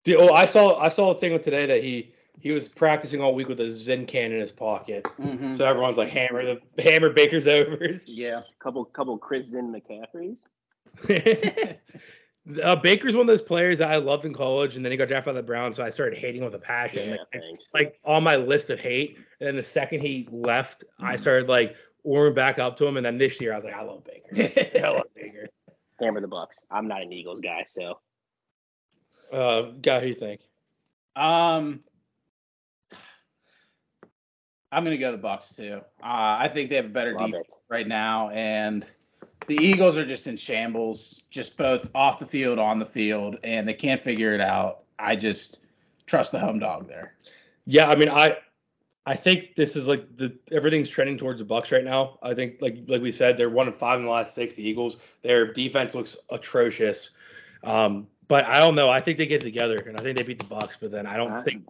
Dude, oh, I saw I saw a thing with today that he he was practicing all week with a Zen can in his pocket.
Mhm.
So everyone's like hammer the hammer Baker's overs.
Yeah.
Couple, couple Chris Zinn McCaffreys.
uh, Baker's one of those players that I loved in college, and then he got drafted by the Browns, so I started hating him with a passion.
Yeah,
Like,
thanks.
like on my list of hate. And then the second he left, I started like warming back up to him. And then this year, I was like, I love Baker. I love Baker.
Hammer the Bucks. I'm not an Eagles guy, so
Uh, guy, who you think?
Um, I'm going to go the Bucks too. Uh, I think they have a better
love
defense.
it.
right now, and the Eagles are just in shambles, just both off the field, on the field, and they can't figure it out. I just trust the home dog there.
Yeah, I mean, I I think this is like the everything's trending towards the Bucks right now. I think like like we said, they're one and five in the last six. The Eagles, their defense looks atrocious. Um, but I don't know. I think they get together and I think they beat the Bucks, but then I don't
I-
think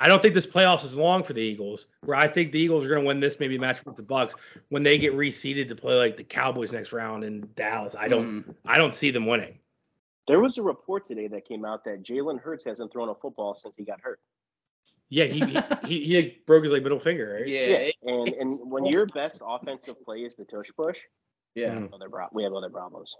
I don't think this playoffs is long for the Eagles, where I think the Eagles are gonna win this maybe match with the Bucks when they get reseeded to play like the Cowboys next round in Dallas. I don't
Mm.
I don't see them winning.
There was a report today that came out that Jalen Hurts hasn't thrown a football since he got hurt.
Yeah, he he, he, he broke his like middle finger, right?
Yeah, it-
and
it's-
and when your best offensive play is the tush push,
yeah,
Mm,
other pro- we have other problems.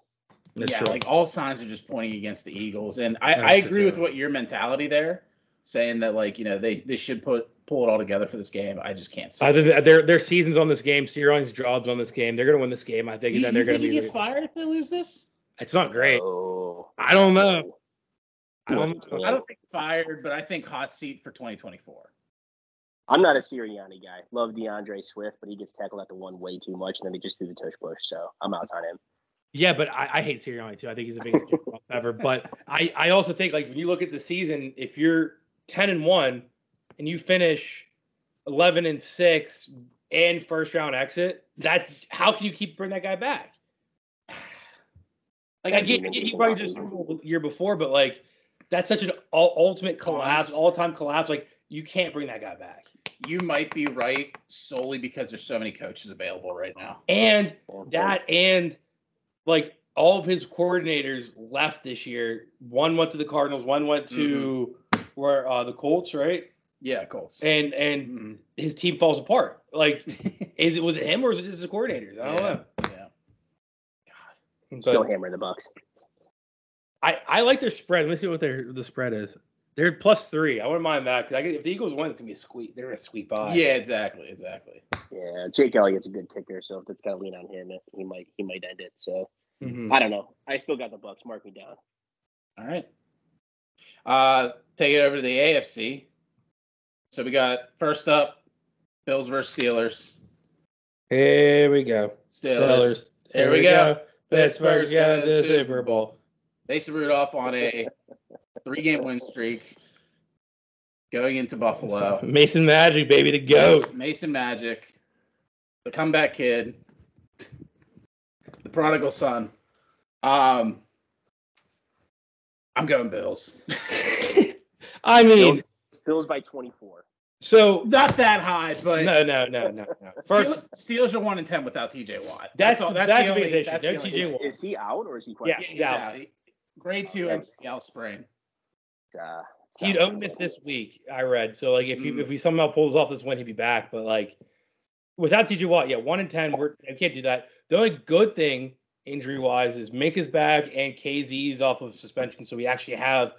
that's
yeah.
true.
Like all signs are just pointing against the Eagles, and I,
Yeah,
I
that's
agree with
true.
what your mentality there, saying that like you know they they should put pull it all together for this game. I just can't see.
I think that Uh, their their seasons on this game, Sirianni's jobs on this game. They're gonna win this game. I think,
Do
and
you,
then
you
they're gonna
think he
be.
gets fired if they lose this?
It's not great.
Oh,
I don't know. I don't know.
I don't think fired, but I think hot seat for 2024.
I'm not a Sirianni guy. Love DeAndre Swift, but he gets tackled at the one way too much, and then he just threw the tush push. So I'm out on him.
Yeah, but I, I hate Sirianni too. I think he's the biggest jerk off ever. But I I also think like when you look at the season, if you're ten and one, and you finish eleven and six and first round exit, that's how can you keep bring that guy back? Like I get, I get he probably just year before, but like that's such an all, ultimate collapse,
Honest.
all time collapse. Like you can't bring that guy back.
You might be right solely because there's so many coaches available right now.
And that and like all of his coordinators left this year. One went to the Cardinals. One went to
Mm-hmm.
where uh, the Colts, right?
Yeah, Colts.
And and
Mhm.
his team falls apart. Like is it was it him or is it just his coordinators? I don't know.
yeah.
But
Still hammering the Bucks.
I I like their spread. Let me see what their the spread is. They're plus three. I wouldn't mind that because if the Eagles win, it's gonna be a squeak. They're gonna squeak by.
Yeah, exactly, exactly.
Yeah, Jake Elliott's a good kicker, so if that's got to lean on him, it- he might he might end it. So
Mm-hmm.
Mhm.
I don't know. I still got the Bucks. Mark me down.
All right. Uh, take it over to the AFC. So we got first up, Bills versus Steelers.
Here we go.
Steelers.
Steelers.
There we go.
Pittsburgh's going to the Super Bowl.
Mason Rudolph on a three-game win streak, going into Buffalo.
Mason Magic, baby, the goat.
Mason Magic, the comeback kid, the prodigal son. Um, I'm going Bills.
I mean,
Bills, Bills by 24.
so
Not that high, but
no, no, no, no, no. First,
Steelers, Steelers are one and ten without TJ Watt.
That's- that's
the
the biggest
only-
issue.
that's
No
the only-
TJ
Is,
Watt.
is he out or is he
Yeah,
Yeah,
questionable?
he's
Yeah.
out. He- Grade two and MCL sprain.
Uh, it's
he'd
not
own this
winnable.
this week. I read so like if he
Mm.
if he somehow pulls off this win, he'd be back. But like without TJ Watt, yeah, one in ten, we're we can't do that. The only good thing injury wise is Mink is back and KZ's off of suspension, so we actually have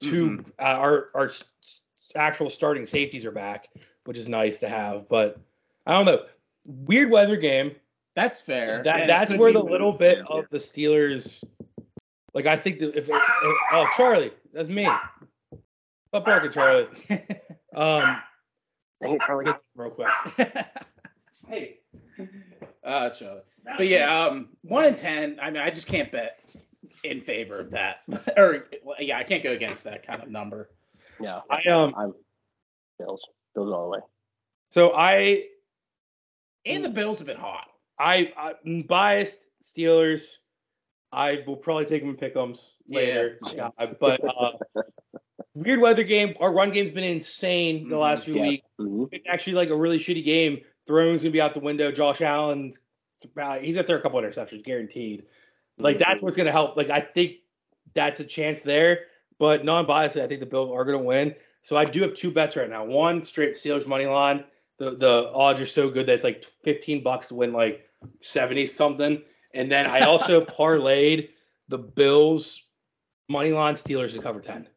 2 uh, our our s- s- actual starting safeties are back, which is nice to have. But I don't know, weird weather game.
That's fair.
That,
Yeah, it
that's
could
where
be
the
moved.
little bit
yeah.
of the Steelers, like I think that if, if oh Charlie, that's me. Stop barking, Charlie. Um,
Dang it, Charlie.
real quick. hey,
Uh, so- but yeah, um, one in ten. I mean, I just can't bet in favor of that, or well, yeah, I can't go against that kind of number.
No,
I um.
I'm Bills. Bills all the way.
So I
And the Bills have been hot.
I I'm biased Steelers. I will probably take them in pickums
Yeah.
later. Yeah, but uh, weird weather game. Our run game's been insane the
Mhm,
last few
yeah.
weeks.
hmm
It's actually like a really shitty game. Throwing's gonna be out the window. Josh Allen's uh, he's out there a couple interceptions, guaranteed. Like
Mm-hmm.
that's what's gonna help. Like I think that's a chance there. But non-biased, I think the Bills are gonna win. So I do have two bets right now. One straight Steelers money line. The the odds are so good that it's like 15 bucks to win like 70 something. And then I also parlayed the Bills money line Steelers to cover 10.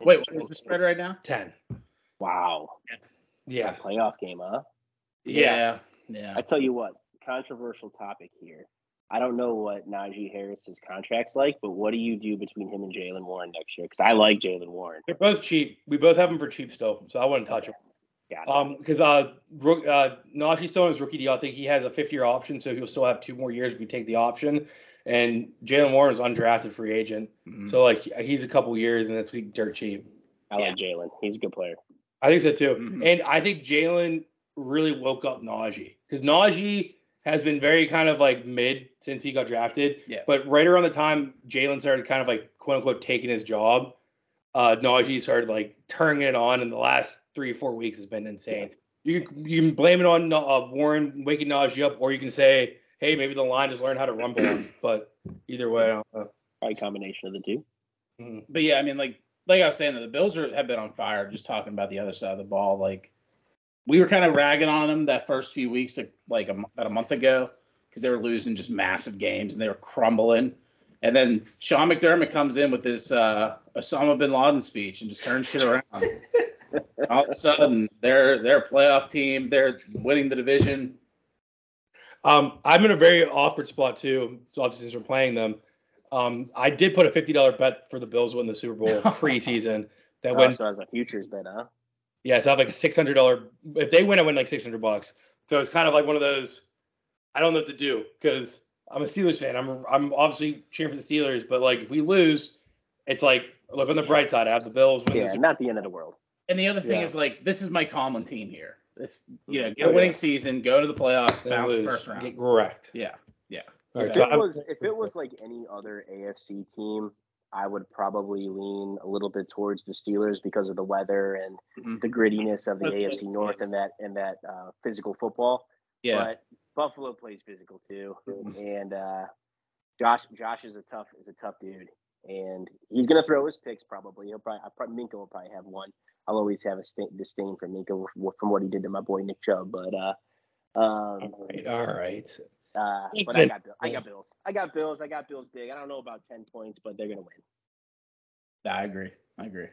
Wait, what is the spread right now?
10.
Wow.
Yeah.
That playoff game, huh?
Yeah,
I
yeah.
tell you what, controversial topic here. I don't know what Najee Harris's contract's like, but what do you do between him and Jalen Warren next year? Because I like Jalen Warren.
They're both cheap. We both have them for cheap still, so I wouldn't touch them.
Got it.
Um, because uh, rook, uh, Najee still on his rookie deal. I think he has a fifth-year option, so he'll still have two more years if we take the option. And Jalen Warren is undrafted free agent,
Mhm.
so like he's a couple years, and it's like, dirt cheap.
I like Jalen. He's a good player.
I think so too.
Mhm.
And I think Jalen really woke up Najee because Najee has been very kind of like mid since he got drafted.
Yeah.
But right around the time Jalen started kind of like quote unquote taking his job, uh, Najee started like turning it on, and the last three or four weeks has been insane. You you can blame it on uh, Warren waking Najee up, or you can say, hey, maybe the line just learned how to rumble. him. But either way, I don't know.
Probably a combination of the two.
Mhm.
But yeah, I mean, like like I was saying, the Bills are, have been on fire. Just talking about the other side of the ball, like we were kind of ragging on them that first few weeks, like, like a, mo- about a month ago, because they were losing just massive games and they were crumbling. And then Sean McDermott comes in with this uh, Osama bin Laden speech and just turns shit around. All of a sudden, they're they're a playoff team. They're winning the division.
Um, I'm in a very awkward spot too. So obviously since we're playing them, um, I did put a fifty dollar bet for the Bills to win the Super Bowl preseason. That
Oh,
went
so as a futures bet, huh?
yeah, so I have like a six hundred dollar. If they win, I win like six hundred bucks. So it's kind of like one of those. I don't know what to do because I'm a Steelers fan. I'm I'm obviously cheering for the Steelers, but like if we lose, it's like look on the bright side. I have the Bills win. the
Yeah,
Super-
not the end of the world.
And the other thing
Yeah.
is like this is Mike Tomlin team here. This you know,
Oh,
get a
yeah.
winning season, go to the playoffs,
they
bounce
lose.
first round.
Get Correct.
Yeah, yeah.
All right,
if
so
it
I'm-
was if it was like any other AFC team, I would probably lean a little bit towards the Steelers because of the weather and
Mm-hmm.
Mhm.
the grittiness of the AFC
That's what it
North and
is.
that and that uh, physical football.
Yeah.
But Buffalo plays physical too,
Mm-hmm.
Mhm.
and uh, Josh Josh is a tough is a tough dude, and he's gonna throw his picks probably. He'll probably, I probably Minka will probably have one. I'll always have a stain, disdain for Minka w- from what he did to my boy Nick Chubb, but uh, um,
All right, all right.
uh, but I got Bill- I got Bills. I got Bills. I got Bills big. I don't know about ten points, but they're gonna win.
Nah, I agree. I agree.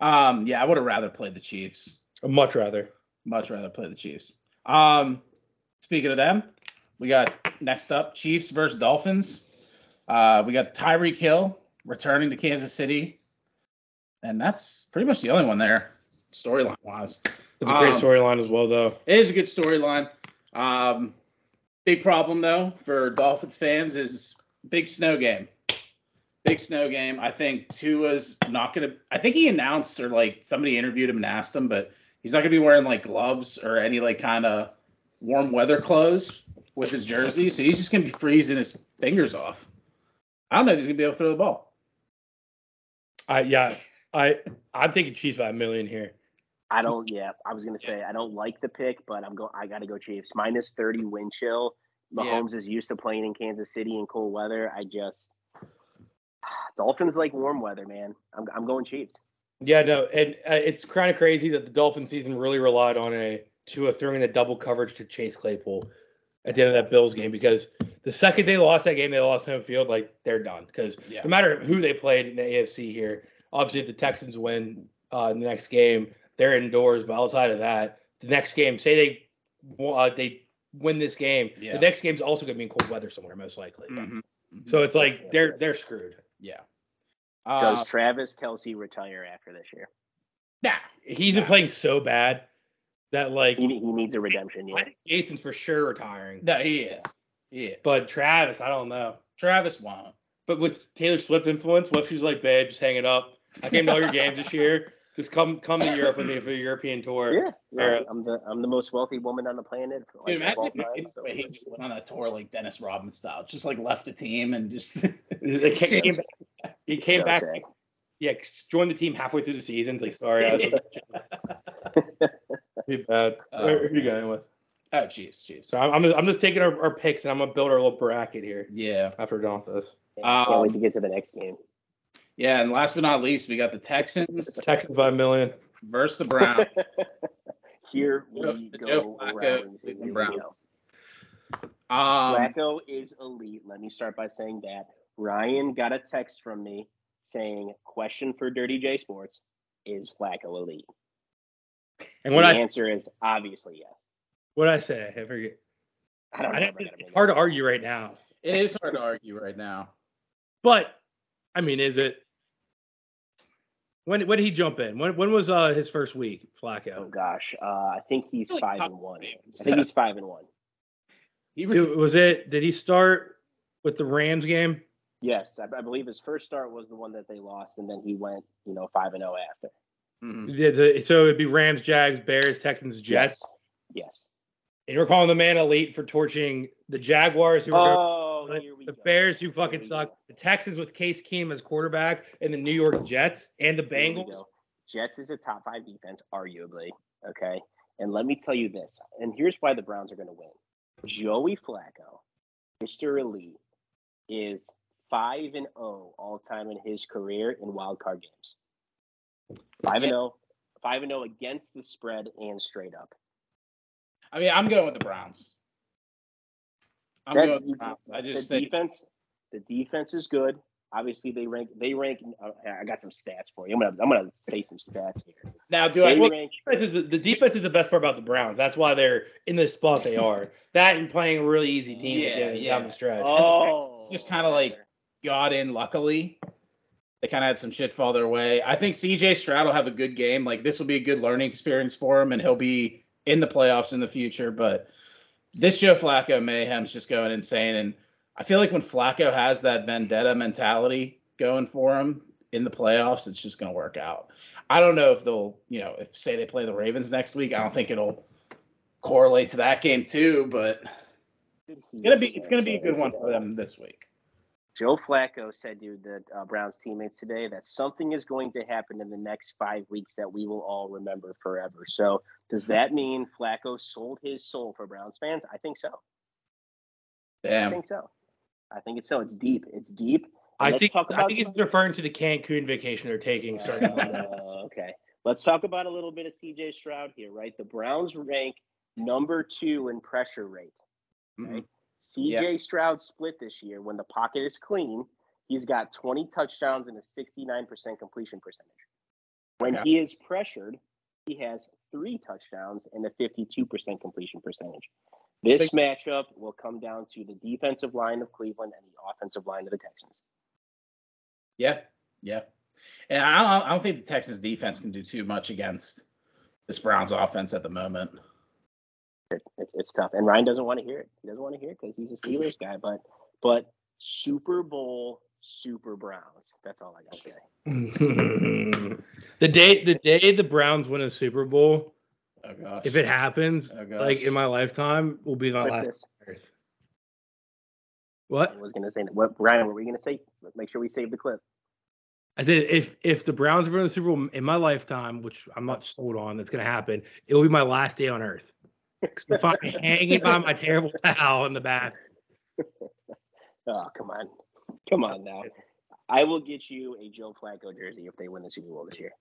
Um, yeah, I would have rather played the Chiefs.
I'd much rather.
Much rather play the Chiefs. Um, speaking of them, we got next up Chiefs versus Dolphins. Uh, we got Tyreek Hill returning to Kansas City, and that's pretty much the only one there storyline wise.
It's a great
Um,
storyline as well, though.
It is a good storyline. Um, big problem though for Dolphins fans is big snow game. Big snow game. I think Tua's not gonna. I think he announced or like somebody interviewed him and asked him, but he's not gonna be wearing like gloves or any like kind of warm weather clothes with his jersey. So he's just gonna be freezing his fingers off. I don't know if he's gonna be able to throw the ball.
I yeah, I I'm taking Chiefs by a million here.
I don't. Yeah, I was gonna say I don't like the pick, but I'm going. I gotta go Chiefs. Minus thirty wind chill.
Yeah.
Mahomes is used to playing in Kansas City in cold weather. I just Dolphins like warm weather, man. I'm I'm going Chiefs.
Yeah, no, and uh, it's kind of crazy that the Dolphin season really relied on a Tua throwing the double coverage to Chase Claypool at the end of that Bills game because the second they lost that game, they lost home field. Like they're done because
Yeah.
no matter who they played in the AFC here, obviously if the Texans win uh, the next game, they're indoors. But outside of that, the next game, say they uh, they win this game,
Yeah.
the next game's also gonna be in cold weather somewhere, most likely.
Mhm.
So it's like they're they're screwed.
yeah.
Does
Uh,
Travis Kelsey retire after this year?
nah.
He's been
Yeah.
playing so bad that like
He, he needs a redemption
I
year.
think Jason's for sure retiring.
No, he is. He is.
But Travis, I don't know.
Travis won't.
But with Taylor Swift influence, what if she's like, babe, just hang it up. I came to all your games this year. Just come come to Europe with me for the European tour.
Yeah, yeah,
Alright.
I'm the I'm the most wealthy woman on the planet. like,
Dude,
of all
imagine if
time,
McKinney-
so-
wait, he just went on a tour like Dennis Rodman style, just like left the team and just
He ca- he came back. He came
so
back
sad.
yeah, joined the team halfway through the season. It's like, sorry, I was be bad.
Oh.
Uh, Where- who are you going with?
oh jeez, jeez.
So I'm, I'm, just, I'm just taking our, our picks and I'm gonna build our little bracket here
Yeah,
after we're done with this.
Can't wait to
um,
get to the next game.
yeah, and last but not least, we got the Texans
Texans by a million.
versus the Browns.
Here we
the Joe
go
Flacco,
around. Here we
Cleveland
go.
Browns. Um,
Flacco is elite. Let me start by saying that Ryan got a text from me saying, "Question for Dirty J Sports: Is Flacco elite?"
And what
the
I
answer is obviously yes.
what I say, I forget.
I don't know.
I
if
don't,
I gotta
it's
bring
hard
that
to argue right now.
it is hard to argue right now.
But I mean, is it? When when did he jump in? When when was uh, his first week,
up. Oh
Flacco?
gosh, uh, I think he's
Like
five
top
and one.
favorites.
I think he's five and one.
He was,
Dude, was it? Did he start with the Rams game?
Yes, I, I believe his first start was the one that they lost, and then he went, you know, five and zero after.
Mhm.
Did the- so it'd be Rams, Jags, Bears, Texans, Jets.
Yes. yes.
And you're calling the man elite for torching the Jaguars, who were
Oh,
gonna-
here we
the
go.
Bears, who
Here
fucking
we
suck,
go.
the Texans with Case Keenum as quarterback, and the New York Jets and the
Here we
Bengals.
go. Jets is a top five defense, arguably. Okay. And let me tell you this, and here's why the Browns are going to win. Joey Flacco, Mr. Elite, is five and zero all time in his career in wild card games. Five and zero, five and zero against the spread and straight up.
I mean, I'm going with the Browns. I'm
That-
going with the Browns. I just
the
think
defense, the defense is good. Obviously, they rank. They rank. Uh, I got some stats for you. I'm gonna. I'm gonna say some stats here.
now do I
They
think
rank.
Defense is The the defense is the best part about the Browns. That's why they're in the spot they are. that and playing really easy teams
Yeah,
again
yeah.
down the stretch.
Oh, It's just kinda like- got in luckily. They kind of had some shit fall their way. I think CJ Stroud will have a good game. Like this will be a good learning experience for him, and he'll be in the playoffs in the future. But this Joe Flacco mayhem's just going insane, and I feel like when Flacco has that vendetta mentality going for him in the playoffs, it's just going to work out. I don't know if they'll, you know, if say they play the Ravens next week, I don't think it'll correlate to that game too. But it's gonna be it's gonna be a good one for them this week.
Joe Flacco said to the uh, Browns teammates today that something is going to happen in the next five weeks that we will all remember forever. So, does that mean Flacco sold his soul for Browns fans? I think so. I
Damn.
think so. I think it's so. It's deep. It's deep. And
I
let's
think
talk
I
about
think he's
some-
referring to the Cancun vacation they're taking starting Monday.
Uh, okay. Let's talk about a little bit of CJ Stroud here, right? The Browns rank number two in pressure rate.
Mhm.
CJ Stroud split this year when the pocket is clean. He's got 20 touchdowns and a 69% completion percentage. When
Okay.
he is pressured, he has three touchdowns and a 52% completion percentage. This matchup will come down to the defensive line of Cleveland and the offensive line of the Texans.
Yeah. Yeah. And I don't, I don't think the Texans defense can do too much against this Browns offense at the moment.
it, it's tough. And Ryan doesn't want to hear it. He doesn't want to hear it because he's a Steelers guy. But but Super Bowl Super Browns. That's all I got to say.
Oh,
the day the day the Browns win a Super Bowl,
Oh gosh.
if it happens,
Oh, gosh.
like in my lifetime, will be my
Clip
last
this.
earth.
I
What?
was gonna say that. What Ryan? What were you gonna say? Let's Make sure we save the clip.
I said if if the Browns win the Super Bowl in my lifetime, which I'm not sold on, that's gonna happen. It will be my last day on earth. 'Cause If I'm hanging by my terrible towel in the bath,
Oh come on, come on now. I will get you a Joe Flacco jersey if they win the Super Bowl this year.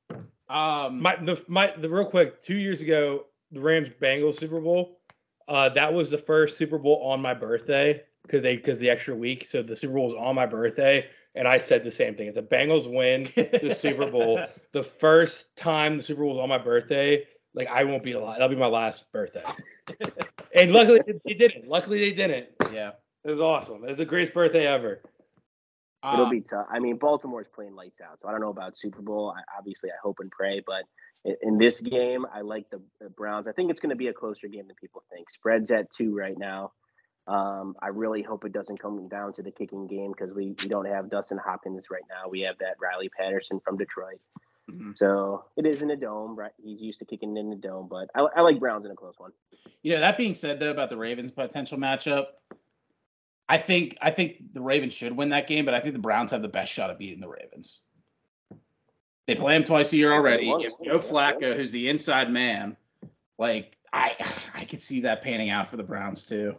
um
my the my the real quick two years ago the Rams Bengals Super Bowl, uh, that was the first Super Bowl on my birthday because they because the extra week, so the Super Bowl was on my birthday, and I said the same thing. If the Bengals win the Super Bowl, the first time the Super Bowl was on my birthday, like I won't be alive. That'll be my last birthday. and luckily they- they didn't. Luckily they didn't.
yeah.
It was awesome. It was the greatest birthday ever.
It'll
Uh,
be tough. I mean, Baltimore's playing lights out, so I don't know about Super Bowl. I, obviously, I hope and pray, but in, in this game, I like the, the Browns. I think it's going to be a closer game than people think. Spreads at two right now. Um, I really hope it doesn't come down to the kicking game because we, we don't have Dustin Hopkins right now. We have that Riley Patterson from Detroit.
mhm.
So it is in a dome, right? He's used to kicking in the dome, but I, I like Browns in a close one.
You know, that being said though about the Ravens potential matchup, I think I think the Ravens should win that game, but I think the Browns have the best shot at beating the Ravens. They play them twice a year already. If Joe Flacco, who's the inside man, like I I could see that panning out for the Browns too.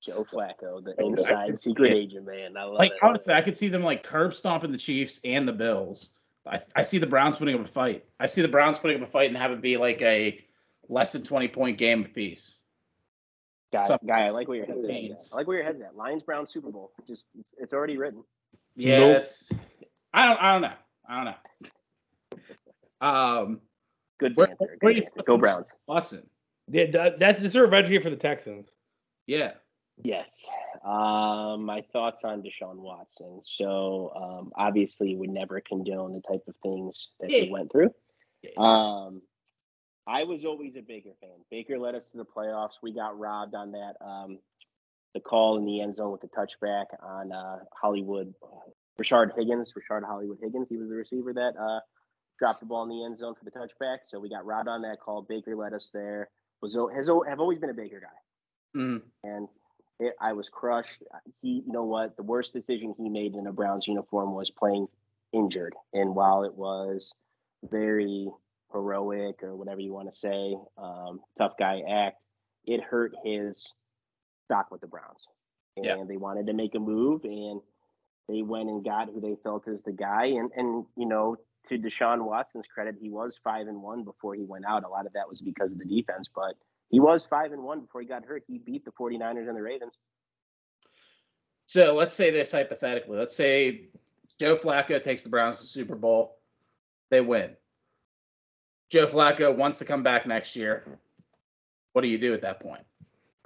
Joe Flacco, the
I- I
inside
can see
secret
it.
agent man. I love
Like
it.
honestly, I could see them like curb stomping the Chiefs and the Bills. I, I see the Browns putting up a fight. I see the Browns putting up a fight and have it be like a less than twenty point game apiece.
Guy,
Something
guy, I
else.
like where your head's at.
Teens.
I like where your head's at. Lions Brown Super Bowl. Just it's, it's already written.
Yeah,
Nope.
it's, I don't. I don't know. I don't know. Um,
Good
Where-
answer.
where
good
you
answer.
supposed
Go
to-
Browns.
Watson.
Yeah, that, that's this is a revenge game for the Texans.
Yeah.
Yes. Um, my thoughts on Deshaun Watson. So um, obviously, would never condone the type of things that he
Yeah.
went through. Um, I was always a Baker fan. Baker led us to the playoffs. We got robbed on that um, the call in the end zone with the touchback on uh, Hollywood Richard Higgins, Richard Hollywood Higgins. He was the receiver that uh, dropped the ball in the end zone for the touchback. So we got robbed on that call. Baker led us there. Was al- has al- have always been a Baker guy
Mm.
and it, I was crushed. He, you know what? The worst decision he made in a Browns uniform was playing injured. And while it was very heroic or whatever you want to say, um, tough guy act, it hurt his stock with the Browns. And
Yeah.
they wanted to make a move, and they went and got who they felt is the guy. And and you know, to Deshaun Watson's credit, he was five and one before he went out. A lot of that was because of the defense, but he was five and one before he got hurt. He beat the 49ers and the Ravens.
So let's say this hypothetically. Let's say Joe Flacco takes the Browns to the Super Bowl. They win. Joe Flacco wants to come back next year. What do you do at that point?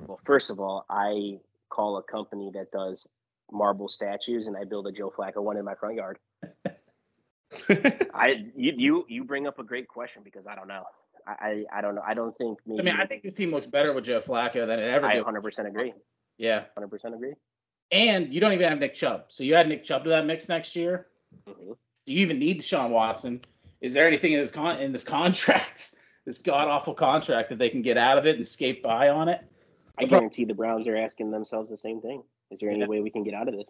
Well, first of all, I call a company that does marble statues and I build a Joe Flacco one in my front yard. I you you you bring up a great question because I don't know. I I, I don't know. I don't think maybe
I mean, I think this team looks better with Joe Flacco than it ever
I
did.
100% agree.
Yeah.
100% agree.
And you don't even have Nick Chubb. So you add Nick Chubb to that mix next year.
Mhm.
Do you even need Deshaun Watson? Is there anything in this con in this contract, this god awful contract that they can get out of it and skate by on it?
I guarantee the Browns are asking themselves the same thing. Is there any
Yeah.
way we can get out of this?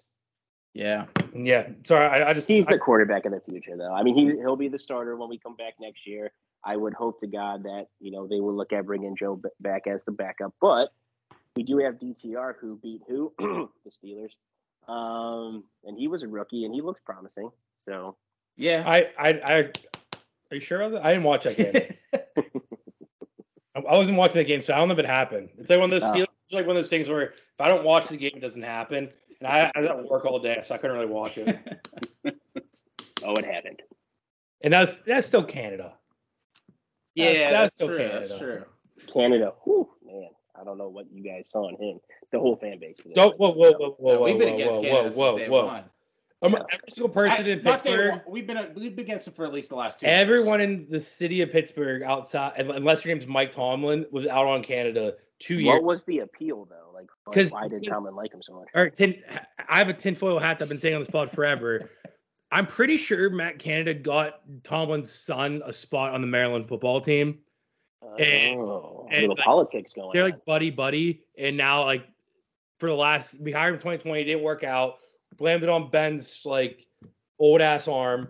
Yeah.
Yeah. Sorry, I, I just
He's
I-
the quarterback of the future, though. I mean, he he'll be the starter when we come back next year. I would hope to God that you know they will look at bringing Joe b- back as the backup, but we do have DTR who beat who the Steelers, um, and he was a rookie and he looks promising. So
Yeah.
I, I, I, are you sure about that? I didn't watch that game. I I wasn't watching that game, so I don't know if it happened. It's like one of those
Oh.
Steelers, it's like one of those things where if I don't watch the game, it doesn't happen. And I, I was at work all day, so I couldn't really watch it.
oh, it happened.
And that's that's still Canada.
yeah,
that's
that's,
still
true. That's
Canada.
true.
Canada, whew, man, I don't know what you guys saw in him. The whole fan base. for this
Don't whoa
one.
whoa whoa whoa
No,
whoa
we've been
whoa
against
whoa
Canada since
whoa
day
whoa.
one.
Um, Every single person
I-
in
not day
Pittsburgh,
one. We've been we've been against them for at least the last two. years.
everyone in the city of Pittsburgh outside, unless your name's Mike Tomlin, was out on Canada two years.
What was the appeal though? Like,
'Cause-
why did Tomlin like him so much?
All right, tin, I have a tinfoil hat that I've been saying on this pod forever. I'm pretty sure Matt Canada got Tomlin's son a spot on the Maryland football team. And-
oh,
and,
little
like,
politics going.
They're
on.
like buddy buddy, and now like for the last we hired him in 2020, it didn't work out. Blamed it on Ben's like old ass arm,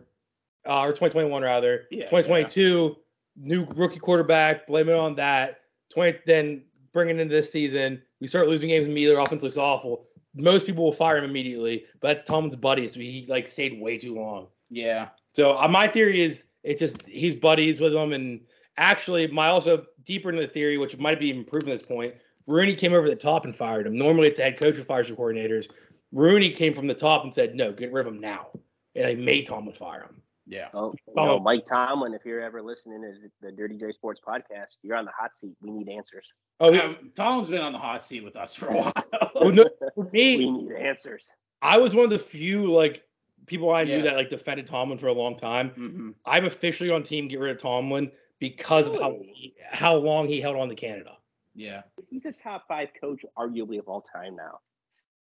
uh, or 2021 rather.
Yeah,
2022, new rookie quarterback. Blame it on that. 20 then bringing in this season, we start losing games immediately. Our offense looks awful. Most people will fire him immediately, but that's Tomlin's buddy, so he like stayed way too long.
Yeah.
So uh, my theory is it's just he's buddies with them, and actually my also deeper into the theory, which might be even proven at this point. Rooney came over the top and fired him. Normally it's the head coach who fires your coordinators. Rooney came from the top and said, "No, get rid of him now," and they made Tomlin fire him.
Yeah.
Oh, you
Oh.
know, Mike Tomlin, if you're ever listening to the Dirty J Sports podcast, you're on the hot seat. We need answers.
Oh, yeah.
Um, Tom's been on the hot seat with us for a
well,
while.
no, for
We
me,
need answers.
I was one of the few like people I knew
Yeah.
that like defended Tomlin for a long time.
Mhm.
I'm officially on team get rid of Tomlin because of how
Really?
he- how long he held on to Canada.
Yeah.
He's a top five coach, arguably of all time now.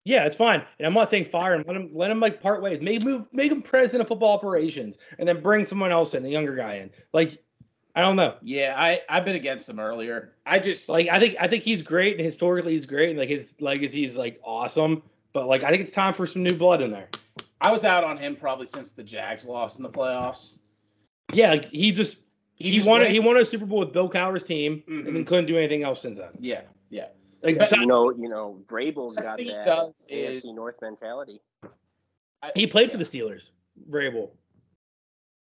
Yeah, it's fine. And I'm not saying fire him. Let him let him like part ways. Make move make him president of football operations and then bring someone else in, a younger guy in. Like I don't know.
Yeah. I I've been against them earlier. I just
Like I think I think he's great and historically he's great and like his legacy is like awesome. But like I think it's time for some new blood in there.
I was out on him probably since the Jags lost in the playoffs.
Yeah, like, he just
He
he,
just
won a,
went-
he won a Super Bowl with Bill Cowher's team and then
Mhm.
couldn't do anything else since then.
Yeah. Yeah.
Like
But-
besides-
You know, you know, Vrabel's
Best
got
thing he
that
does
AFC
is-
North mentality.
I-
he played for
yeah.
the Steelers. Vrabel.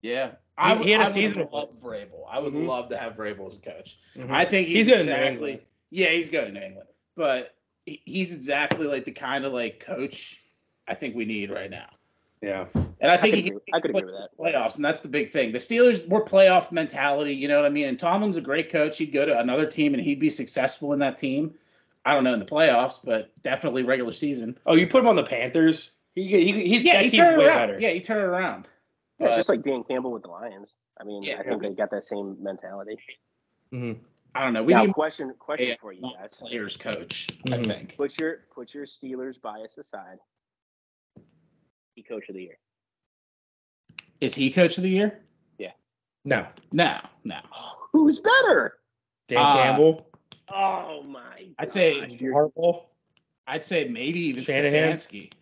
Yeah. I
He-
would,
he had a
I would
season
love Vrabel. I would
Mhm.
love to have Vrabel as a coach.
I,
I think he's,
He's good in New
exactly.
England.
Yeah, he's good in New England, but he- he's exactly like the kind of like coach I think we need right now.
yeah.
And I
I
think
could
he
agree- I could agree with
puts
that.
the Playoffs, and that's the big thing. The Steelers were playoff mentality, you know what I mean? And Tomlin's a great coach. He'd go to another team and he'd be successful in that team. I don't know in the playoffs, but definitely regular season.
Oh, you put him on the Panthers. He, he, he's,
Yeah,
yeah,
he
he's
turned
way
it around.
better.
Yeah, he turned it around.
Yeah,
But
just like Dan Campbell with the Lions. I mean,
Yeah.
I think they got that same mentality.
I don't know. We
now,
need
question question
a
for you
not
guys.
players coach. I
Mhm.
think.
Put your put your Steelers bias aside. He coach of the year.
Is he coach of the year?
No.
No, no.
Who's better?
Dan
Uh,
Campbell.
Oh my!
I'd say-
God, you're-
Harbaugh.
I'd say maybe even
Shanahan?
Stefanski.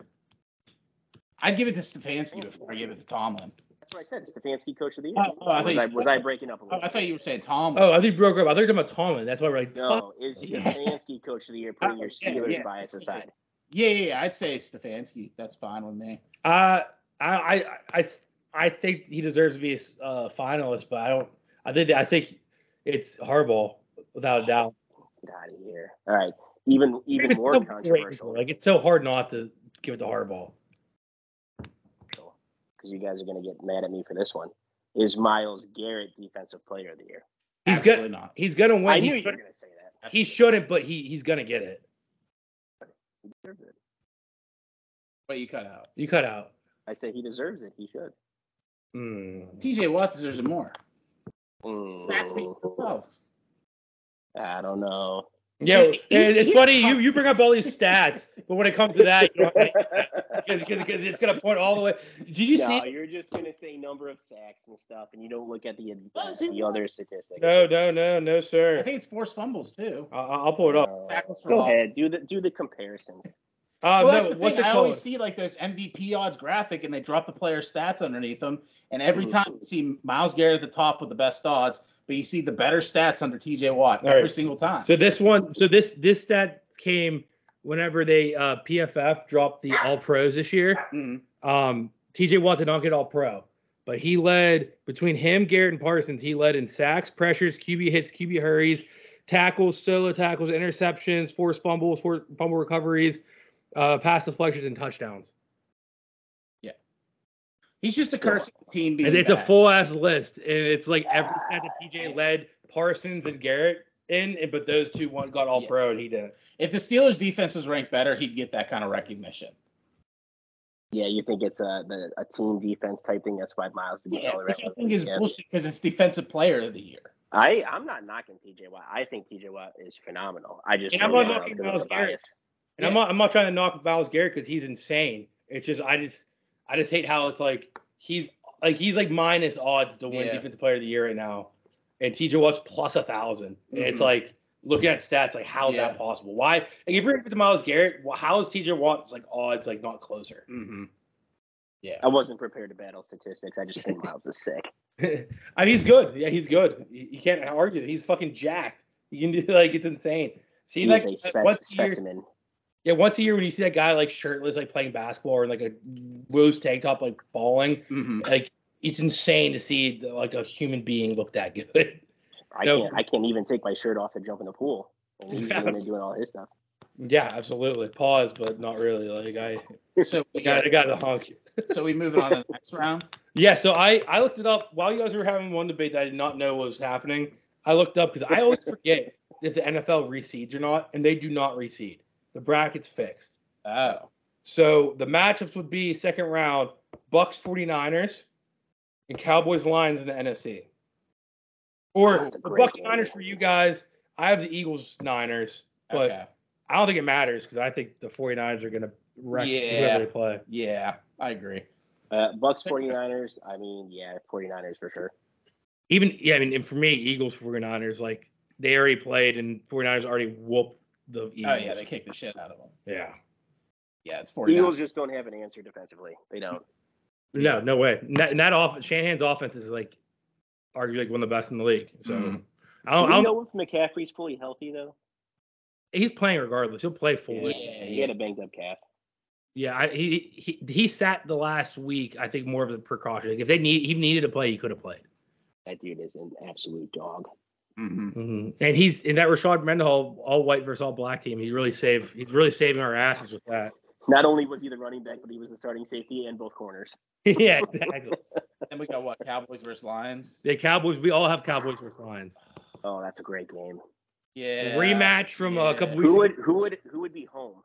I'd give it to Stefanski before I give it to Tomlin.
That's what I said. Stefanski coach of the year.
Oh, oh, I
was,
thought
I,
you-
was I breaking up a
Oh,
little?
I thought you were saying Tomlin.
Oh, I think you broke up. I think I'm a Tomlin. That's why we're like, fuck.
No, is Stefanski coach of the year? Putting your
Oh, yeah,
Steelers
yeah.
bias aside.
Yeah, yeah, yeah. I'd say Stefanski. That's fine with me.
Uh, I, I, I, I think he deserves to be a s- uh, finalist, but I don't. I think I think it's Harbaugh without a doubt.
Get out of here. All right. Even Oh, even
It's so
more
great,
controversial
Like it's so hard not to give it to Harbaugh.
because you guys are going to get mad at me for this one. Is Miles Garrett defensive player of the year?
He's
Absolutely
good.
not.
He's gonna win.
I
he,
knew you were
should,
going to say that.
he shouldn't, but he he's gonna get it.
He deserves it.
But you cut out.
You cut out.
I say he deserves it. He should.
Hmm.
TJ Watt deserves it more.
Mm, I don't know.
Yeah,
He's- he's-
it- it's
he's
funny. You
tough.
you bring up all these stats, but when it comes to that, you don't have because it's gonna point all the way. Did you see?
no, you're just gonna say number of sacks and stuff, and you don't look at the
Well, see,
the other statistics.
No, no, no, no,
I
sir.
think it's forced fumbles too.
I, I'll pull it up.
Uh,
Tackles for
go
loss.
ahead. Do the do the comparisons.
Uh,
well,
no,
that's the
what's
thing.
it
I
called?
always see like those MVP odds graphic, and they drop the player stats underneath them. And every time
Mm-hmm.
you see Miles Garrett at the top with the best odds, but you see the better stats under TJ Watt
All
every
right.
single time.
So this one, so this this stat came whenever they uh, PFF dropped the All Pros this year.
Mhm.
Um, TJ Watt did not get All Pro, but he led between him, Garrett, and Parsons. He led in sacks, pressures, QB hits, QB hurries, tackles, solo tackles, interceptions, forced fumbles, forced fumble recoveries, uh, pass deflections, and touchdowns.
He's just the
Still.
curse of the team being.
And it's a
bad.
full ass list, and it's like every stat that TJ led Parsons and Garrett in, and but those two one got All
Yeah.
Pro, and he didn't.
If the Steelers defense was ranked better, he'd get that kind of recognition.
Yeah, you think it's a the, a team defense type thing? That's why Miles didn't
Yeah,
go
which I
around.
think is
Yeah.
bullshit because it's defensive player of the year.
I I'm not knocking TJ Watt. I think TJ Watt is phenomenal. I just
And I'm
don't
not
know
knocking
because
Miles
it's a bias.
And I'm not I'm not trying to knock Miles Garrett because he's insane. It's just I just I just hate how it's like he's like he's like minus odds to win
Yeah.
defensive player of the year right now. And TJ Watt's plus a 1000 And it's
Mhm.
like looking at stats, like how's
Yeah.
that possible? Why like if you're with Miles Garrett, wh- how is TJ Watt's like odds like not closer?
Mm-hmm.
I wasn't prepared to battle statistics. I just think Miles is sick.
I mean he's good. Yeah, he's good. You, you can't argue that he's fucking jacked. You can do like it's insane. See
He's
like
a spec-
what's the year,
specimen.
Yeah, once a year when you see that guy like shirtless, like playing basketball or in, like a rose tank top, like balling,
Mm-hmm.
like it's insane to see the, like a human being look that good.
I
No.
can't I can't even take my shirt off to jump in the pool. And he's
Yeah.
doing, doing all his stuff.
yeah, absolutely. Pause, but not really. Like I,
So
I
we
got, I got the honk.
so we moving on to the next round.
Yeah, so I I looked it up while you guys were having one debate that I did not know what was happening. I looked up because I always forget if the NFL reseeds or not, and they do not reseed. The bracket's fixed.
Oh,
So the matchups would be second round Bucks 49ers and Cowboys Lions in the NFC. Or
That's a
the
great
Bucks
game.
Niners for you guys. I have the Eagles Niners, but
okay.
I don't think it matters because I think the 49ers are going to wreck
Yeah.
whoever they play.
yeah, I agree.
Uh, Bucks 49ers, I mean, yeah, 49ers for sure.
Even, yeah, I mean, and for me, Eagles 49ers, like they already played and 49ers already whooped the Eagles.
Oh yeah, they kicked the shit out of them.
yeah.
Yeah, it's 49.
Eagles just don't have an answer defensively. They don't.
No, no way. And that, and that off, Shanahan's offense is like arguably like one of the best in the league. So
Mhm.
I
Do
don't, I
we
don't
know if McCaffrey's fully healthy though?
he's playing regardless. He'll play
Yeah,
fully.
Like, He had a banged up calf.
Yeah, I, he he he sat the last week. I think more of a precaution. Like if they need he needed to play, he could have played.
That dude is an absolute dog.
Mm-hmm.
And he's in that Rashad Mendenhall all white versus all black team. He really saved. He's really saving our asses with that.
Not only was he the running back, but he was the starting safety and both corners.
yeah, exactly.
Then we got what? Cowboys versus Lions.
The Cowboys. We all have Cowboys versus Lions.
Oh, that's a great game.
Yeah.
Rematch from uh, a couple weeks.
Yeah.
Who would
ago.
who would who would be home?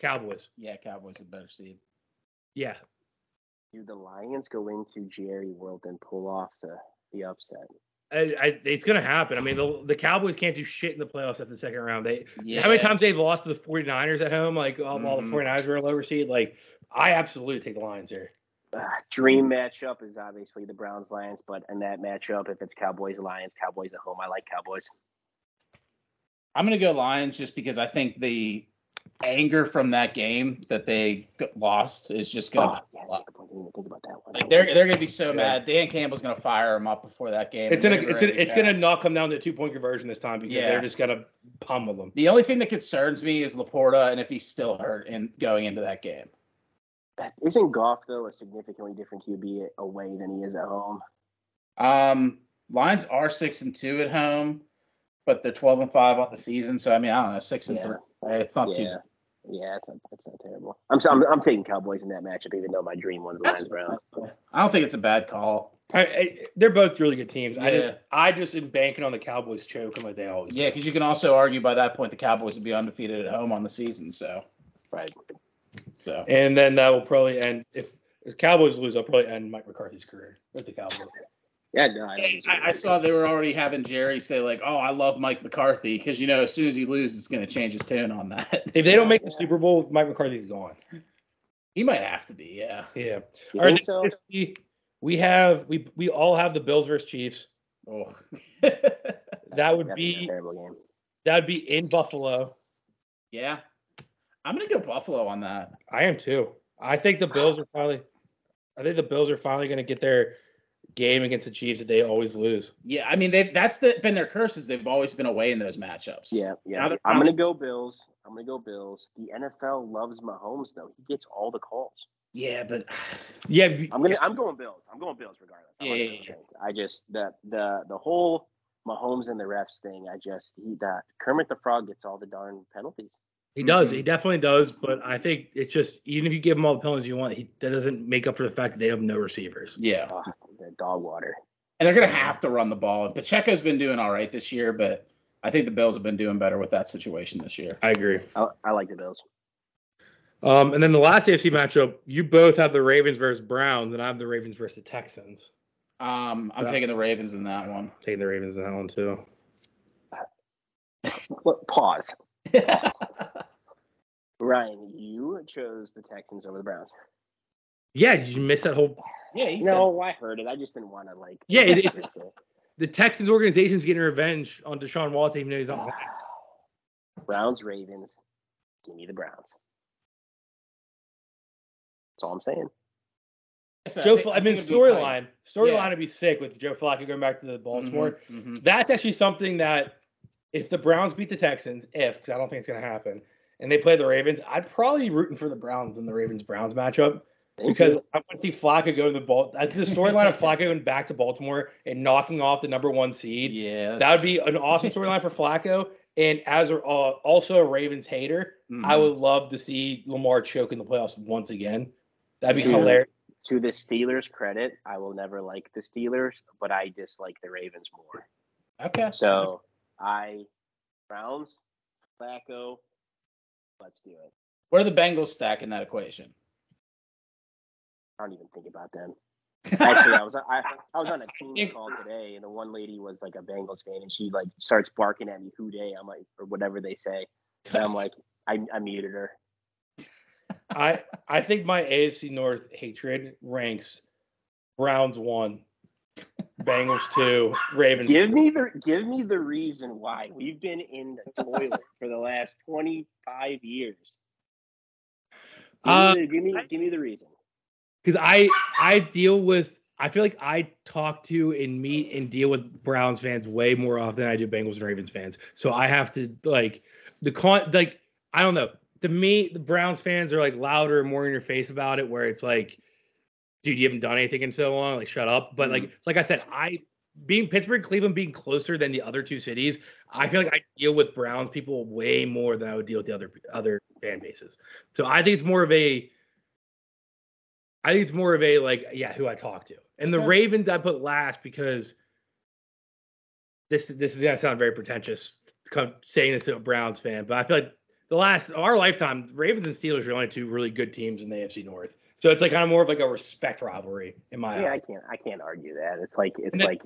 Cowboys?
Yeah, Cowboys are better seed.
Yeah.
Do the Lions go into Jerry World and pull off the, the upset?
I, I, it's gonna happen. I mean, the, the Cowboys can't do shit in the playoffs at the second round. They
Yeah.
How many times they've lost to the 49ers at home? Like, um, all the
Mhm.
49ers were overseed. Like, I absolutely take the Lions here.
Ah, dream matchup is obviously the Browns Lions, but in that matchup, if it's Cowboys Lions, Cowboys at home, I like Cowboys.
I'm gonna go Lions just because I think the anger from that game that they g- lost is just
Oh,
gonna.
yeah, I didn't even think about that one.
Like they're they're gonna be
Ah.
so
Yeah.
mad. Dan Campbell's gonna fire him up before that game.
It's
and
gonna
they're
it's gonna,
ready to
it's
go.
gonna not come down to a two point conversion this time because
Yeah.
they're just gonna pummel them.
The only thing that concerns me is Laporta and if he's still hurt in going into that game.
Isn't Goff though a significantly different QB away than he is at home?
Um, Lions are six and two at home, but they're twelve and five on the season. So I mean, I don't know, six and
Yeah.
three. It's not too.
yeah, yeah, that's not, that's not terrible. I'm, so- I'm I'm taking Cowboys in that matchup, even though my dream one's Lions Browns.
I don't think it's a bad call.
I, I, they're both really good teams. I just
Yeah.
I just am banking on the Cowboys choking like they always.
Yeah, because you can also argue by that point the Cowboys would be undefeated at home on the season. So
Right.
so
do. And then that will probably end if, if Cowboys lose. I'll probably end Mike McCarthy's career with the Cowboys.
Yeah, no, I, don't
I,
disagree.
I saw they were already having Jerry say like, "Oh, I love Mike McCarthy," because you know as soon as he loses, it's going to change his tune on that.
If they don't make the
Yeah.
Super Bowl, Mike McCarthy's gone.
he might have to be. Yeah.
Yeah.
You
All right.
think so?
next we- we have we we all have the Bills versus Chiefs.
Oh.
That would
That's a
be
terrible game.
that would be in Buffalo.
yeah. I'm gonna go Buffalo on that.
I am too. I think the Bills are finally. I think the Bills are finally going to get their game against the Chiefs that they always lose.
Yeah, I mean they, that's the, been their curses. They've always been away in those matchups.
Yeah,
Now
yeah.
they're-
I'm gonna go Bills. I'm gonna go Bills. The NFL loves Mahomes though. He gets all the calls.
yeah, but
Yeah, b-
I'm gonna. I'm going Bills. I'm going Bills regardless. I, like
Yeah, yeah,
Bills, right? I just the the the whole Mahomes and the refs thing. I just he that Kermit the Frog gets all the darn penalties.
he does. He definitely does. But I think it's just even if you give him all the penalties you want, he, that doesn't make up for the fact that they have no receivers.
yeah,
Ugh, the dog water.
and they're gonna have to run the ball. And Pacheco's been doing all right this year, but I think the Bills have been doing better with that situation this year.
I agree.
I, I like the Bills.
Um, and then the last AFC matchup, you both have the Ravens versus Browns, and I have the Ravens versus the Texans.
Um, I'm
Yeah.
taking the Ravens in that one.
Taking the Ravens in that one too.
What, pause. Ryan, you chose the Texans over the Browns.
Yeah, did you miss that whole
yeah, he said-
No, I heard it. I just didn't want to like.
Yeah, it- it's- the Texans organization's getting revenge on Deshaun Watson, even though he's on.
Browns, Ravens. Give me the Browns. That's all I'm saying.
said,
Joe,
think-
Fla- I mean,
think it'd be tight.
storyline, storyline
Yeah.
would be sick with Joe Flacco going back to Baltimore.
Mhm, mhm.
That's actually something that if the Browns beat the Texans, if 'cause I don't think it's going to happen, and they play the Ravens, I'd probably rooting for the Browns in the Ravens Browns matchup
Thank
because
you.
I want to see Flacco go to the ball. The storyline of Flacco going back to Baltimore and knocking off the number one seed.
Yeah,
That would be an awesome storyline for Flacco. And as a, uh, also a Ravens hater, I would love to see Lamar choke in the playoffs once again. That'd be
Yeah.
hilarious.
to the Steelers' credit, I will never like the Steelers, but I dislike the Ravens more.
okay.
So I Browns, Flacco. Let's do it.
Where do the Bengals stack in that equation?
I don't even think about them. Actually, I was I, I was on a team call today, and the one lady was like a Bengals fan, and she like starts barking at me, "Who day?" I'm like, or whatever they say. And I'm like, I, I muted her.
I I think my AFC North hatred ranks Browns one, Bengals two, Ravens.
Give me the give me the reason why we've been in the toilet for the last 25 years. Give,
Uh,
me, the- give me give me the reason.
because I I deal with I feel like I talk to and meet and deal with Browns fans way more often than I do Bengals and Ravens fans. So I have to like the con like I don't know. To me, the Browns fans are like louder and more in your face about it, where it's like, dude, you haven't done anything in so long, like shut up. But like like I said, I being Pittsburgh, Cleveland being closer than the other two cities, I feel like I deal with Browns people way more than I would deal with the other other fan bases. So I think it's more of a I think it's more of a like, yeah, who I talk to. And the
Okay.
Ravens I put last because this this is gonna sound very pretentious come saying this to a Browns fan, but I feel like the last our lifetime, Ravens and Steelers are the only two really good teams in the AFC North. So it's like kind of more of like a respect rivalry in my
Yeah, I
eyes.
can't I can't argue that. It's like it's
And then-
like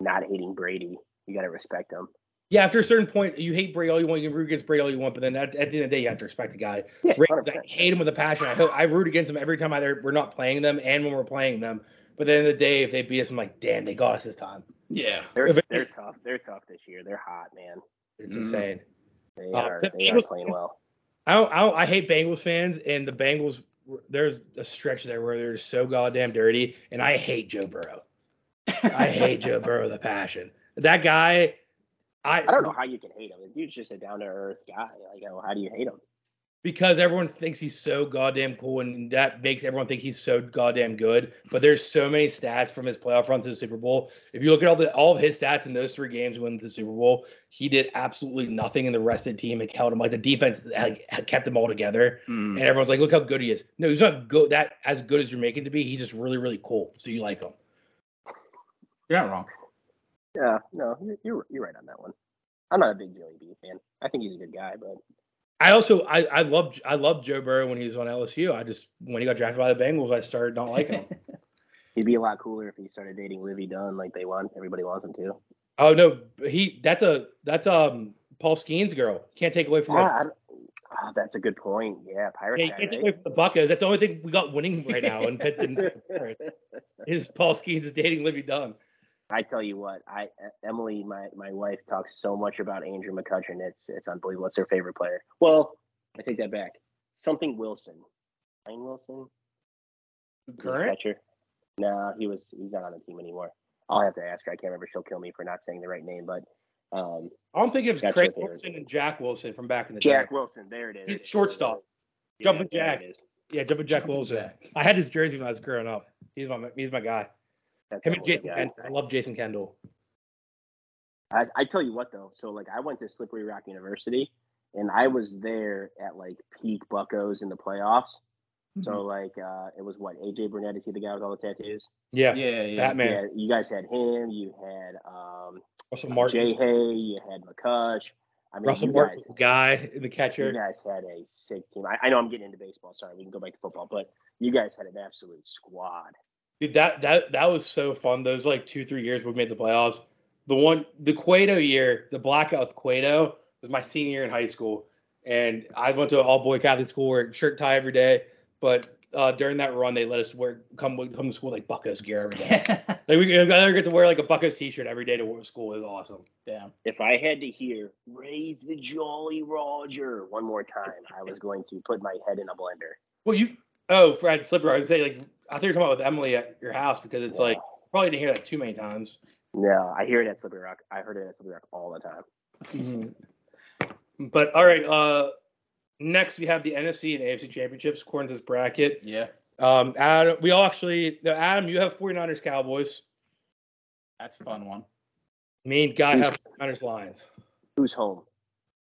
not hating Brady. You gotta respect him.
Yeah, after a certain point, you hate Brady all you want, you can root against Brady all you want, but then at, at the end of the day, you have to respect the guy.
Yeah,
Ravens, I
100%.
hate him with a passion. I hope I root against them every time either we're not playing them and when we're playing them. But at the end of the day, if they beat us, I'm like, damn, they got us this time.
Yeah.
They're
if it-
they're tough. They're tough this year. They're hot, man.
It's
Mm-hmm.
Mhm.
insane.
They
Uh,
are
the
they are
Bengals-
playing well.
I don't, I don't. I hate Bengals fans, and the Bengals. There's a stretch there where they're so goddamn dirty, and I hate Joe Burrow. I hate Joe Burrow with a passion. That guy,
I
I,
don't know how you can hate him. The dude's just a down to earth guy. Like, oh, how do you hate him?
because everyone thinks he's so goddamn cool, and that makes everyone think he's so goddamn good. But there's so many stats from his playoff run to the Super Bowl. If you look at all the all of his stats in those three games when the Super Bowl, he did absolutely nothing, and the rest of the team held him like the defense like, kept them all together.
Mm.
and everyone's like, "Look how good he is." No, he's not good that as good as you're making to be. He's just really, really cool. So you like him.
You're not wrong.
Yeah, no, you're, you're you're right on that one. I'm not a big Joey B fan. I think he's a good guy, but
I also I I love I loved Joe Burrow when he was on LSU. I just when he got drafted by the Bengals, I started not liking him.
he'd be a lot cooler if he started dating Livy Dunn like they want. Everybody wants him to.
oh no, he that's a that's um Paul Skeens girl. Can't take away from
Yeah,
that.
I don't- oh, that's a good point. Yeah, Pirate
Yeah, you
guy,
can't take away
right?
from the Buccos. That's the only thing we got winning right now in Pittsburgh. Is Paul Skeens is dating Libby Dunn.
I tell you what, I Emily, my, my wife talks so much about Andrew McCutcheon. It's it's unbelievable. It's her favorite player. Well, I take that back. something Wilson. Lane Wilson? He was a
Current?
Catcher? No, he was he's not on the team anymore. I'll have to ask her. I can't remember. She'll kill me for not saying the right name, but um,
I'm thinking of
That's
Craig
what they were
Wilson
doing.
and Jack Wilson from back in the
Jack
day.
Wilson. There it is.
He's
There it
shortstop.
is.
Jumping
there
Jack.
it is.
Yeah, Jumpin' Jack Wilson. I had his jersey when I was growing up. He's my he's my guy.
That's
Him
that
and
one
Jason
guy.
Kendall. I love Jason Kendall.
I, I tell you what though, so like I went to Slippery Rock University, and I was there at like peak Buckos in the playoffs. So
Mm-hmm.
like uh, it was what AJ Burnett is he the guy with all the tattoos?
Yeah.
Yeah, yeah.
Batman.
Yeah, you guys had him. You had um,
Russell Martin.
Jay Hay. You had McCush. I mean,
Russell
you
Martin
guys,
was the guy in the
you
catcher.
guys had a sick team. I, I know I'm getting into baseball. Sorry, we can go back to football, but you guys had an absolute squad.
Dude, that that that was so fun. Those like two three years we made the playoffs. The one the Cueto year, the blackout with Cueto was my senior year in high school, and I went to an all boy Catholic school, where shirt tie every day. But uh, during that run, they let us wear come come to school with, like Buckos gear every day. like we I never get to wear like a Buckos t shirt every day to school. It was awesome.
Damn.
If I had to hear "Raise the Jolly Roger" one more time, I was going to put my head in a blender.
Well, you oh Fred Slipper, I would say like I think you're talking about with Emily at your house because it's like probably didn't hear that too many times.
No, I hear it at Slippery Rock. I heard it at Slippery Rock all the time.
But all right, uh, next we have the NFC and AFC championships according to this bracket.
Yeah.
Um, Adam, we all actually no, Adam, you have 49ers Cowboys.
That's a fun one.
Me and Guy have 49ers Lions.
Who's home?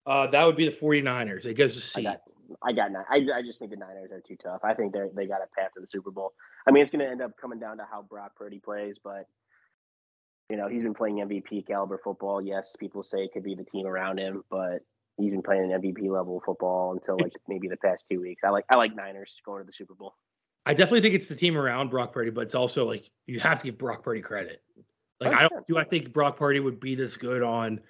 Uh, that would be the 49ers. It goes to C.
I got, I got nine. I, I just think the Niners are too tough. I think they they got a path to the Super Bowl. I mean, it's going to end up coming down to how Brock Purdy plays, but you know he's been playing MVP caliber football. Yes, people say it could be the team around him, but he's been playing an MVP level football until like maybe the past two weeks. I like I like Niners going to the Super Bowl.
I definitely think it's the team around Brock Purdy, but it's also like you have to give Brock Purdy credit. Like I don't do I think Brock Purdy would be this good on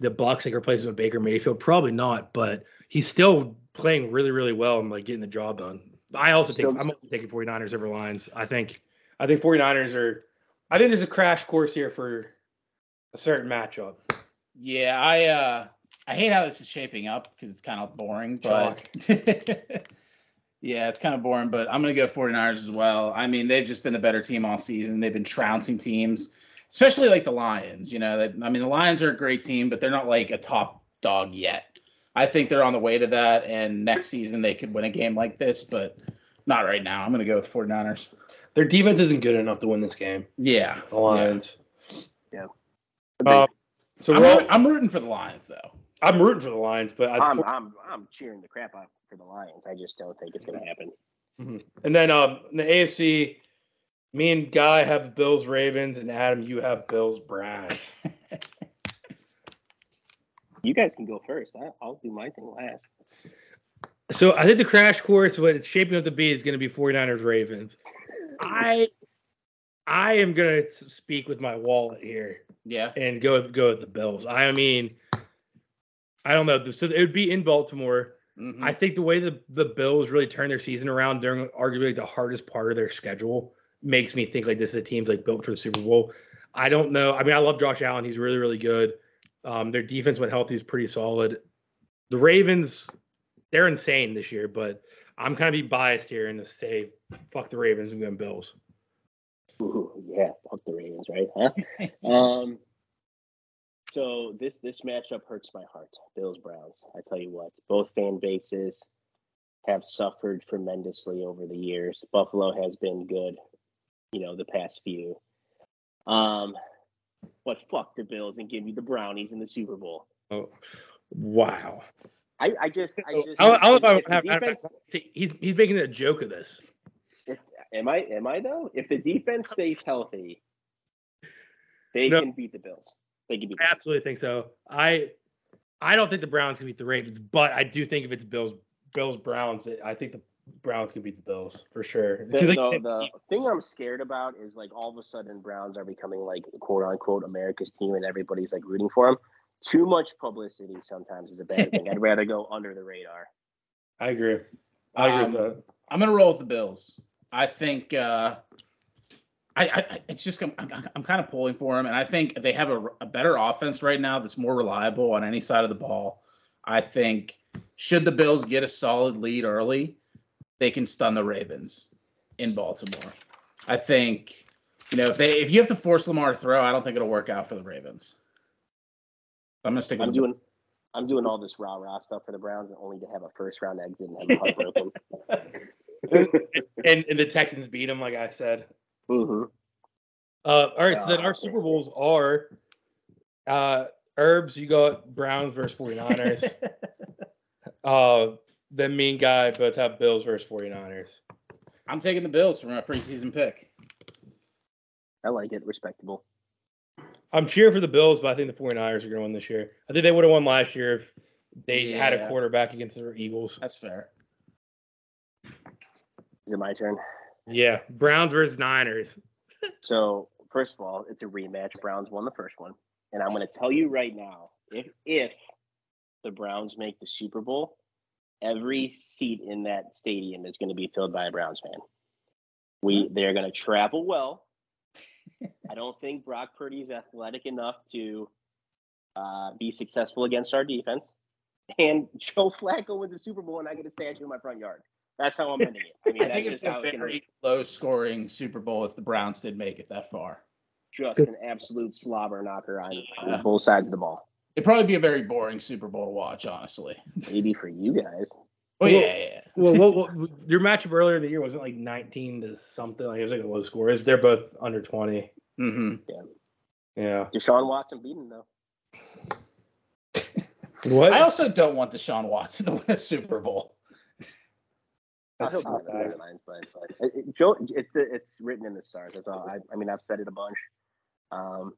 the Bucks like replacing with Baker Mayfield? Probably not, but he's still playing really, really well and like getting the job done. I also take
Still-
I'm also taking 49ers over Lions. I think I think 49ers are I think there's a crash course here for a certain matchup.
Yeah, I uh I hate how this is shaping up because it's kind of boring, but yeah, it's kind of boring, but I'm gonna go 49ers as well. I mean, they've just been the better team all season. They've been trouncing teams, especially like the Lions. You know, they, I mean, the Lions are a great team, but they're not like a top dog yet. I think they're on the way to that, and next season they could win a game like this, but not right now. I'm gonna go with 49ers.
Their defense isn't good enough to win this game.
Yeah,
The Lions.
The
Uh, so
I'm,
we're all-
root- I'm rooting for the Lions though.
I'm rooting for the Lions, but I,
I'm, I'm I'm cheering the crap out for the Lions. I just don't think it's going to happen.
And then um, in the AFC, me and Guy have Bills Ravens, and Adam, you have Bills Browns.
You guys can go first. I, I'll do my thing last.
so I think the crash course, what it's shaping up to be, is going to be 49ers Ravens. I I am going to speak with my wallet here
Yeah.
and go go with the Bills. I mean, I don't know. So it would be in Baltimore.
Mhm.
I think the way the, the Bills really turned their season around during arguably like, the hardest part of their schedule makes me think like this is a team's like built for the Super Bowl. I don't know. I mean, I love Josh Allen. He's really, really good. Um, their defense when healthy is pretty solid. The Ravens, they're insane this year, but I'm kind of be biased here and to say fuck the Ravens and going Bills.
Ooh, yeah, fuck the Ravens, right? Huh? um, so this this matchup hurts my heart. Bills Browns. I tell you what, both fan bases have suffered tremendously over the years. Buffalo has been good, you know, the past few. Um, but fuck the Bills and give me the Brownies in the Super Bowl.
Oh, wow.
I, I just, I
Oh,
just.
I don't I don't know if
if the
I have,
defense-
he's he's making a joke of this.
Am I? Am I though? If the defense stays healthy, they
No.
can beat the Bills. They can beat. The
I
Bills.
absolutely think so. I I don't think the Browns can beat the Ravens, but I do think if it's Bills Bills Browns, I think the Browns can beat the Bills for sure.
The,
Because like,
the, the thing I'm scared about is like all of a sudden Browns are becoming like quote unquote America's team and everybody's like rooting for them. Too much publicity sometimes is a bad thing. I'd rather go under the radar.
I agree. I agree
Um,
with that.
I'm gonna roll with the Bills. I think uh, I, I I- it's just I'm, I'm, I'm kind of pulling for them, and I think they have a, a better offense right now that's more reliable on any side of the ball. I think should the Bills get a solid lead early, they can stun the Ravens in Baltimore. I think, you know, if they if you have to force Lamar to throw, I don't think it'll work out for the Ravens. I'm gonna stick with
I'm
the
doing I'm doing all this rah rah stuff for the Browns and only to have a first round exit and have them heartbroken.
and, and the Texans beat them, like I said.
mm-hmm.
Uh, all right, so then our
Ah.
Super Bowls are uh, Herbs, you got Browns versus 49ers. uh, then me and Guy both have Bills versus 49ers.
I'm taking the Bills for my preseason pick.
I like it. Respectable.
I'm cheering for the Bills, but I think the 49ers are going to win this year. I think they would have won last year if they had a
Yeah.
quarterback against the Eagles.
That's fair.
Is it my turn?
Yeah, Browns versus Niners.
So first of all, it's a rematch. Browns won the first one, and I'm going to tell you right now, if if the Browns make the Super Bowl, every seat in that stadium is going to be filled by a Browns fan. We they're going to travel well. I don't think Brock Purdy is athletic enough to uh, be successful against our defense. And Joe Flacco wins the Super Bowl, and I get a statue in my front yard. That's how I'm ending it. I mean,
I
that's
think it's
just how
a
it's going to
very low scoring Super Bowl if the Browns did make it that far.
just an absolute slobber knocker on, on both sides of the ball.
It'd probably be a very boring Super Bowl to watch, honestly.
Maybe for you guys.
Well-
Well, yeah, yeah.
Well, what, what, your matchup earlier in the year wasn't like 19 to something. Like it was like a low score. It was- They're both under 20.
Mm-hmm.
Yeah.
Deshaun Watson beating though.
What?
I also don't want Deshaun Watson to win a Super Bowl.
I hope
That's not
not the other lines, but it's like it, it- Joe, it's it's written in the stars. That's all. I, I mean, I've said it a bunch. Um,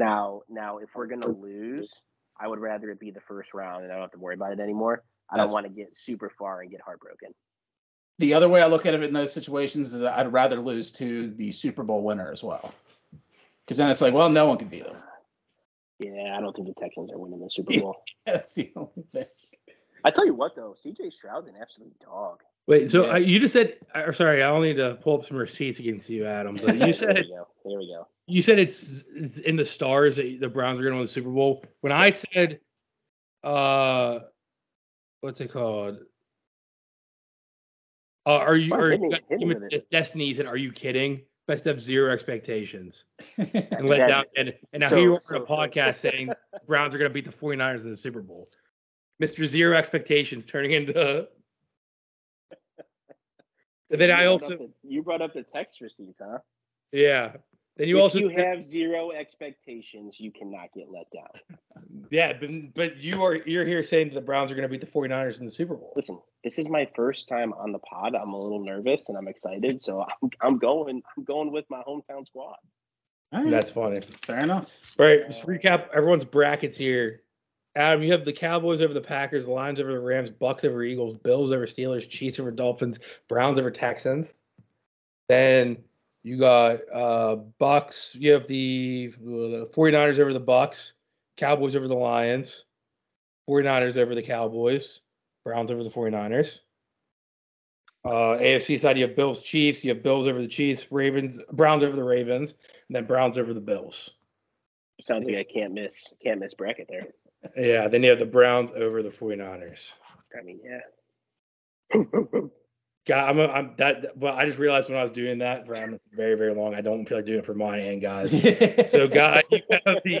now, now, if we're gonna lose, I would rather it be the first round, and I don't have to worry about it anymore. I
That's-
don't want to get super far and get heartbroken.
The other way I look at it in those situations is I'd rather lose to the Super Bowl winner as well. Because then it's like, well, no one can beat them.
Yeah, I don't think the Texans are winning the Super Bowl.
That's the only thing.
I tell you what, though, C.J. Stroud's an absolute dog.
Wait, so
Yeah.
uh, you just said, or sorry, I only need to pull up some receipts against you, Adam. But you
there
said
we go. There we go.
you said it's, it's in the stars that the Browns are going to win the Super Bowl. When I said, uh, what's it called? Uh, are you
Fuck,
are
hit me-
you-
hit me
you
with
meant
it.
it's Destiny? Said, are you kidding? Best of zero expectations and let
That-
down. And, and now
so-
here you are on
so-
a podcast saying the Browns are going to beat the 49ers in the Super Bowl. Mr. Zero expectations turning into. And then
You
I
brought up
also
the- you brought up the text receipts, huh?
Yeah. Then you
if
also
you
said-
have zero expectations, you cannot get let down.
yeah, but, but you are you're here saying that the Browns are going to beat the 49ers in the Super Bowl.
Listen, this is my first time on the pod. I'm a little nervous and I'm excited, so I'm, I'm going. I'm going with my hometown squad.
All right,
That's funny.
fair enough.
All right, just recap everyone's brackets here. Adam, you have the Cowboys over the Packers, the Lions over the Rams, Bucks over Eagles, Bills over Steelers, Chiefs over Dolphins, Browns over Texans. Then you got uh Bucks, you have the uh, 49ers over the Bucks, Cowboys over the Lions, 49ers over the Cowboys, Browns over the 49ers. Uh, AFC side, you have Bills, Chiefs, you have Bills over the Chiefs, Ravens, Browns over the Ravens, and then Browns over the Bills.
Sounds like I can't miss. Can't miss bracket there.
Yeah, then you have the Browns over the 49ers.
I mean, yeah.
God, I'm, I'm that. Well, I just realized when I was doing that for I'm very, very long. I don't feel like doing it for mine and guys. So, guy, you have the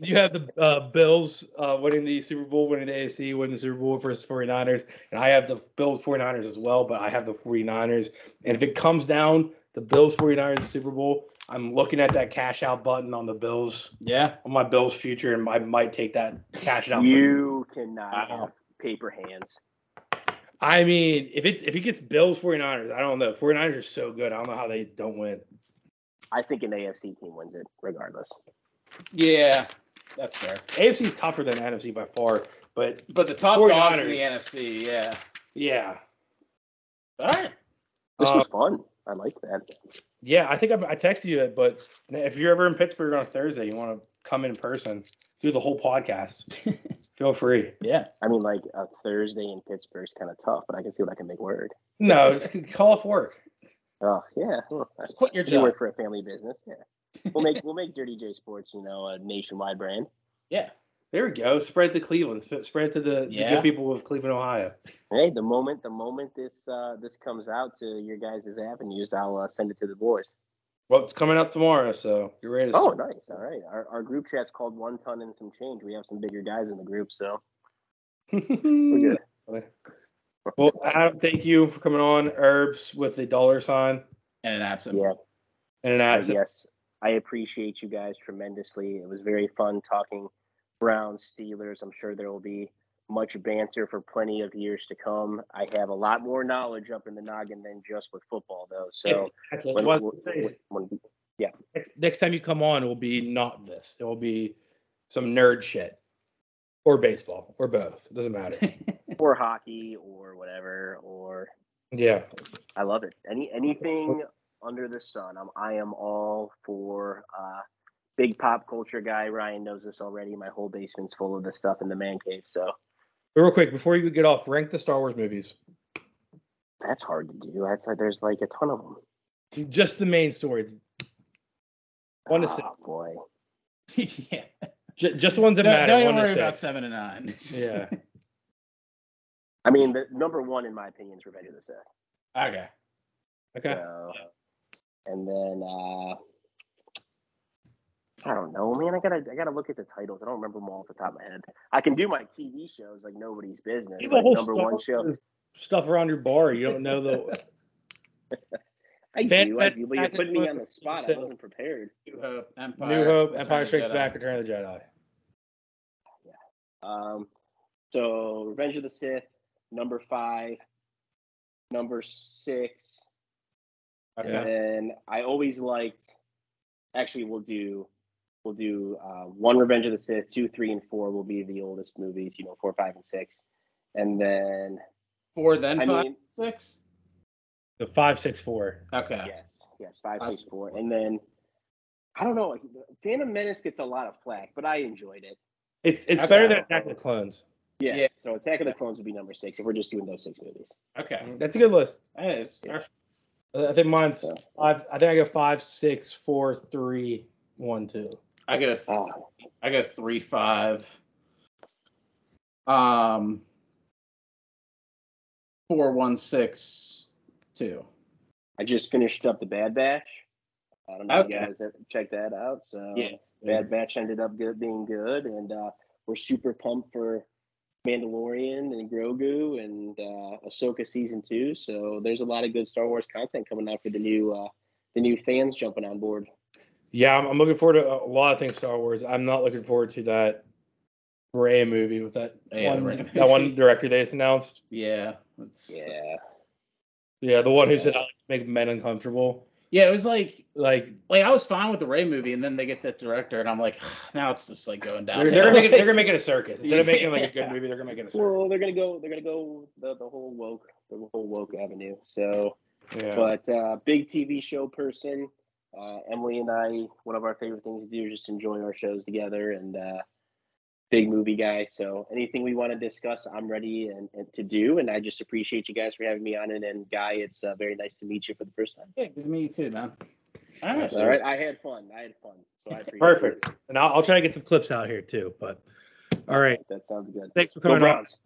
you have the uh, Bills uh, winning the Super Bowl, winning the AFC, winning the Super Bowl versus 49ers, and I have the Bills 49ers as well. But I have the 49ers, and if it comes down the Bills 49ers Super Bowl, I'm looking at that cash out button on the Bills
yeah.
on my Bills future, and I might take that cash out.
You cannot
Wow.
have paper hands.
I mean, if it's if he gets Bills 49ers, I don't know. 49ers are so good. I don't know how they don't win.
I think an AFC team wins it regardless.
Yeah, that's fair.
AFC is tougher than NFC by far, but
But the top
49ers.
dogs in the NFC, yeah.
yeah.
All right.
This
Uh,
was fun. I like that.
yeah, I think I, I texted you it, but if you're ever in Pittsburgh on Thursday, you want to come in person, do the whole podcast. Feel free.
Yeah.
I mean, like a Thursday in Pittsburgh's kind of tough, but I can see what I can make work.
No, just call off work.
Oh yeah. Well, I-
Let's quit your
If you
job.
work for a family business, yeah. We'll make we'll make Dirty J Sports, you know, a nationwide brand.
Yeah.
There we go. Spread to Cleveland. Sp- Spread to the, the
Yeah.
good people of Cleveland, Ohio.
Hey, the moment the moment this uh, this comes out to your guys' avenues, I'll uh, send it to the boys.
Well, it's coming out tomorrow, so you're ready to.
Oh, nice. All right. Our, our group chat's called One Ton and Some Change. We have some bigger guys in the group, so we're good.
well, Adam, thank you for coming on. Herbs with a dollar sign
and an accent.
Yeah.
and an
Uh,
accent.
yes, I appreciate you guys tremendously. It was very fun talking Browns, Steelers. I'm sure there will be much banter for plenty of years to come. I have a lot more knowledge up in the noggin than just with football, though. So
Actually,
when-
what-
when- when-
next, next time you come on, it will be not this. It will be some nerd shit or baseball or both. It doesn't matter.
or hockey or whatever, or
yeah.
I love it. Any anything under the sun. I'm I am all for uh, big pop culture guy. Ryan knows this already. My whole basement's full of this stuff in the man cave. So
Real quick, before you get off, rank the Star Wars movies.
that's hard to do. I thought there's like a ton of them.
Just the main stories. One to
oh,
six.
boy.
yeah.
Ju- just the ones that
Don't,
matter.
don't even
one to
worry about
six.
seven and nine. It's just-
Yeah.
I mean, the number one in my opinion is Revenge of the Sith.
okay.
Okay.
So, and then uh, I don't know, man. I gotta I gotta look at the titles. I don't remember them all off the top of my head. I can do my TV shows like nobody's business.
You have a
Like,
whole
number
Star
one show.
Wars stuff around your bar. You don't know the.
I
Fan-
do, I do, but you're
fan-
putting me on the spot. I
fan-
wasn't prepared.
New Hope, Empire.
New Hope,
Return of
Empire
the
Strikes
Jedi.
Back, Return of the Jedi.
Um, so Revenge of the Sith, number five, number six,
Okay.
And then I always liked. Actually, we'll do we'll do uh, one Revenge of the Sith, two, three, and four will be the oldest movies. You know, four, five, and six. And then
Four, then
I
five,
mean-
six.
The five six four.
Okay.
yes, yes, five, six,
Awesome.
four, and then I don't know. Phantom Menace gets a lot of flack, but I enjoyed it.
It's it's
Okay.
better than Attack of the Clones.
Yes.
Yeah.
So Attack of the Clones would be number six if we're just doing those six movies.
Okay.
That's a good list.
That is-
I think mine's
Yeah.
five. I think I go five six four three one two.
I go. th-
Oh,
I go three five. Um. Four one six two.
I just finished up the Bad Batch. I don't know if you
Okay.
guys have checked that out. So
Yes.
Bad Batch ended up good, being good, and uh, we're super pumped for Mandalorian and Grogu and uh, Ahsoka season two. So there's a lot of good Star Wars content coming out for the new uh, the new fans jumping on board.
Yeah, I'm, I'm looking forward to a lot of things Star Wars. I'm not looking forward to that Ray movie with that
Yeah, the
one,
Rey
that one
movie.
director they just announced.
Yeah. That's,
Yeah,
Yeah, the one who said I like to make men uncomfortable.
Yeah. It was like
Like
like I was fine with the Ray movie, and then they get that director, and I'm like, now it's just like going down.
they're, they're gonna make it, they're gonna make it a circus instead of making like a good
Yeah.
movie. They're gonna make it a circus.
well they're gonna go they're gonna go the, the whole woke the whole woke avenue. So
Yeah.
But uh, big TV show person, uh, Emily and I, one of our favorite things to do is just enjoy our shows together. And uh, big movie guy, so anything we want to discuss, I'm ready and, and to do. And I just appreciate you guys for having me on. And, and Guy, it's uh, very nice to meet you for the first time.
Yeah, me too, man. All right.
All right, I had fun. I had fun. So I appreciate
Perfect.
it.
And I'll, I'll try to get some clips out here too. But all right,
That sounds good.
thanks for
Go
coming on.
Browns.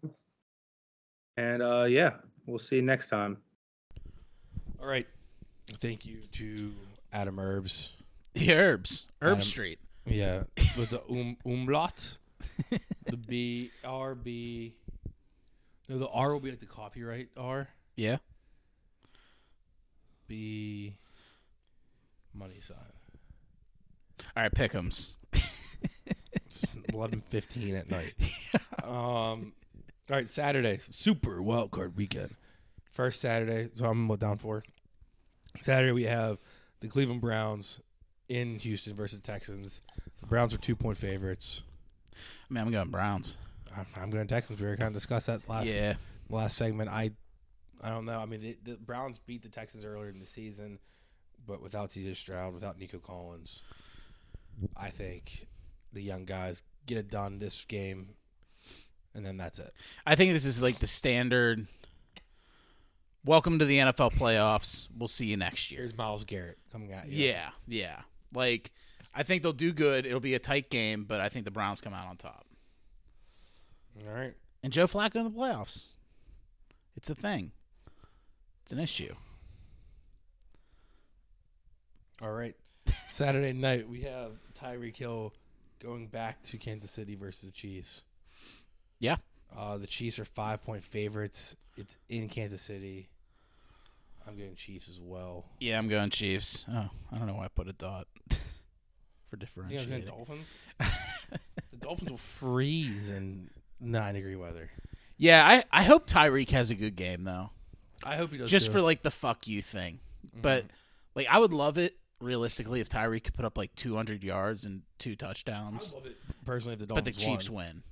And uh, yeah, we'll see you next time.
All right. Thank you to Adam Herbs.
The herbs, Herb
Adam-
Street.
Yeah, with the um, umlaut, the B R B. No, the R will be like the copyright R.
Yeah.
B. Money sign.
All right, Pickums.
It's eleven fifteen at night. Um. All right, Saturday, super wild card weekend. First Saturday, so I'm down for. Saturday we have the Cleveland Browns in Houston versus Texans. The Browns are two point favorites.
Man, I'm going Browns.
I'm, I'm going to Texans. We were kind of discussed that last
yeah.
last segment. I I don't know. I mean, the, the Browns beat the Texans earlier in the season, but without CJ Stroud, without Nico Collins, I think the young guys get it done this game, and then that's it.
I think this is like the standard. Welcome to the NFL playoffs. We'll see you next year.
Here's Miles Garrett coming at you.
Yeah, yeah. Like, I think they'll do good. It'll be a tight game, but I think the Browns come out on top. and Joe Flacco in the playoffs. It's a thing. It's an issue.
All right. Saturday night we have Tyreek Hill going back to Kansas City versus the Chiefs.
Yeah.
Uh, the Chiefs are five point favorites. It's in Kansas City. I'm going Chiefs as well.
Yeah, I'm going Chiefs. Oh, I don't know why I put a dot for
You think I was going
differentiating.
Dolphins? the Dolphins will freeze in nine degree weather.
Yeah, I, I hope Tyreek has a good game though.
I hope he does.
Just for like the fuck you thing. But like I would love it realistically if Tyreek could put up like 200 yards and two touchdowns,
personally, if the
but
Dolphins
the Chiefs
won,
win.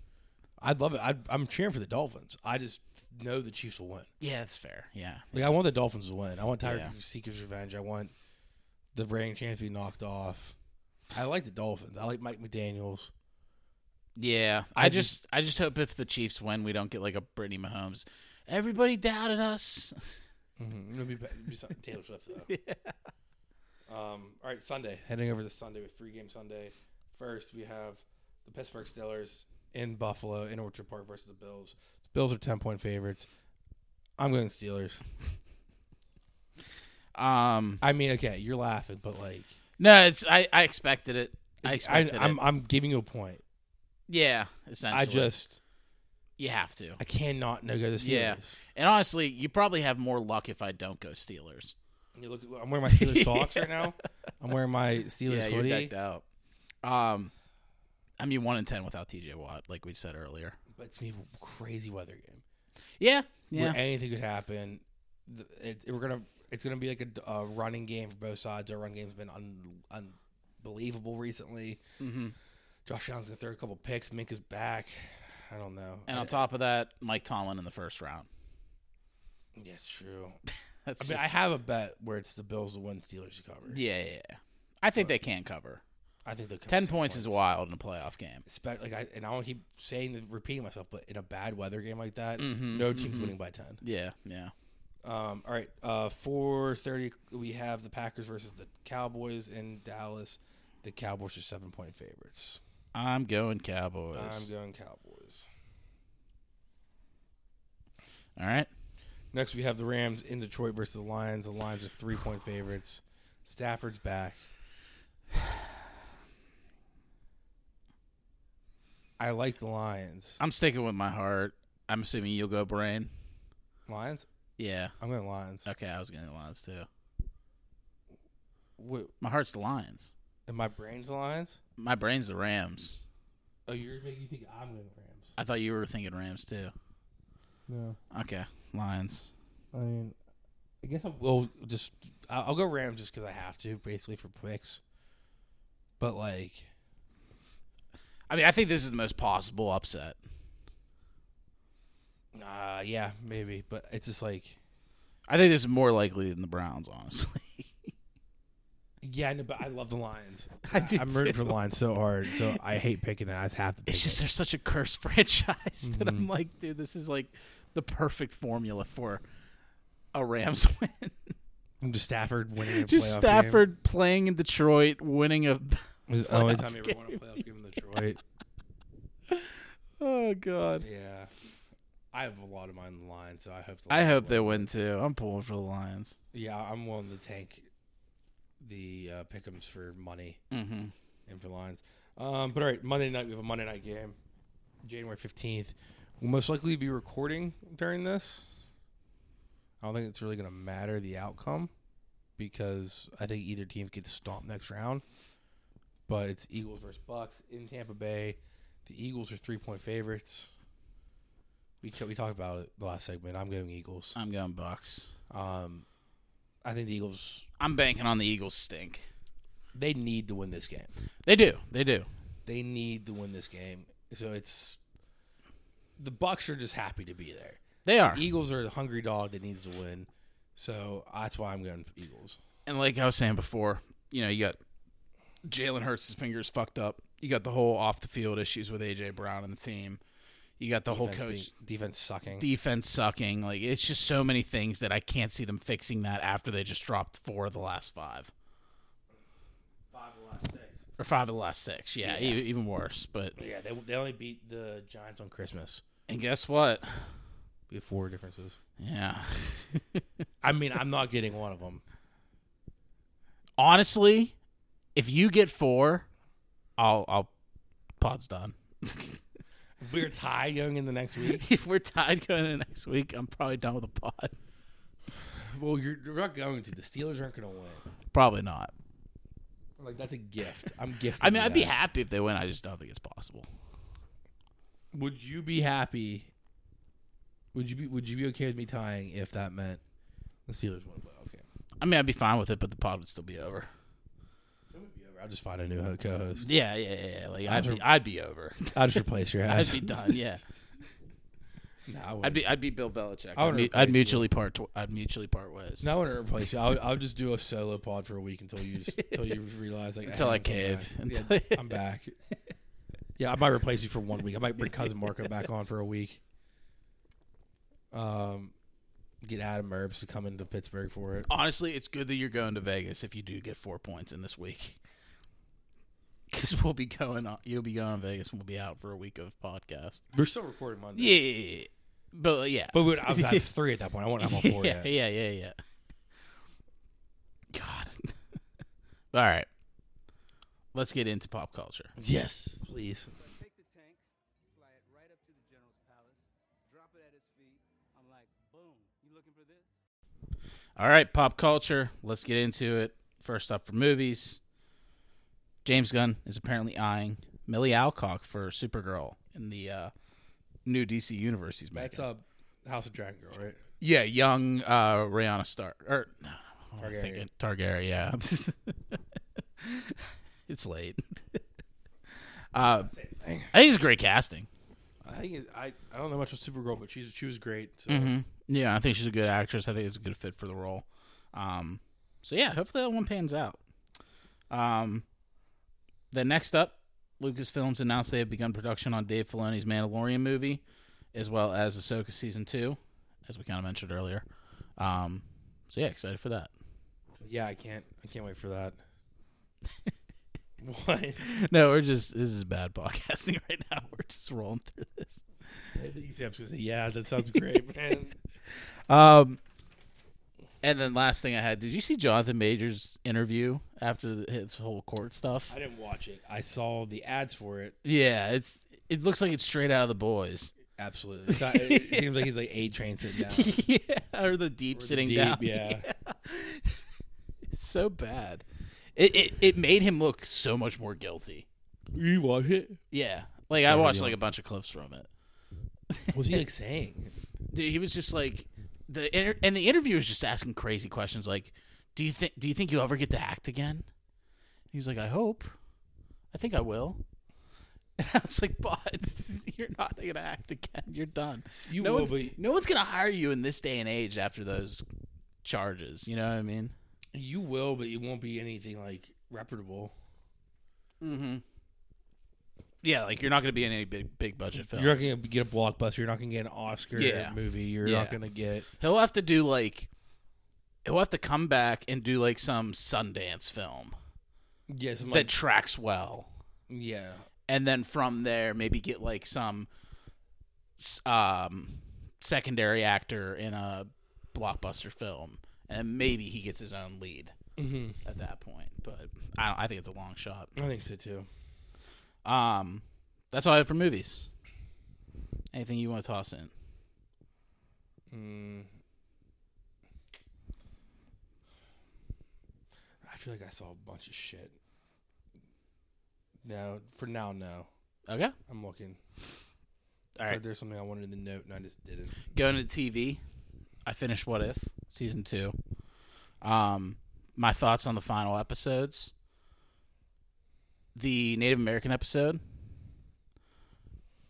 I'd love it. I'd, I'm cheering for the Dolphins. I just know the Chiefs will win.
Yeah, that's fair. Yeah.
Like I want the Dolphins to win. I want Tyreek
Yeah.
to seek his revenge. I want the reigning champs to be knocked off. I like the Dolphins. I like Mike McDaniel's.
Yeah, I,
I
just, I just hope if the Chiefs win, we don't get like a Brittany Mahomes. Everybody doubted us.
Mm-hmm. It'll be, be- be some- Taylor Swift though. Um, all right, Sunday. Heading over to Sunday with three game Sunday. First, we have the Pittsburgh Steelers in Buffalo in Orchard Park versus the Bills. The Bills are ten point favorites. I'm going Steelers.
Um,
I mean, okay, you're laughing, but like,
no, it's I, I expected it. I
I,
expected it.
I'm I'm giving you a point.
yeah, essentially,
I just
you have to.
I cannot no go the Steelers.
Yeah. And honestly, you probably have more luck if I don't go Steelers.
And You look, look, I'm wearing my Steelers socks right now. I'm wearing my Steelers
yeah, you're
hoodie.
decked out. Um, I mean, one in ten without TJ Watt, like we said earlier.
But it's gonna be a crazy weather game.
Yeah,
Where
yeah,
anything could happen. The- It, it- we're gonna. It's gonna be like a d- a, running game for both sides. Our run game's been un, unbelievable recently.
Mhm.
Josh Allen's gonna throw a couple picks. Mink is back. I don't know.
And
I,
on top of that, Mike Tomlin in the first round.
yeah, it's true.
That's
I mean,
just-
I have a bet where it's the Bills to win, Steelers to cover.
yeah, yeah, yeah. I think they can cover.
I think they'll cover
Ten points is wild in a playoff game.
Spe- like I and I don't keep saying the repeating myself, but in a bad weather game like that,
Mhm,
no team's
mhm.
winning by ten.
Yeah, yeah.
Um, all right, uh, four thirty. We have the Packers versus the Cowboys in Dallas. The Cowboys are seven point favorites.
I'm going Cowboys.
I'm going Cowboys.
All right.
Next, we have the Rams in Detroit versus the Lions. The Lions are three point favorites. Stafford's back. I like the Lions.
I'm sticking with my heart. I'm assuming you'll go brain.
Lions.
Yeah.
I'm going Lions.
Okay, I was going to Lions too.
Wait,
My heart's the Lions.
and my brain's the Lions.
My brain's the Rams.
Oh, you're making you think I'm going the Rams?
I thought you were thinking Rams too.
No.
Okay, Lions.
I mean, I guess I will just. I'll I'll go Rams just because I have to, basically for picks. But like,
I mean, I think this is the most possible upset.
nah, yeah, maybe. But it's just like,
I think this is more likely than the Browns, honestly.
yeah, no, but I love the Lions.
I do
I'm rooting
too.
for the Lions so hard, so I hate picking it. I just have to. Pick
It's just
it.
they're such a cursed franchise that I'm
Mhm.
like, dude, this is like the perfect formula for a Rams win.
I'm just Stafford winning. A
Just
playoff
Stafford playing in Detroit, winning a.
Game. It was the only time he
playoff
ever won a playoff game in Detroit.
Oh God.
yeah, I have a lot of mine in the Lions, so I hope. The
I
Lions
hope
win.
they win too. I'm pulling for the Lions.
Yeah, I'm willing to tank the uh, pickums for money.
Mm-hmm.
and for the Lions. Um, but all right, Monday night we have a Monday night game, January fifteenth. We'll most likely be recording during this. I don't think it's really going to matter the outcome because I think either team gets stomped next round. But it's Eagles versus Bucks in Tampa Bay. The Eagles are three point favorites. We ca- we talked about it the last segment. I'm going Eagles.
I'm going Bucks.
Um, I think the Eagles
I'm banking on the Eagles stink.
they need to win this game.
They do. They do.
they need to win this game. So it's the Bucks are just happy to be there.
They are.
Eagles are the hungry dog that needs to win. So that's why I'm going Eagles.
And like I was saying before, you know, you got Jalen Hurts' fingers fucked up. You got the whole off the field issues with AJ Brown and the team. You got the whole coach.
being- defense sucking.
defense sucking. Like it's just so many things that I can't see them fixing that after they just dropped four of the last five
Five of the last six.
or five of the last six. Yeah,
Yeah.
e- even worse. But
Yeah, they, they only beat the Giants on Christmas.
And guess what?
We have four differences.
Yeah.
I mean, I'm not getting one of them.
Honestly, if you get four, I'll I'll pod's done.
If we're tied going in the next week.
if we're tied going into next week, I'm probably done with the pod.
Well, you're, you're not going to. The Steelers aren't going to win.
Probably not.
Like that's a gift. I'm gifted.
I mean,
you
I'd be
that.
happy if they win. I just don't think it's possible.
Would you be happy? Would you be Would you be okay with me tying if that meant the Steelers won a playoff game?
I mean, I'd be fine with it, but the pod would still be over.
It would be over. I'll just find a new ho- co-host.
Yeah, yeah, yeah. yeah. Like I'd
Those
be, I'd be over.
I'll just replace your
I'd
ass.
be done. Yeah,
No, I
I'd
wouldn't.
be, I'd be Bill Belichick.
I
I'd,
would
mu-
replace
I'd
you.
mutually part, tw- I'd mutually part ways
No, I wouldn't replace you. I would, I would just do a solo pod for a week until you just, until you realize like
until I
haven't
cave.
come back. Yeah,
Until
I'm back. Yeah, I might replace you for one week. I might bring cousin Marco back on for a week. Um, get Adam Herbs to come into Pittsburgh for it.
honestly, it's good that you're going to Vegas if you do get four points in this week. Because we'll be going, on, you'll be going to Vegas, and we'll be out for a week of podcast.
We're still recording Monday.
Yeah, yeah, yeah, yeah. but uh, yeah,
but we would, I've had three at that point. I won't have all four
yeah,
yet.
yeah, yeah, yeah. God. All right, let's get into pop culture.
Yes, please.
Take the tank, fly it right up to the general's palace, drop it at his feet. I'm like, boom, you looking for this?
All right, pop culture. Let's get into it. First up for movies, James Gunn is apparently eyeing Millie Alcock for Supergirl in the uh, new DC universe he's making.
That's uh, House of Dragon Girl, right?
Yeah, young uh, Rihanna Stark or no, what am I
Targaryen.
thinking? Targaryen. Yeah, it's late. uh,
thing.
I think it's great casting.
I think it, I I don't know much about Supergirl, but she's she was great. So.
Mhm. Yeah, I think she's a good actress. I think it's a good fit for the role. Um, so yeah, hopefully that one pans out. Um, then next up, Lucasfilms announced they have begun production on Dave Filoni's Mandalorian movie, as well as Ahsoka season two, as we kind of mentioned earlier. Um, so yeah, excited for that.
Yeah, I can't I can't wait for that. what?
No, we're just this is bad podcasting right now. We're just rolling through this.
You see, I was gonna say, yeah, that sounds great, man.
Um, and then last thing I had, did you see Jonathan Majors interview after the, his whole court stuff?
I didn't watch it. I saw the ads for it.
Yeah, it's it looks like it's straight out of the boys.
Absolutely, It's not- it it seems like he's like a train sitting down.
yeah, or the deep
Or the
sitting
deep,
down.
yeah.
it's so bad. It, it it made him look so much more guilty.
You watch it?
Yeah, like I
Trevor
watched
Young.
like a bunch of clips from it.
Was he like saying?
Dude, he was just like the inter- and the interviewer was just asking crazy questions like, "Do you think do you think you'll ever get to act again?" He was like, "I hope. I think I will." And I was like, "But you're not gonna act again. You're done.
You
no
will
one's,
be.
no one's gonna hire you in this day and age after those charges. You know what I mean?
You will, but it won't be anything like reputable.
Mm-hmm. Yeah, like you're not gonna be in any big big budget films.
You're not gonna get a blockbuster. You're not gonna get an Oscar
Yeah.
movie. You're
Yeah.
not gonna get.
He'll have to do like he'll have to come back and do like some Sundance film
Yes,
that tracks well.
yeah.
and then from there maybe get like some s- um secondary actor in a blockbuster film and maybe he gets his own lead
hmm
at that point but i don't, i think it's a long shot
I think so too.
um that's all i have for movies anything you want to toss in
Mm. I feel like I saw a bunch of shit. No, for now, no.
okay
I'm looking.
all
I
right
thought There's something I wanted to note, and I just didn't.
going to tv i finished what if season two um my thoughts on the final episodes the native american episode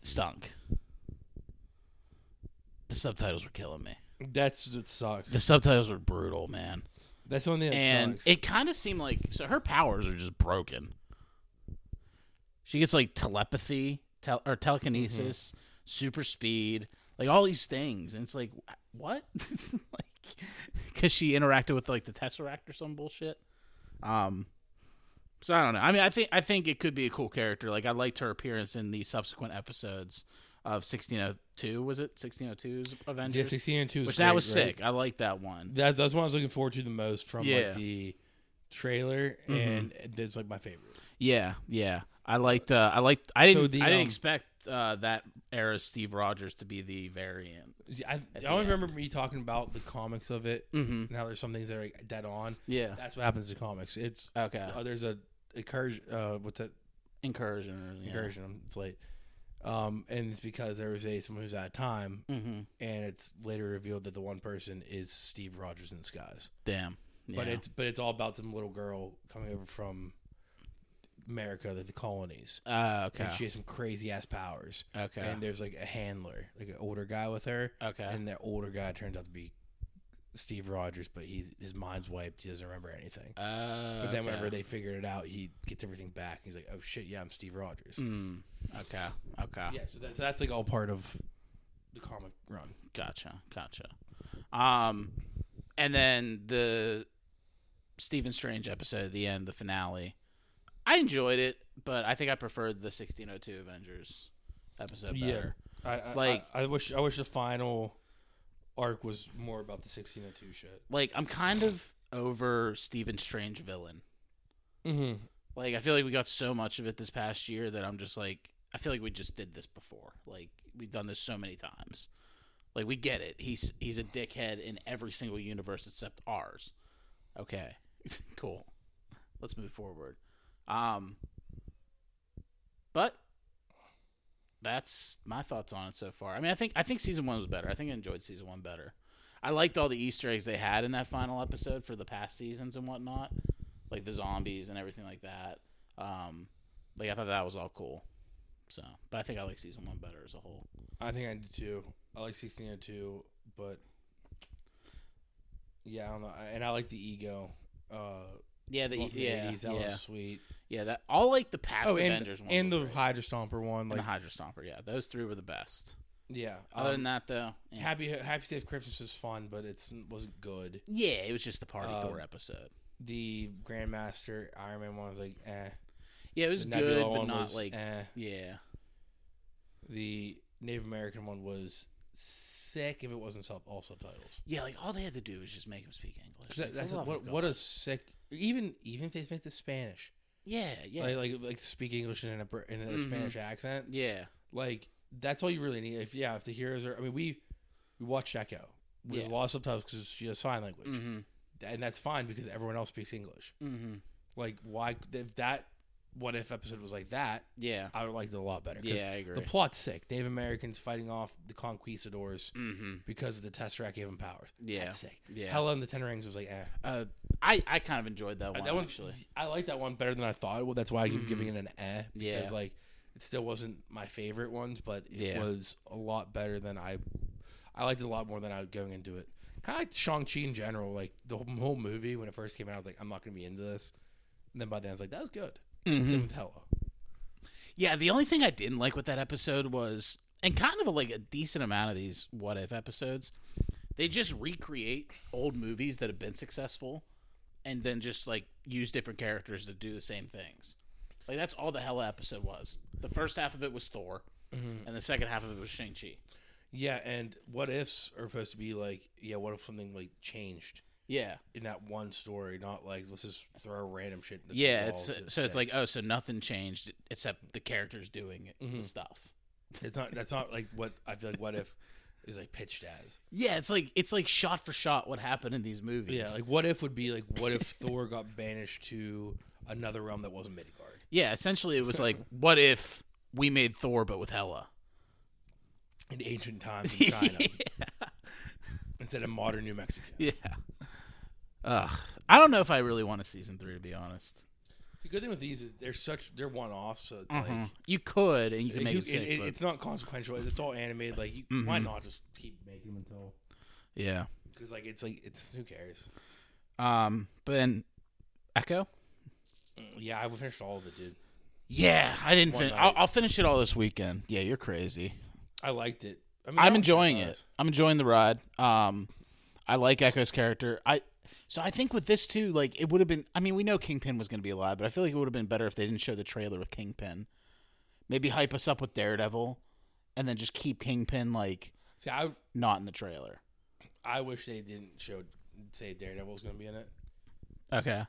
stunk the subtitles were killing me
That's what sucks.
the subtitles were brutal man
That's the only thing that
and
sucks.
it kind of seemed like so her powers are just broken she gets like telepathy tel- or telekinesis super speed like all these things and it's like wh- what like because she interacted with like the tesseract or some bullshit um so i don't know i mean i think i think it could be a cool character like i liked her appearance in the subsequent episodes of 1602. Was it 1602's Avengers?
Yeah, oh 16 and 2
Which that was sick. I like that one.
That, that's what I was looking forward to the most from
Yeah. Mm-hmm.
like the trailer, and it's like my favorite.
Yeah, yeah. I liked. Uh, I liked. I didn't.
So the,
I didn't
um,
expect uh, that era Steve Rogers to be the variant.
I, I
the
only
end.
remember me talking about the comics of it.
Mm-hmm.
Now there's some things that are like, dead on.
Yeah.
That's what happens to comics. It's
Okay.
uh, there's a incursion. Uh, what's that
Incursion. Or, yeah.
incursion? I'm- It's late. Um, and it's because there was a someone who's out of time,
Mm-hmm.
and it's later revealed that the one person is Steve Rogers in disguise.
Damn.
But
Yeah.
it's but it's all about some little girl coming over from America, the, the colonies,
Ah, okay.
and she has some crazy ass powers.
okay.
And there's like a handler, like an older guy with her,
okay.
and that older guy turns out to be Steve Rogers, but he's his mind's wiped. He doesn't remember anything.
uh,
But then whenever
okay.
they figured it out, he gets everything back. He's like, "Oh shit, yeah, I'm Steve Rogers."
Mm, okay. Okay.
Yeah, so that's that's like all part of the comic run.
Gotcha. Gotcha. Um, and then the Stephen Strange episode at the end, the finale. I enjoyed it, but I think I preferred the 1602 Avengers episode
Yeah.
better.
I, I
Like-
like I, I wish I wish the final arc was more about the 1602 shit.
Like, I'm kind of over Stephen Strange villain.
Mm-hmm.
Like, I feel like we got so much of it this past year that I'm just like, I feel like we just did this before. Like, we've done this so many times. Like, we get it. He's he's a dickhead in every single universe except ours. Okay, cool. Let's move forward. Um, but that's my thoughts on it so far. I mean, I think I think season one was better. I think I enjoyed season one better. I liked all the Easter eggs they had in that final episode for the past seasons and whatnot, like the zombies and everything like that. Um, like I thought that was all cool. So, but I think I like season one better as a whole.
I think I did too. I like 1602, but yeah, I don't know. I- And I like the ego. Uh,
Yeah, the, e-
one from the
yeah,
80s, that
yeah,
was sweet.
yeah. That all like the past
Oh, and,
Avengers one
and
were
the
great.
Hydra Stomper one.
and
Like,
the Hydra Stomper. Yeah, those three were the best.
yeah.
Other
um,
than that, though, yeah.
Happy Happy Safe Christmas was fun, but it wasn't good.
Yeah, it was just the party
Um,
Thor episode.
The Grandmaster Iron Man one was like, eh.
Yeah, it was
the Nebula
good, but
one
not
was,
like
eh.
yeah.
The Native American one was sick if it wasn't sub- all subtitles.
Yeah, like all they had to do was just make him speak English.
'Cause that-
Like,
that's
for the love
what,
of
what
God.
a sick. Even even if they make the Spanish,
yeah, yeah,
like, like like speak English in a Br- in a
Mhm.
Spanish accent,
yeah,
like that's all you really need. If yeah, if the heroes are, I mean, we we watch Echo with
Yeah.
a lot of subtitles because she has sign language,
mm-hmm,
and that's fine because everyone else speaks English.
mm-hmm,
Like why if that what if episode was like that,
yeah,
I would like it a lot better. 'cause
yeah. I agree.
the plot's sick. Native Americans fighting off the conquistadors
mm-hmm.
because of the Tesseract gave them powers.
Yeah.
that's sick.
Yeah.
Hella and the Ten Rings was like, eh.
Uh, I I kind of enjoyed Uh, that one,
that one
actually.
I like that one better than I thought. Well, that's why I keep
Mhm.
giving it an eh.
Yeah.
Because like it still wasn't my favorite ones, but it
Yeah.
was a lot better than I. I liked it a lot more than I was going into it. Kind of like Shang Chi in general. Like the whole, whole movie when it first came out, I was like, I'm not going to be into this. And then by then, I was like, that was good.
Mm-hmm.
Same with Hella.
Yeah, the only thing I didn't like with that episode was, and kind of like a decent amount of these what if episodes, they just recreate old movies that have been successful, and then just like use different characters to do the same things. Like that's all the hell episode was. The first half of it was Thor, and the second half of it was Shang Chi.
Yeah, and what ifs are supposed to be like, yeah, what if something like changed
Yeah,
in that one story? Not like let's just throw random shit. in the
yeah.
wall
It's so
to
it's like
fix.
oh, so nothing changed except the characters doing the
Mhm.
stuff.
It's not. That's not like what I feel like. What if is like pitched as?
Yeah, it's like it's like shot for shot what happened in these movies.
Yeah, like what if would be like what if Thor got banished to another realm that wasn't Midgard?
Yeah, essentially it was like, what if we made Thor but with Hella?
In ancient times in China instead of modern New Mexico.
yeah. Ugh. I don't know if I really want a season three to be honest.
It's The good thing with these is they're such they're one off, so it's
Mhm. you could and you
like
could make
Mm-hmm. Uh, you-
it, sick,
it- it-
but- Mm-hmm.
it's not consequential. It's all animated. Like you, why not just keep making them until
yeah.
because like it's like it's who cares?
Um, but then Echo.
Yeah, I finished all of it, dude.
Yeah, I didn't.
One
Fin-
night.
I'll, I'll finish it all this weekend. Yeah, you're crazy.
I liked it. I mean,
I'm
I
enjoying
was-
it. I'm enjoying the ride. Um, I like Echo's character. I so I think with this too, like it would have been. I mean, we know Kingpin was going to be alive, but I feel like it would have been better if they didn't show the trailer with Kingpin. Maybe hype us up with Daredevil, and then just keep Kingpin like
See, I
not in the trailer.
I wish they didn't show say Daredevil's going to be in it
Okay.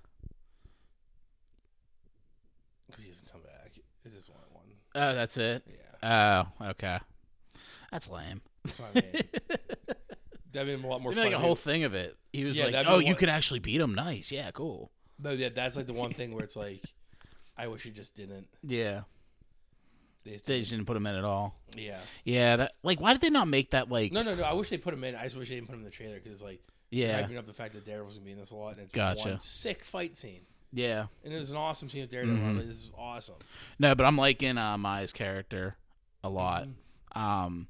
because he doesn't come back. It's just one one.
Oh, that's it.
Yeah,
Oh, okay. That's lame.
that's what I mean. That'd been a lot more.
They made like
fun
a
if
whole
they-
thing of it. He was
Yeah,
like,
that'd be
"Oh,
one-
you could actually beat him. Nice. Yeah, cool.
No, yeah, that's like the one thing where it's like, I wish you just didn't.
Yeah,
They just
they
didn't.
just didn't put him in at all.
Yeah.
Yeah, that like, why did they not make that like?
No, no, no. I wish they put him in. I just wish they didn't put him in the trailer because like
yeah,
hyping up the fact that Daredevil's gonna be in this a lot and it's
Gotcha.
one sick fight scene.
yeah.
And it was an awesome scene with Daredevil. I was
Mhm.
like, this is awesome.
No, but I'm liking uh, Maya's character a lot.
Mm-hmm.
Um,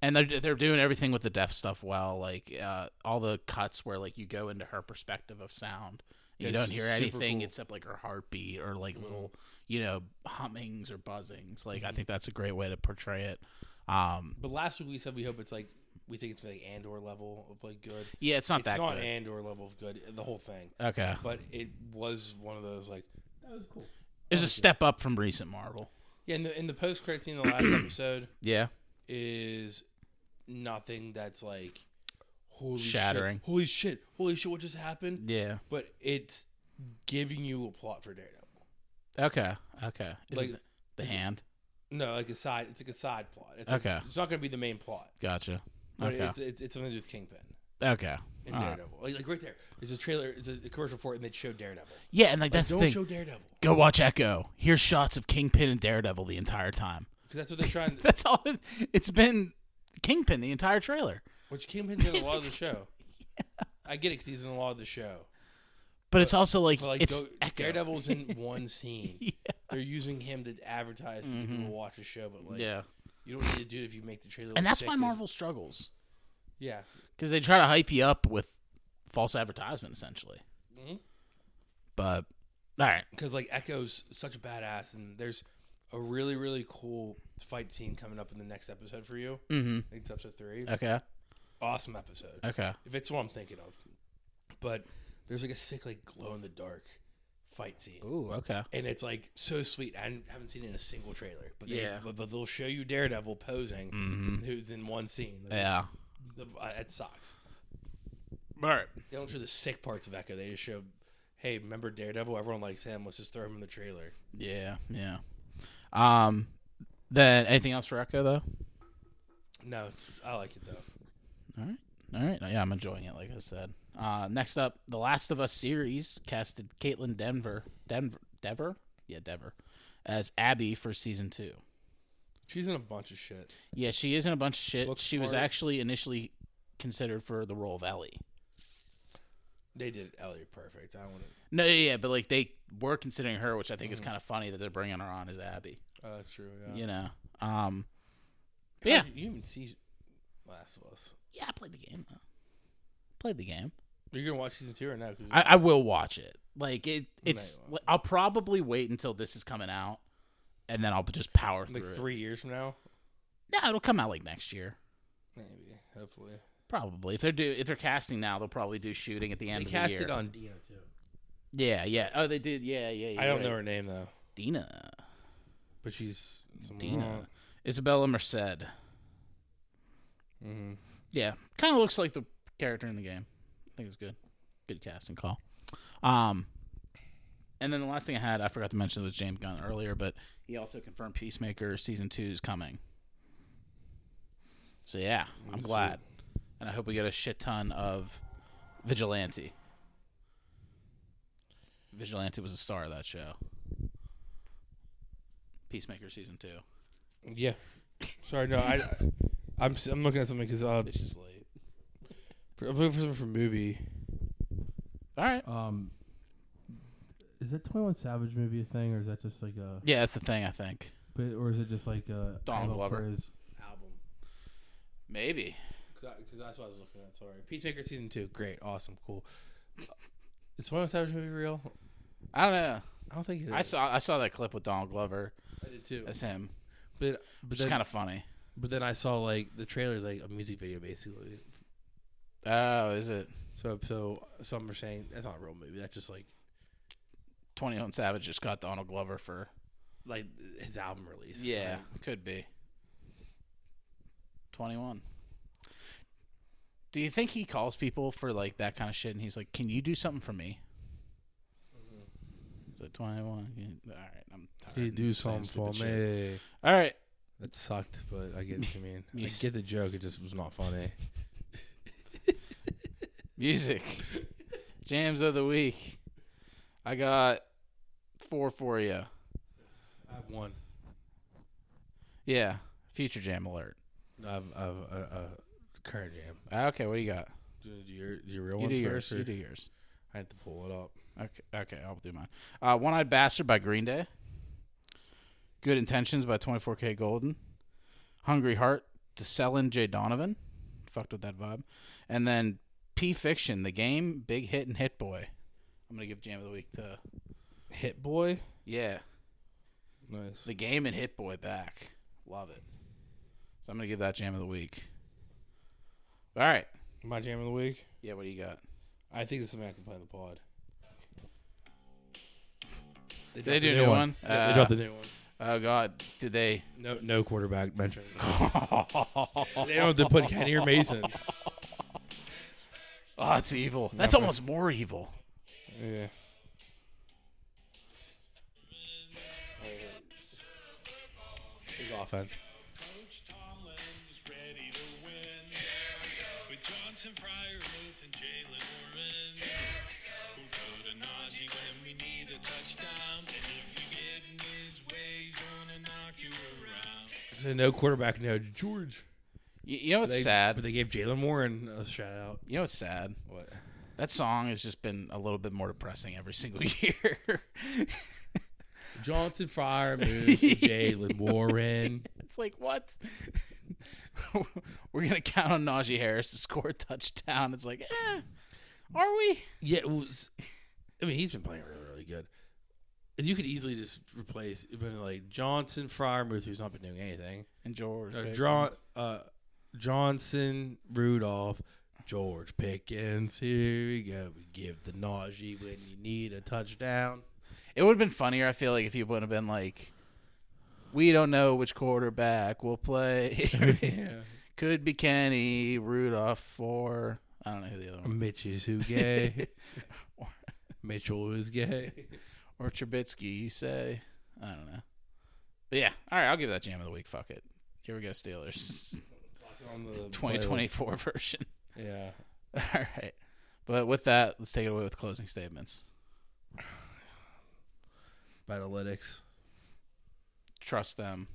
and they're they're doing everything with the deaf stuff well. Like uh, all the cuts where like you go into her perspective of sound, you
That's
don't hear
super
anything
cool. Mm-hmm.
except like her heartbeat or like little you know hummings or buzzings. Like I think that's a great way to portray it. Um,
But last week we said we hope it's like we think it's like Andor level of like good.
yeah, it's not
it's
that
not
good.
Andor level of good. The whole thing,
okay,
but it was one of those like that was cool.
it's a step up from recent Marvel.
Yeah, in the in the post credit scene, in the last episode
Yeah,
is nothing that's like holy
Shattering.
Shit, holy shit! Holy shit! What just happened?
yeah.
but it's giving you a plot for Daredevil.
Okay, okay. Is
Like-
it the hand?
No, like a side. It's like a side plot. It's like-
Okay.
it's not going to be the main plot,
Gotcha.
but
Okay, Ah.
it's, it's it's something to do with Kingpin
okay.
and
All right.
Daredevil. Like, like right there, there's a trailer. It's a, a commercial for it, and they showed Daredevil. Like,
Yeah, and like that's
don't
the thing.
show Daredevil
Go watch Echo. Here's shots of Kingpin and Daredevil the entire time.
because that's what they're trying.
That's all. It, it's been Kingpin the entire trailer,
which Kingpin's in a lot of the show. I get it because he's in a lot of the show.
but it's also like,
But like
it's
go-
Echo.
Daredevil's in one scene.
Yeah. Mm-hmm.
They're using him to advertise to get people to watch the show, but like
yeah,
you don't need to do it if you make the trailer.
and
look
that's
sick
why
'cause-
Marvel struggles
Yeah,
because they try to hype you up with false advertisement essentially.
Mhm.
But all right,
because like Echo's such a badass, and there's a really really cool fight scene coming up in the next episode for you.
mm-hmm.
I think it's episode three.
okay,
Awesome episode,
okay,
if it's what I'm thinking of. But there's like a sick like glow in the dark fight scene,
ooh, okay,
and it's like so sweet. I haven't- haven't seen it in a single trailer, but they,
Yeah.
but, but they'll show you Daredevil posing,
Mhm.
who's in one scene. Like,
yeah,
the, uh, it sucks.
all right,
They don't show the sick parts of Echo. They just show, hey, remember Daredevil? Everyone likes him. Let's just throw him in the trailer.
yeah, yeah. Um, then anything else for Echo though?
No, it's, I like it though.
All right. All right. Yeah, I'm enjoying it, like I said. Uh, next up, The Last of Us series casted Caitlin Denver. Denver? Dever? Yeah, Dever. As Abby for season two.
She's in a bunch of shit.
Yeah, she is in a bunch of shit.
Looks
she was
smart.
actually initially considered for the role of Ellie.
They did Elliot perfect. I want to.
No, yeah, yeah, but like they were considering her, which I think is kind of funny that they're bringing her on as Abby.
Oh, that's true. Mm. Yeah.
You know? Um,
How
yeah.
did You, even see Last of Us.
yeah, I played the game, though. Played the game.
You're gonna watch season two or no? 'Cause
I, I will watch it. Like it, it's.
you won't.
I'll probably wait until this is coming out, and then I'll just power through.
like
it.
three years from now,
No, it'll come out like next year,
maybe. Hopefully,
probably. If they're do, if they're casting now, they'll probably do shooting at the
they
end of
cast
the year.
it on Dino too.
yeah, yeah. Oh, they did. Yeah, yeah.
I
you're
don't know
right.
her name though,
Dina.
but she's someone
Dina. Isabella Merced.
Mm-hmm.
Yeah, kind of looks like the character in the game. I think it's good. Good casting call. Um, and then the last thing I had, I forgot to mention, was James Gunn earlier, but he also confirmed Peacemaker season two is coming. So yeah, I'm glad, and I hope we get a shit ton of Vigilante. Vigilante was the star of that show. Peacemaker season two.
Yeah. Sorry, no. I, I I'm s- I'm looking at something because uh,
It's just late.
I'm looking for something for movie.
All right.
Um, is that Twenty One Savage movie a thing, or is that just like a,
Yeah, that's the thing. I think
bit- or is it just like a
Donald
Adult
Glover.
Frizz?
Album.
maybe.
Because that's what I was looking at. Sorry. Peacemaker season two. Great. Awesome. Cool. Is Twenty One Savage movie real?
I don't know.
I don't think it is.
I saw I saw that clip with Donald Glover.
I did too.
That's him.
But but
Which is
then,
kind of funny.
but then I saw like the trailer's like a music video basically.
Oh, is it
So so some are saying that's not a real movie. That's just like
Twenty One Savage just got Donald Glover for?
like his album release.
could be. 21. Do you think he calls people for like that kind of shit and he's like, "Can you do something for me?" It's like 21. Yeah, All right, I'm tired.
Mm-hmm. He
of
do
saying
something for
stupid shit.
me.
All right.
That sucked, but I get what you mean. I
Yes.
get the joke. It just was not funny.
Music. Jams of the week. I got four for you.
I have one.
Yeah. Future jam alert.
I have, I have a, a current jam.
Ah, Okay, what do you got?
Do you do your, do your real
You
ones
do
first,
yours.
or-
You do yours.
I had to pull it up.
Okay, okay, I'll do mine. Uh, One Eyed Bastard by Green Day. Good Intentions by 24K Golden. Hungry Heart to Selling J. Donovan. Fucked with that vibe. And then P Fiction, The Game, Big Hit, and Hit Boy. I'm going to give Jam of the Week to.
Hit Boy.
Yeah.
Nice.
The game and Hit Boy back. Love it. So I'm gonna give that jam of the week. All right.
My jam of the week.
Yeah, what do you got?
I think this is something I can play in the pod.
They
dropped
do
the
a new one.
Yeah, they
Uh,
dropped the new one.
Oh God, did they?
No, no quarterback mention. they don't have to put Kenny or Mason.
Oh, it's evil. That's
Never.
almost more evil.
Yeah. His offense.
Coach Tomlin's ready to win. With Johnson, Fryer, Ruth, and Jalen Warren. We'll go to Najee when we need a touchdown. And if you get in his way, he's gonna knock you around.
So no quarterback, no George.
You, you know what's
They-
sad?
But they gave Jalen Warren a shout out.
you know what's sad?
What?
That song has just been a little bit more depressing every single year.
Johnson Fryer moves to Jalen Warren.
it's like what? We're gonna count on Najee Harris to score a touchdown. It's like, eh, are we?
Yeah, it was. I mean, he's been playing really, really good. You could easily just replace even like Johnson, Fryermuth, who's not been doing anything.
And George,
Uh,
Pickens.
John, uh, Johnson, Rudolph, George Pickens. Here we go. We give the Najee when you need a touchdown.
It would have been funnier, I feel like, if you would have been like, we don't know which quarterback will play. Could be Kenny, Rudolph, or I don't know who the other one
Mitch is who gay.
or,
Mitchell is gay.
or Trubisky, you say. I don't know. But yeah, all right, I'll give that jam of the week. Fuck it. Here we go, Steelers. 2024 version.
Yeah.
All right. But with that, let's take it away with closing statements.
Betalytics.
Trust them.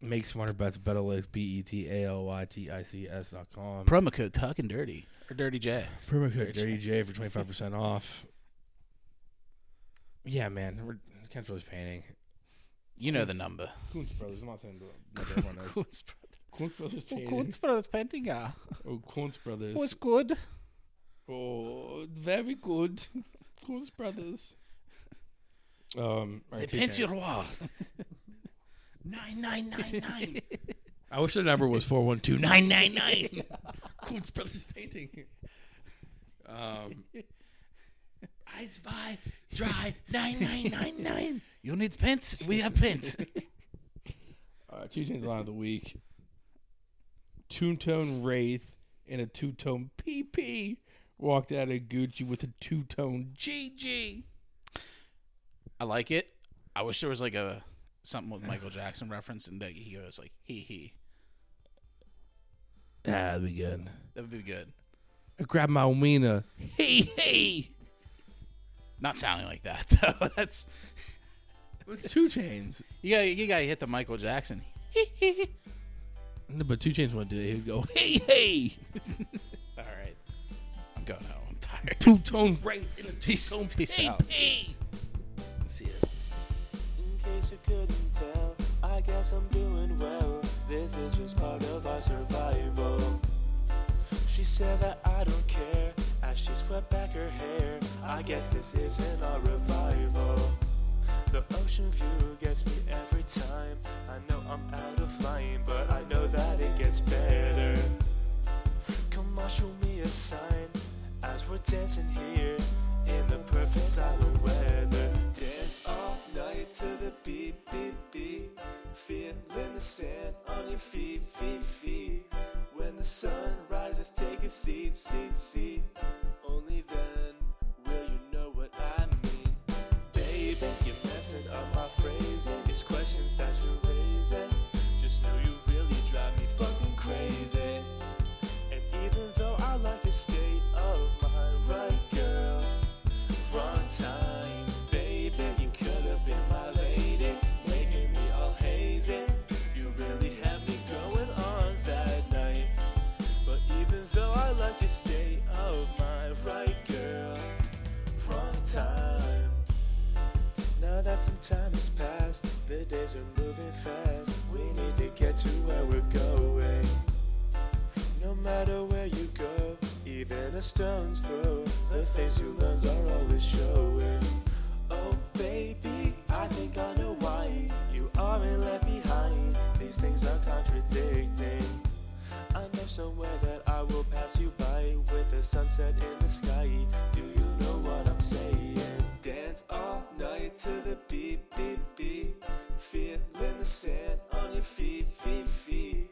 Make smarter bets. Betalytics. B E T A L Y T I C S dot com.
Promo code Tuck and Dirty or Dirty J.
Promo
Dirty
code Dirty
J.
J for twenty five percent off. Yeah, man, we're Kent's Brothers painting.
You know the number.
Coons Brothers. I'm not saying but everyone knows. Coons Brothers painting. Oh, Coons Brothers.
was good.
Oh, very good. Coons Brothers. Um, all right, two chains.
wall.
nine nine nine nine. I wish the number was four one two nine nine nine. Coons Brothers painting. Um, I spy drive nine nine nine nine.
You need pants? We have pants.
Uh, two chains line of the week. Two tone Wraith and a two tone PP walked out of Gucci with a two tone GG.
I like it. I wish there was like a something with Michael Jackson reference and that he goes like hee hee.
Ah, that'd be good.
That would be good.
I grabbed my wiener. Hey hey,
Not sounding like that though. That's
it's two chains.
you got you got to hit the Michael Jackson.
No, but two chains wouldn't do it. He'd go hey hey.
All right, I'm going home. I'm tired.
Two tone Wraith and a two
Peace-
tone
peace
PP.
out.
See ya.
In case you couldn't tell, I guess I'm doing well. This is just part of our survival. She said that I don't care as she swept back her hair. I guess this isn't our revival. The ocean view gets me every time. I know I'm out of flying, but I know that it gets better. Come on, show me a sign as we're dancing here in the perfect silent weather. Dance all night to the beat, beat, beat. Feeling the sand on your feet, feet, feet. Just take a seat, seat, seat. Only then will you know what I mean. Baby, you're messing up my phrasing. These questions that you're raising. Just know you really drive me fucking crazy. And even though I like your state of mind, right, girl? Wrong time, baby. You could have been my lady, making me all hazy. You really had me going on that night. But even though I like your state of mind, right, girl? Wrong time. Now that some time has passed, the days are moving fast. We need to get to where we're going. No matter where you go, even a stone's throw, the things you learn are always showing. Oh, baby, I think I know why you aren't left behind. These things are contradicting. I know somewhere that I will pass you by with a sunset in the sky. Do you know what I'm saying? Dance all night to the beat, beat, beat. Feeling the sand on your feet, feet, feet.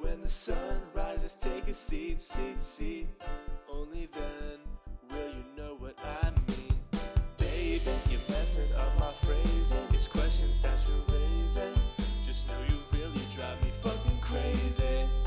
When the sun rises, take a seat, seat, seat. Only then will you know what I mean. Baby, you're messing up my phrasing. It's questions that you're raising. Just know you really drive me fucking crazy.